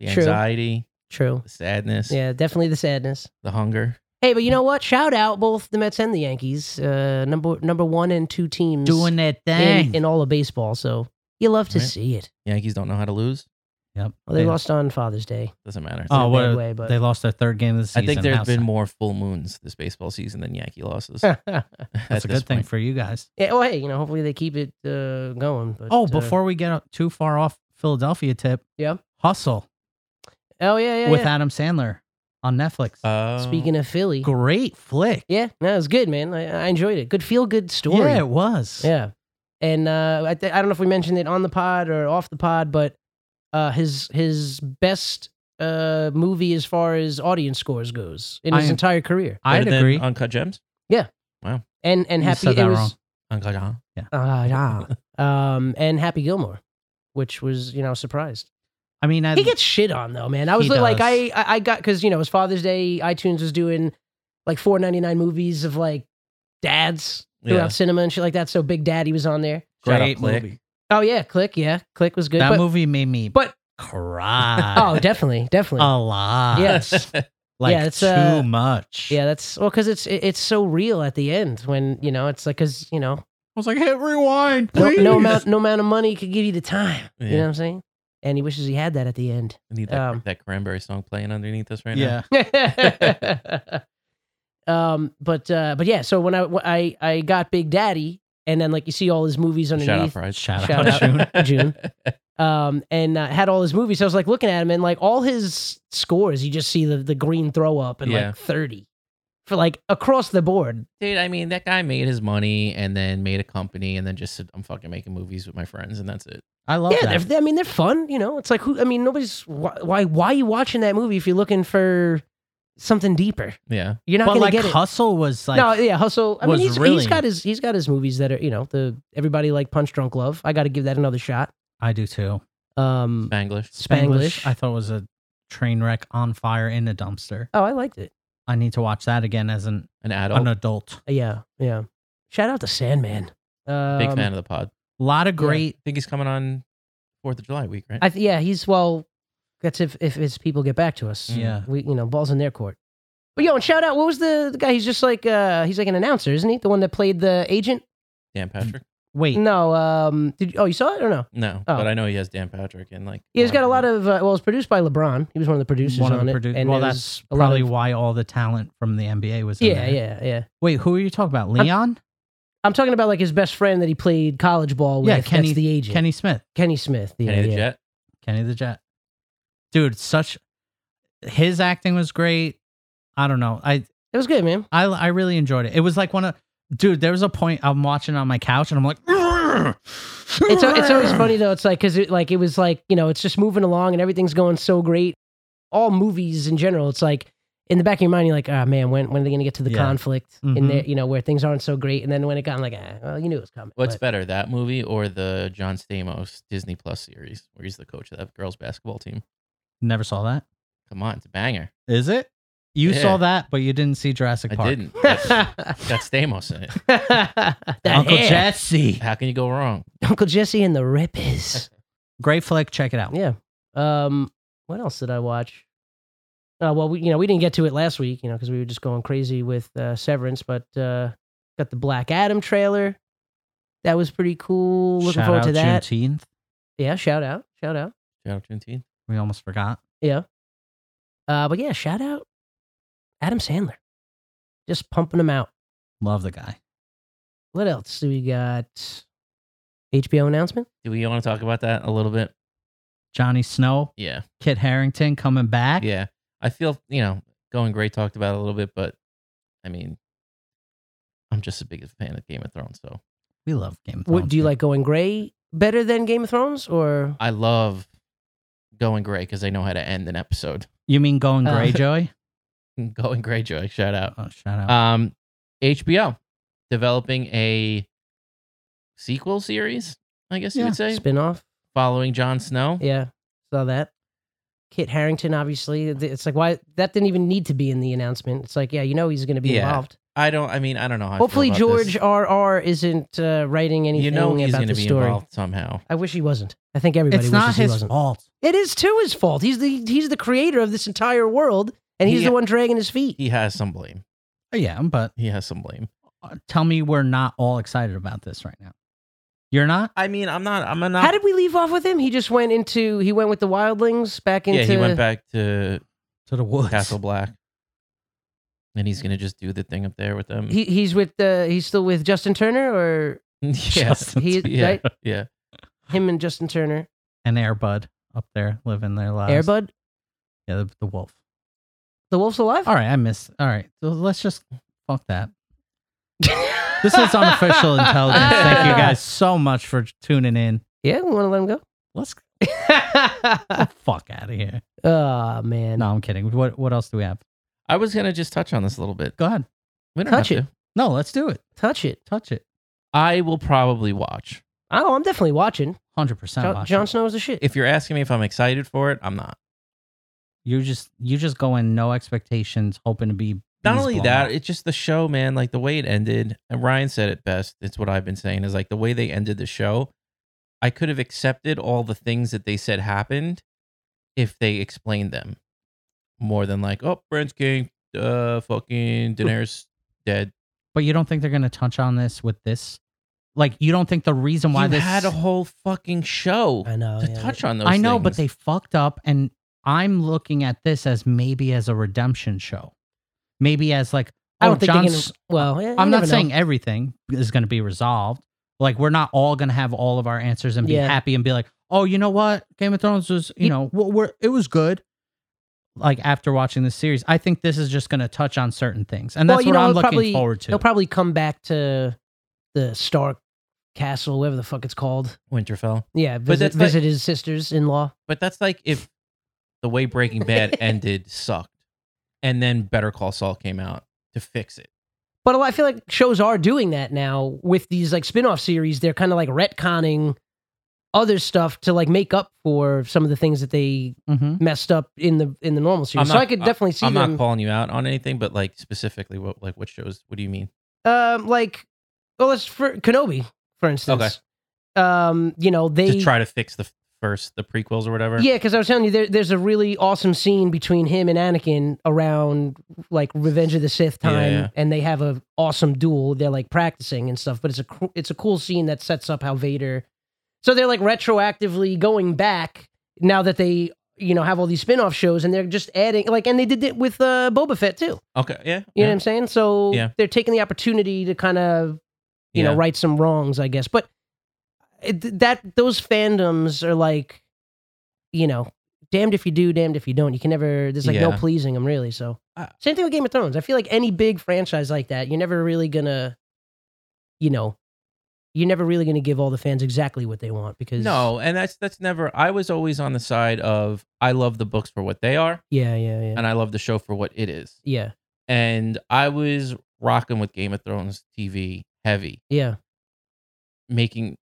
Speaker 5: the
Speaker 4: True.
Speaker 5: anxiety,
Speaker 4: True.
Speaker 5: the sadness,
Speaker 4: Yeah, definitely the sadness.
Speaker 5: the hunger.
Speaker 4: Hey, but you know what? Shout out both the Mets and the Yankees. Uh, number number one and two teams
Speaker 6: Doing that thing.
Speaker 4: in, in all of baseball. So you love to
Speaker 5: Right.
Speaker 4: see it.
Speaker 5: Yankees don't know how to lose.
Speaker 6: yep.
Speaker 4: Well, they lost on Father's
Speaker 5: (laughs)
Speaker 4: Day.
Speaker 5: Doesn't matter.
Speaker 4: in
Speaker 6: Oh,
Speaker 4: a
Speaker 6: what
Speaker 4: bad
Speaker 6: a-
Speaker 4: way, but-
Speaker 6: they lost their third game of the
Speaker 5: I
Speaker 6: season.
Speaker 5: think there
Speaker 6: How's
Speaker 5: have been
Speaker 6: that?
Speaker 5: more full moons this baseball season than
Speaker 4: (laughs)
Speaker 5: Yankee losses.
Speaker 4: yeah.
Speaker 5: at
Speaker 6: That's a
Speaker 5: this
Speaker 6: good thing
Speaker 5: point.
Speaker 6: for you guys.
Speaker 4: Well, hey, you know, hopefully they keep it uh, going. But,
Speaker 6: Oh,
Speaker 4: uh,
Speaker 6: before we get up too far off Philadelphia tip.
Speaker 4: Yeah.
Speaker 6: Hustle
Speaker 4: Oh yeah, yeah.
Speaker 6: with
Speaker 4: yeah.
Speaker 6: Adam Sandler on Netflix.
Speaker 4: Uh,
Speaker 5: Oh.
Speaker 4: Speaking
Speaker 6: Um,
Speaker 4: of Philly,
Speaker 6: Great flick.
Speaker 4: Yeah, no, it was good, man. I, I enjoyed it. Good feel good story.
Speaker 6: Yeah, it was.
Speaker 4: Yeah. And uh, I, th- I don't know if we mentioned it on the pod or off the pod, but uh, his his best uh, movie as far as audience scores goes in his
Speaker 6: I-
Speaker 4: entire career.
Speaker 6: I'd
Speaker 5: Better than
Speaker 4: uh,
Speaker 6: agree.
Speaker 5: Uncut Gems.
Speaker 4: And and
Speaker 6: You
Speaker 4: happy
Speaker 6: said
Speaker 4: it
Speaker 6: that
Speaker 4: (laughs) was
Speaker 5: Uncut Gems.
Speaker 4: uh, yeah. um and Happy Gilmore, which was you know surprised.
Speaker 6: I mean, I,
Speaker 4: he gets shit on though, man. I was
Speaker 6: He
Speaker 4: like,
Speaker 6: does.
Speaker 4: I, I I got because you know it was Father's Day. iTunes was doing like four ninety nine movies of like dads throughout
Speaker 5: Yeah.
Speaker 4: cinema and shit like that. So Big Daddy was on there.
Speaker 5: Shout out
Speaker 6: great
Speaker 5: Click.
Speaker 6: movie.
Speaker 4: Oh yeah, Click. Yeah, Click was good.
Speaker 6: That
Speaker 4: but,
Speaker 6: movie made me
Speaker 4: but
Speaker 6: cry.
Speaker 4: (laughs) oh, definitely, definitely.
Speaker 5: Um,
Speaker 6: a lot.
Speaker 5: (laughs)
Speaker 4: Yes.
Speaker 6: like
Speaker 4: Yeah, it's,
Speaker 6: too
Speaker 4: uh,
Speaker 6: much.
Speaker 4: yeah, that's well because it's it, it's so real at the end when you know it's like because you know
Speaker 6: I was like, hit rewind,
Speaker 4: no,
Speaker 6: please.
Speaker 4: no amount no amount of money could give you the time. You
Speaker 5: Yeah.
Speaker 4: know what I'm saying? And he wishes he had that at the end. (laughs)
Speaker 5: I need that,
Speaker 4: Um,
Speaker 5: that cranberry song playing underneath us
Speaker 6: (laughs)
Speaker 5: right
Speaker 6: Yeah,
Speaker 4: um, but uh, but yeah, so when I when I I got Big Daddy, and then like you see all his movies
Speaker 5: now. Shout out
Speaker 4: underneath.
Speaker 5: Pride.
Speaker 6: shout,
Speaker 4: Shout
Speaker 6: out, June.
Speaker 4: out June. Um, and uh, had all his movies. So I was like looking at him, and like all his scores, you just see the the green throw up and
Speaker 5: Yeah.
Speaker 4: like thirty for like across the board.
Speaker 5: (laughs) Dude, I mean, that guy made his money and then made a company and then just said, I'm fucking making movies with my friends and that's it.
Speaker 6: I love
Speaker 4: yeah,
Speaker 6: that.
Speaker 4: they're, I mean they're fun. You know, it's like who? I mean, nobody's why why, why are you watching that movie if you're looking for something deeper?
Speaker 5: Yeah.
Speaker 4: You're not
Speaker 6: But
Speaker 4: gonna
Speaker 6: like
Speaker 4: get it.
Speaker 6: Hustle was like,
Speaker 4: no, yeah, Hustle. I mean,
Speaker 6: was
Speaker 4: he's, he's
Speaker 6: really-
Speaker 4: got his he's got his movies that are you know the everybody like Punch Drunk Love. I got to give that another shot.
Speaker 6: I do too.
Speaker 4: Um,
Speaker 5: Spanglish.
Speaker 4: Spanglish.
Speaker 6: I thought was a train wreck on fire in a dumpster.
Speaker 4: Oh, I liked it.
Speaker 6: I need to watch that again as an,
Speaker 5: An adult.
Speaker 6: an adult.
Speaker 4: Yeah, yeah. Shout out to Sandman. Um,
Speaker 5: Big fan of the pod.
Speaker 6: A lot of great.
Speaker 5: I think he's coming on 4th of July week, right?
Speaker 4: I th- yeah, he's well. That's if if his people get back to
Speaker 5: Mm.
Speaker 4: us.
Speaker 6: Yeah.
Speaker 4: we you know balls in their court. But yo, and shout out. What was the, the guy? He's just like uh he's like an announcer, isn't he? The one that played the agent.
Speaker 5: Dan Patrick?
Speaker 6: Wait,
Speaker 4: No. Um. Did oh you saw it or no?
Speaker 5: No,
Speaker 4: Oh.
Speaker 5: but I know he has Dan Patrick and like.
Speaker 4: Yeah, he's got a lot of. Uh, well, it's produced by LeBron. He was one of the producers
Speaker 6: one of
Speaker 4: on
Speaker 6: the
Speaker 4: it.
Speaker 6: producers.
Speaker 4: and
Speaker 6: Well,
Speaker 4: it was
Speaker 6: that's
Speaker 4: a lot
Speaker 6: probably
Speaker 4: of-
Speaker 6: why all the talent from the NBA was. In
Speaker 4: Yeah,
Speaker 6: there.
Speaker 4: yeah, yeah.
Speaker 6: Wait, who are you talking about? Leon?
Speaker 4: I'm talking about like his best friend that he played college ball with.
Speaker 6: yeah, Kenny
Speaker 4: that's the agent.
Speaker 6: Kenny Smith,
Speaker 4: Kenny Smith. Yeah,
Speaker 5: Kenny the
Speaker 4: yeah.
Speaker 5: Jet.
Speaker 6: Kenny the Jet. Dude, such his acting was great. I don't know. I
Speaker 4: It was good, man.
Speaker 6: I I really enjoyed it. It was like one of dude. There was a point I'm watching on my couch and I'm like, "Mm,
Speaker 4: It's al- it's always funny though. It's like because it like it was like you know it's just moving along and everything's going so great. All movies in general, it's like in the back of your mind, you're like, oh man, when when are they going to get to the
Speaker 6: Yeah.
Speaker 4: conflict in
Speaker 6: Mhm.
Speaker 4: there? You know where things aren't so great, and then when it got, I'm like, ah, well, you knew it was coming.
Speaker 5: What's
Speaker 4: But-
Speaker 5: better, that movie or the John Stamos Disney Plus series where he's the coach of that girls basketball team?
Speaker 6: Never saw that.
Speaker 5: Come on, it's a banger.
Speaker 6: Is it? You
Speaker 5: Yeah.
Speaker 6: saw that, but you didn't see Jurassic
Speaker 5: I
Speaker 6: Park.
Speaker 4: (laughs)
Speaker 5: didn't. That's- Got Stamos in it.
Speaker 4: The
Speaker 6: Uncle
Speaker 4: hair.
Speaker 6: Jesse.
Speaker 5: How can you go wrong?
Speaker 4: Uncle Jesse and the Rippers.
Speaker 6: Great flick. Check it out.
Speaker 4: Yeah. Um. What else did I watch? Uh, well, we you know we didn't get to it last week, you know, because we were just going crazy with uh, Severance, but uh, got the Black Adam trailer. That was pretty cool. Looking
Speaker 6: Shout
Speaker 4: forward
Speaker 6: out
Speaker 4: to that.
Speaker 6: Juneteenth.
Speaker 4: Yeah. Shout out. Shout out.
Speaker 5: Shout out Juneteenth.
Speaker 6: We almost forgot.
Speaker 4: Uh, but yeah, shout out Adam Sandler. Just pumping him out.
Speaker 6: Love the guy.
Speaker 4: What else do we got? HBO announcement.
Speaker 5: Do we want to talk about that a little bit?
Speaker 6: Johnny Snow,
Speaker 5: Yeah.
Speaker 6: Kit Harrington coming back.
Speaker 5: Yeah. I feel, you know, Going Great talked about it a little bit, but I mean, I'm just a big fan of Game of Thrones. So
Speaker 6: We love Game of Thrones.
Speaker 4: What do you
Speaker 6: dude.
Speaker 4: like Going Gray better than Game of Thrones or?
Speaker 5: I love Going Great because they know how to end an episode. (laughs)
Speaker 6: You mean Going
Speaker 4: Uh,
Speaker 6: Greyjoy?
Speaker 4: (laughs)
Speaker 5: Going Great, Joy. Shout out.
Speaker 6: Oh, shout out.
Speaker 5: Um, HBO developing a sequel series, I guess you
Speaker 6: Yeah.
Speaker 5: would say,
Speaker 4: Spinoff.
Speaker 5: following Jon Snow.
Speaker 4: Yeah, saw that. Kit Harrington, obviously. It's like why that didn't even need to be in the announcement. It's like, yeah, you know he's going to be
Speaker 5: Yeah.
Speaker 4: involved.
Speaker 5: I don't. I mean, I don't know. How I feel
Speaker 4: Hopefully
Speaker 5: about
Speaker 4: George
Speaker 5: this.
Speaker 4: R R isn't uh, writing anything
Speaker 5: you know he's
Speaker 4: about
Speaker 5: going
Speaker 4: the
Speaker 5: to be
Speaker 4: story.
Speaker 5: involved somehow.
Speaker 4: I wish he wasn't. I think everybody
Speaker 6: it's
Speaker 4: wishes
Speaker 6: not
Speaker 4: he
Speaker 6: his
Speaker 4: wasn't.
Speaker 6: fault.
Speaker 4: It is too his fault. He's the he's the creator of this entire world, and he's
Speaker 5: He-
Speaker 4: the one dragging his feet.
Speaker 5: He has some blame.
Speaker 6: Oh, yeah, but
Speaker 5: He has some blame.
Speaker 6: uh, tell me we're not all excited about this right now. You're not?
Speaker 5: I mean, I'm not. I'm not.
Speaker 4: How did we leave off with him? He just went into he went with the wildlings back into
Speaker 5: yeah, he went back (laughs) to
Speaker 6: To the woods.
Speaker 5: Castle Black, and he's going to just do the thing up there with them.
Speaker 4: He, he's with the he's still with Justin Turner or
Speaker 5: (laughs) yeah,
Speaker 4: he
Speaker 5: yeah,
Speaker 4: right
Speaker 5: yeah.
Speaker 4: him and Justin Turner
Speaker 6: And Airbud up there living their lives.
Speaker 4: Airbud
Speaker 6: Yeah, the, the wolf.
Speaker 4: the wolf's alive
Speaker 6: All right, I missed. All right, so let's just fuck that. This
Speaker 4: (laughs)
Speaker 6: is unofficial intelligence. Thank you guys so much for tuning in.
Speaker 4: Uh, Yeah, we want to let him go.
Speaker 6: Let's get the fuck out of here. (laughs)
Speaker 4: oh man.
Speaker 6: No, I'm kidding. What what else do we have?
Speaker 5: I was going to just touch on this a little bit.
Speaker 6: Go ahead.
Speaker 5: We don't
Speaker 4: Touch
Speaker 5: have
Speaker 4: it.
Speaker 5: to.
Speaker 6: No, let's do it.
Speaker 4: Touch it.
Speaker 6: Touch it.
Speaker 5: I will probably watch.
Speaker 4: Oh, I'm definitely watching.
Speaker 6: Hundred percent.
Speaker 4: John, Jon Snow's the shit.
Speaker 5: If you're asking me if I'm excited for it, I'm not.
Speaker 6: you just you just go in no expectations, hoping to be.
Speaker 5: not
Speaker 6: bees
Speaker 5: only
Speaker 6: blown
Speaker 5: that,
Speaker 6: up.
Speaker 5: it's just the show, man. Like the way it ended, and Ryan said it best. It's what I've been saying is like the way they ended the show. I could have accepted all the things that they said happened if they explained them more than like, oh, Brent's king, uh, fucking Daenerys dead.
Speaker 6: but you don't think they're gonna touch on this with this? Like you don't think the reason why
Speaker 5: you
Speaker 6: this
Speaker 5: had a whole fucking show
Speaker 4: I know.
Speaker 5: to
Speaker 4: yeah.
Speaker 5: touch on those.
Speaker 6: I know, but they
Speaker 5: things.
Speaker 6: fucked up, and I'm looking at this as maybe as a redemption show, maybe as like
Speaker 4: I
Speaker 6: oh,
Speaker 4: don't think
Speaker 6: John.
Speaker 4: they're gonna, well, yeah, you
Speaker 6: I'm
Speaker 4: never
Speaker 6: not
Speaker 4: know.
Speaker 6: saying everything is going to be resolved. Like we're not all going to have all of our answers and be
Speaker 4: Yeah.
Speaker 6: happy and be like, oh, you know what, Game of Thrones was, you
Speaker 4: You-
Speaker 6: know, w- we're, it was good. Like after watching this series, I think this is just going to touch on certain things, and
Speaker 4: Well,
Speaker 6: that's
Speaker 4: you
Speaker 6: what
Speaker 4: know,
Speaker 6: I'm
Speaker 4: it'll
Speaker 6: looking
Speaker 4: probably-
Speaker 6: forward to.
Speaker 4: They'll probably come back to the Stark Castle, whatever the fuck it's called.
Speaker 5: Winterfell.
Speaker 4: Yeah, visit,
Speaker 5: that's like-
Speaker 4: visit his sisters in law.
Speaker 5: But that's like if the way Breaking
Speaker 6: (laughs)
Speaker 5: Bad ended sucked, and then Better Call Saul came out to fix it.
Speaker 4: But a lot, I feel like shows are doing that now with these like spin off series. They're kind of like retconning other stuff to like make up for some of the things that they
Speaker 6: Mm-hmm.
Speaker 4: messed up in the in the normal series.
Speaker 5: I'm
Speaker 4: so
Speaker 5: not-
Speaker 4: I could definitely see
Speaker 5: I'm
Speaker 4: them
Speaker 5: not calling you out on anything, but like specifically, what like what shows? What do you mean?
Speaker 4: um like well let's for Kenobi, for instance. Um, you know, they
Speaker 5: to try to fix the first the prequels or whatever.
Speaker 4: Yeah, because I was telling you, there, there's a really awesome scene between him and Anakin around like Revenge of the Sith
Speaker 5: Yeah,
Speaker 4: time,
Speaker 5: yeah.
Speaker 4: and they have a awesome duel. They're like practicing and stuff, but it's a cr- it's a cool scene that sets up how Vader. So they're like retroactively going back now that they you know have all these spin-off shows, and they're just adding like, and they did it with uh, Boba Fett too. You
Speaker 5: Okay. Yeah. You
Speaker 4: know what I'm saying? So
Speaker 5: Yeah.
Speaker 4: they're taking the opportunity to kind of you know right some wrongs i guess but it, that those fandoms are like you know damned if you do damned if you don't you can never there's like no
Speaker 5: Yeah.
Speaker 4: pleasing them really so
Speaker 5: Uh,
Speaker 4: same thing with game of thrones i feel like any big franchise like that you're never really gonna you know you're never really gonna give all the fans exactly what they want because
Speaker 5: No, and that's that's never. I was always on the side of I love the books for what they are,
Speaker 4: yeah yeah yeah
Speaker 5: and I love the show for what it is.
Speaker 4: yeah
Speaker 5: And I was rocking with Game of Thrones TV heavy,
Speaker 4: yeah
Speaker 5: making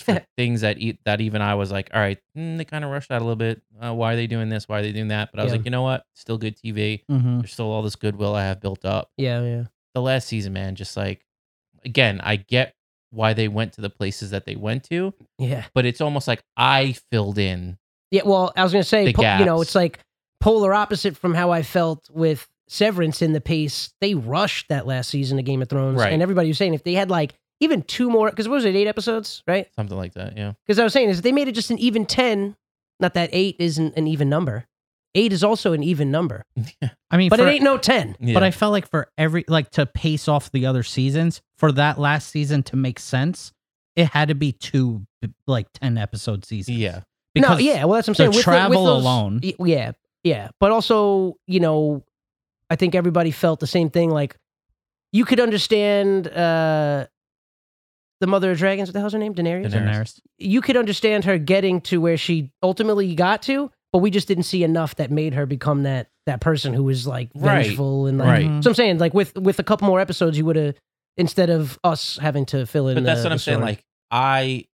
Speaker 4: (laughs)
Speaker 5: for things that e- that even I was like, all right, mm, they kind of rushed out a little bit. Uh, why are they doing this? Why are they doing that? But I was
Speaker 4: Yeah. Mm.
Speaker 5: like, you know what? Still good TV.
Speaker 6: Mm-hmm.
Speaker 5: There's still all this goodwill I have built up.
Speaker 4: yeah yeah
Speaker 5: the last season, man, just like again, I get why they went to the places that they went to,
Speaker 4: yeah
Speaker 5: but it's almost like I filled in.
Speaker 4: yeah well i was gonna say
Speaker 5: The
Speaker 4: po- you know
Speaker 5: gaps.
Speaker 4: it's like polar opposite from how i felt with severance in the pace they rushed that last season of game of thrones
Speaker 5: Right.
Speaker 4: and everybody was saying if they had like even two more because what was it eight episodes right
Speaker 5: Something like that, yeah.
Speaker 4: because i was saying is they made it just an even 10 not that eight isn't an even number eight is also an even number
Speaker 6: I mean,
Speaker 4: but
Speaker 6: for-
Speaker 4: it ain't no 10
Speaker 5: yeah.
Speaker 6: But I felt like for every like to pace off the other seasons for that last season to make sense, it had to be two b- like ten episode seasons.
Speaker 5: yeah,
Speaker 4: no yeah well that's what i'm
Speaker 6: the
Speaker 4: saying with the- with
Speaker 6: travel
Speaker 4: those-
Speaker 6: alone-
Speaker 4: y- yeah yeah but also you know i think everybody felt the same thing like you could understand uh the mother of dragons what the hell's her name daenerys
Speaker 6: Daenerys.
Speaker 4: you could understand her getting to where she ultimately got to, but we just didn't see enough that made her become that that person who was like
Speaker 5: Right.
Speaker 4: vengeful and like.
Speaker 5: Right.
Speaker 6: Mm-hmm.
Speaker 4: So I'm saying, like with with a couple more episodes, you would have instead of us having to fill in.
Speaker 5: but that's
Speaker 4: the-
Speaker 5: what I'm
Speaker 4: the
Speaker 5: saying.
Speaker 4: story.
Speaker 5: Like I,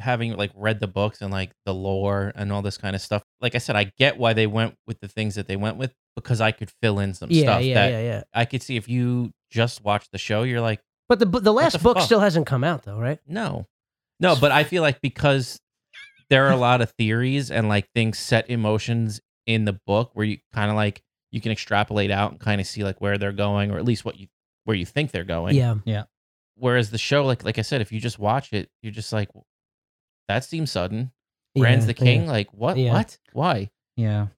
Speaker 5: having like read the books and like the lore and all this kind of stuff. Like I said, I get why they went with the things that they went with because I could fill in some
Speaker 4: yeah,
Speaker 5: stuff
Speaker 4: yeah,
Speaker 5: that
Speaker 4: yeah, yeah.
Speaker 5: I could see if you just watched the show, you're like,
Speaker 4: But the bu- the last
Speaker 5: the
Speaker 4: book
Speaker 5: fuck?
Speaker 4: still hasn't come out though, right?
Speaker 5: No. No, but I feel like because there are a lot of theories and like things set emotions in the book where you kind of like you can extrapolate out and kind of see like where they're going or at least what you where you think they're going.
Speaker 4: yeah,
Speaker 5: Whereas the show like like I said if you just watch it you're just like that seems sudden.
Speaker 4: yeah,
Speaker 5: Brand's the
Speaker 4: yeah.
Speaker 5: king like what
Speaker 4: Yeah.
Speaker 5: what? Why?
Speaker 6: Yeah,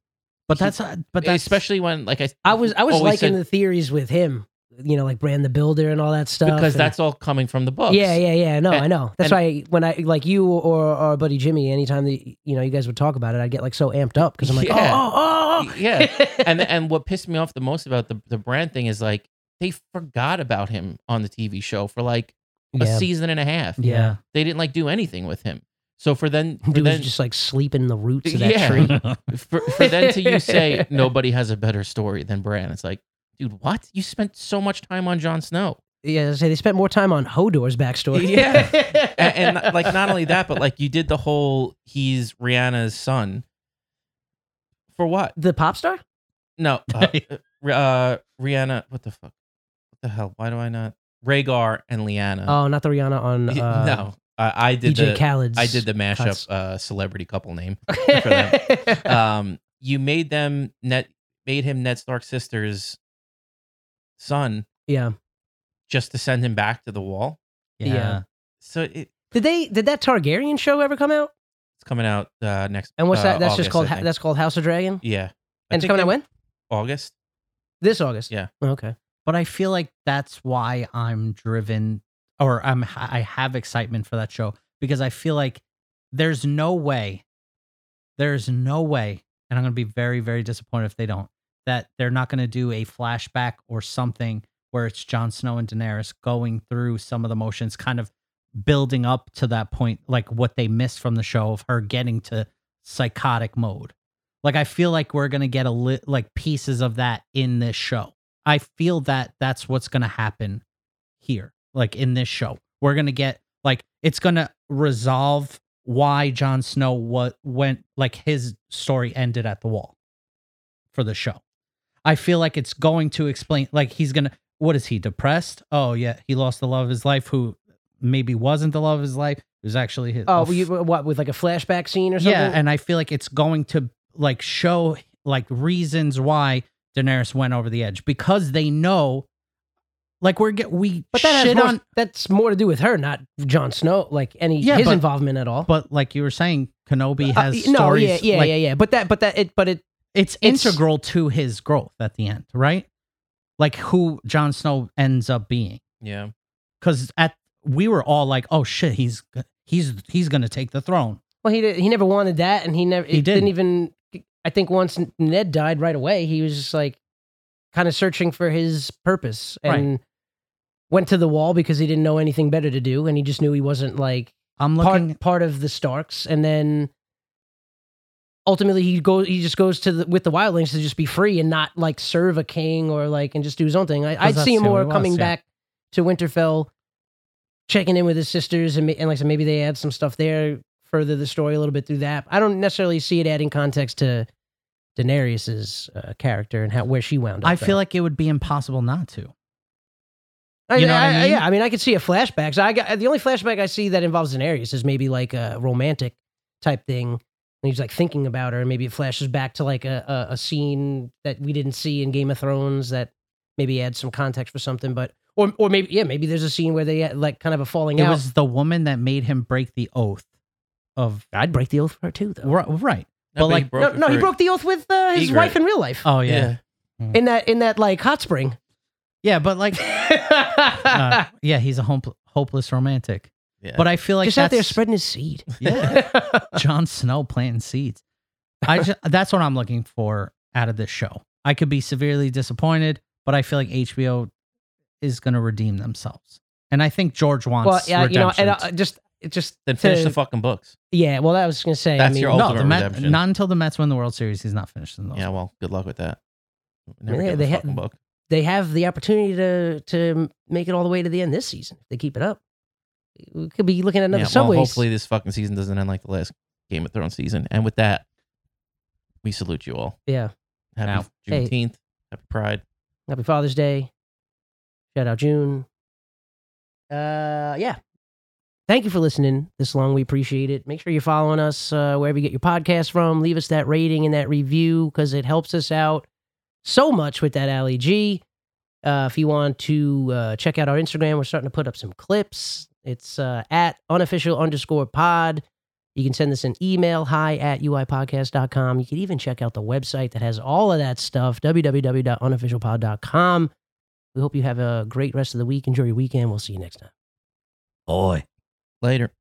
Speaker 6: but that's uh, but that's
Speaker 5: especially when like I
Speaker 4: I was I was
Speaker 5: always
Speaker 4: liking
Speaker 5: said-
Speaker 4: the theories with him, you know, like Brand the Builder and all that stuff.
Speaker 5: because
Speaker 4: and-
Speaker 5: that's all coming from the books.
Speaker 4: Yeah, yeah, yeah. No,
Speaker 5: And-
Speaker 4: I know. That's
Speaker 5: and-
Speaker 4: why when I like you or our buddy Jimmy, anytime that you know you guys would talk about it, I'd get like so amped up because I'm like,
Speaker 5: Yeah.
Speaker 4: oh, oh, oh, oh.
Speaker 5: Yeah.
Speaker 4: (laughs)
Speaker 5: and and what pissed me off the most about the the brand thing is like they forgot about him on the TV show for like a
Speaker 4: yeah.
Speaker 5: season and a
Speaker 4: (laughs)
Speaker 5: half.
Speaker 6: yeah.
Speaker 5: They didn't like do anything with him. So for then for
Speaker 4: Dude
Speaker 5: then
Speaker 4: was
Speaker 5: (laughs)
Speaker 4: just like sleeping in the roots of that
Speaker 5: Yeah.
Speaker 4: tree.
Speaker 5: (laughs) for, for then to you
Speaker 4: (laughs)
Speaker 5: say nobody has a better story than Bran. It's like, dude, what? You spent so much time on Jon Snow.
Speaker 4: Yeah, say they spent more time on Hodor's backstory.
Speaker 5: (laughs) Yeah.
Speaker 4: (laughs)
Speaker 5: And, and like not only that, but like you did the whole he's Rihanna's son. For what?
Speaker 4: the pop star. (laughs)
Speaker 5: No. Uh, uh, Rihanna, what the fuck? What the hell? Why do I not? Rhaegar and Lyanna.
Speaker 4: Oh, not the Rihanna on
Speaker 5: (laughs) Y-
Speaker 4: uh,
Speaker 5: no, I, I did
Speaker 4: DJ
Speaker 5: the
Speaker 4: Khaled's.
Speaker 5: I did the mashup
Speaker 4: cuts.
Speaker 5: uh, celebrity
Speaker 4: (laughs)
Speaker 5: couple name. (laughs) for Um, you made them net made him Ned Stark's sister's son
Speaker 4: yeah.
Speaker 5: just to send him back to the wall.
Speaker 6: yeah,
Speaker 4: Yeah.
Speaker 5: So it, it's
Speaker 4: Did they? Did that Targaryen show ever come out?
Speaker 5: coming out uh, next.
Speaker 4: And what's
Speaker 5: uh,
Speaker 4: that? That's
Speaker 5: August,
Speaker 4: just called
Speaker 5: I
Speaker 4: ha-
Speaker 5: think.
Speaker 4: that's called House of Dragon.
Speaker 5: yeah. I
Speaker 4: and it's
Speaker 5: think
Speaker 4: coming
Speaker 5: they-
Speaker 4: out when?
Speaker 5: August.
Speaker 4: This August. Oh,
Speaker 5: Yeah.
Speaker 4: Okay.
Speaker 6: But I feel like that's why I'm driven, or I'm I have excitement for that show because I feel like there's no way, there's no way, and I'm gonna be very very disappointed if they don't that they're not gonna do a flashback or something where it's Jon Snow and Daenerys going through some of the motions, kind of building up to that point, like what they missed from the show of her getting to psychotic mode. Like I feel like we're gonna get a li- like pieces of that in this show. I feel that that's what's going to happen here, like in this show. We're going to get, like, it's going to resolve why Jon Snow what went like his story ended at the wall for the show. I feel like it's going to explain like he's gonna what is he depressed? Oh yeah, he lost the love of his life who maybe wasn't the love of his life. It was actually his
Speaker 4: Oh,
Speaker 6: a
Speaker 4: were you, what with like a flashback scene or something?
Speaker 6: yeah, and I feel like it's going to like show like reasons why Daenerys went over the edge because they know, like we're get we
Speaker 4: but that has
Speaker 6: shit
Speaker 4: more,
Speaker 6: on,
Speaker 4: that's more to do with her, not Jon Snow, like any
Speaker 6: Yeah,
Speaker 4: his
Speaker 6: but-
Speaker 4: involvement at all.
Speaker 6: but like you were saying, Kenobi
Speaker 4: Uh,
Speaker 6: has
Speaker 4: no,
Speaker 6: stories.
Speaker 4: yeah, yeah,
Speaker 6: like,
Speaker 4: yeah, yeah. But that, but that, it, but it,
Speaker 6: It's,
Speaker 4: It's-
Speaker 6: integral to his growth at the end, right? Like who Jon Snow ends up being,
Speaker 5: Yeah.
Speaker 6: because at we were all like, oh shit, he's he's he's gonna take the throne.
Speaker 4: well, he did, he never wanted that, and he never
Speaker 6: He
Speaker 4: it didn't
Speaker 6: didn't.
Speaker 4: even. I think once Ned died right away, he was just like kind of searching for his purpose and went to the wall because he didn't know anything better to do, and he just knew he wasn't like
Speaker 6: I'm looking.
Speaker 4: part, part of the Starks, and then ultimately he goes. He just goes to the, with the Wildlings to just be free and not like serve a king or like and just do his own thing. I, I'd
Speaker 6: that's
Speaker 4: see him
Speaker 6: who
Speaker 4: more
Speaker 6: he was,
Speaker 4: coming
Speaker 6: yeah.
Speaker 4: back to Winterfell, checking in with his sisters, and, ma- and like I said, maybe they add some stuff there, further the story a little bit through that. I don't necessarily see it adding context to Daenerys's uh, character and how where she wound up.
Speaker 6: I feel
Speaker 4: though.
Speaker 6: like it would be impossible not to.
Speaker 4: I,
Speaker 6: You know what I mean?
Speaker 4: Yeah, I mean, I could see a flashback. So I got the only flashback I see that involves Daenerys is maybe like a romantic type thing, and he's like thinking about her, and maybe it flashes back to like a, a a scene that we didn't see in Game of Thrones that maybe adds some context for something, but or or maybe yeah, maybe there's a scene where they had like kind of a falling
Speaker 6: It
Speaker 4: out.
Speaker 6: was the woman that made him break the oath of
Speaker 4: I'd break the oath for her too, though.
Speaker 6: Ri- Right.
Speaker 5: No,
Speaker 6: But
Speaker 5: he
Speaker 6: like-
Speaker 4: no,
Speaker 5: it
Speaker 4: no, he
Speaker 5: for-
Speaker 4: broke the oath with uh, his
Speaker 5: Egret.
Speaker 4: wife in real life
Speaker 6: Oh yeah.
Speaker 5: yeah.
Speaker 6: Yeah,
Speaker 4: in that in that like hot spring.
Speaker 6: but
Speaker 4: (laughs)
Speaker 6: like (laughs) uh, yeah, he's a hopel hopeless romantic.
Speaker 5: Yeah.
Speaker 6: But I feel like
Speaker 4: just
Speaker 6: that's
Speaker 4: out there spreading his seed. (laughs)
Speaker 6: yeah, Jon Snow planting seeds. I just, that's what I'm looking for out of this show. I could be severely disappointed, but I feel like HBO is going to redeem themselves. And I think George wants
Speaker 4: well, yeah, you know,
Speaker 6: redemption
Speaker 4: and
Speaker 6: too.
Speaker 4: uh, just it just
Speaker 5: then finish
Speaker 4: to-
Speaker 5: the fucking books.
Speaker 4: Yeah, well, I was gonna say. I
Speaker 5: That's
Speaker 4: mean,
Speaker 5: your
Speaker 6: no,
Speaker 5: ultimate
Speaker 6: the Met,
Speaker 5: redemption.
Speaker 6: not until the Mets win the World Series, he's not finishing those.
Speaker 5: Yeah, well, good luck with that. Never
Speaker 4: Yeah,
Speaker 5: get
Speaker 4: they
Speaker 5: the
Speaker 4: had-
Speaker 5: fucking book.
Speaker 4: they have the opportunity to to make it all the way to the end this season if they keep it up. We could be looking at another
Speaker 5: Yeah, well,
Speaker 4: subway.
Speaker 5: hopefully this fucking season doesn't end like the last Game of Thrones season. And with that, we salute you all.
Speaker 4: yeah.
Speaker 5: Happy
Speaker 4: Hey.
Speaker 5: Juneteenth. Happy Pride.
Speaker 4: Happy Father's Day. Shout out June. Uh, yeah. Thank you for listening this long. We appreciate it. Make sure you're following us uh, wherever you get your podcast from. Leave us that rating and that review because it helps us out so much with that Ali G. Uh, if you want to uh, check out our Instagram, we're starting to put up some clips. It's uh, at unofficial underscore pod. You can send us an email, hi at uipodcast.com. You can even check out the website that has all of that stuff, www.unofficialpod.com. We hope you have a great rest of the week. Enjoy your weekend. We'll see you next time.
Speaker 6: Boy.
Speaker 5: Later.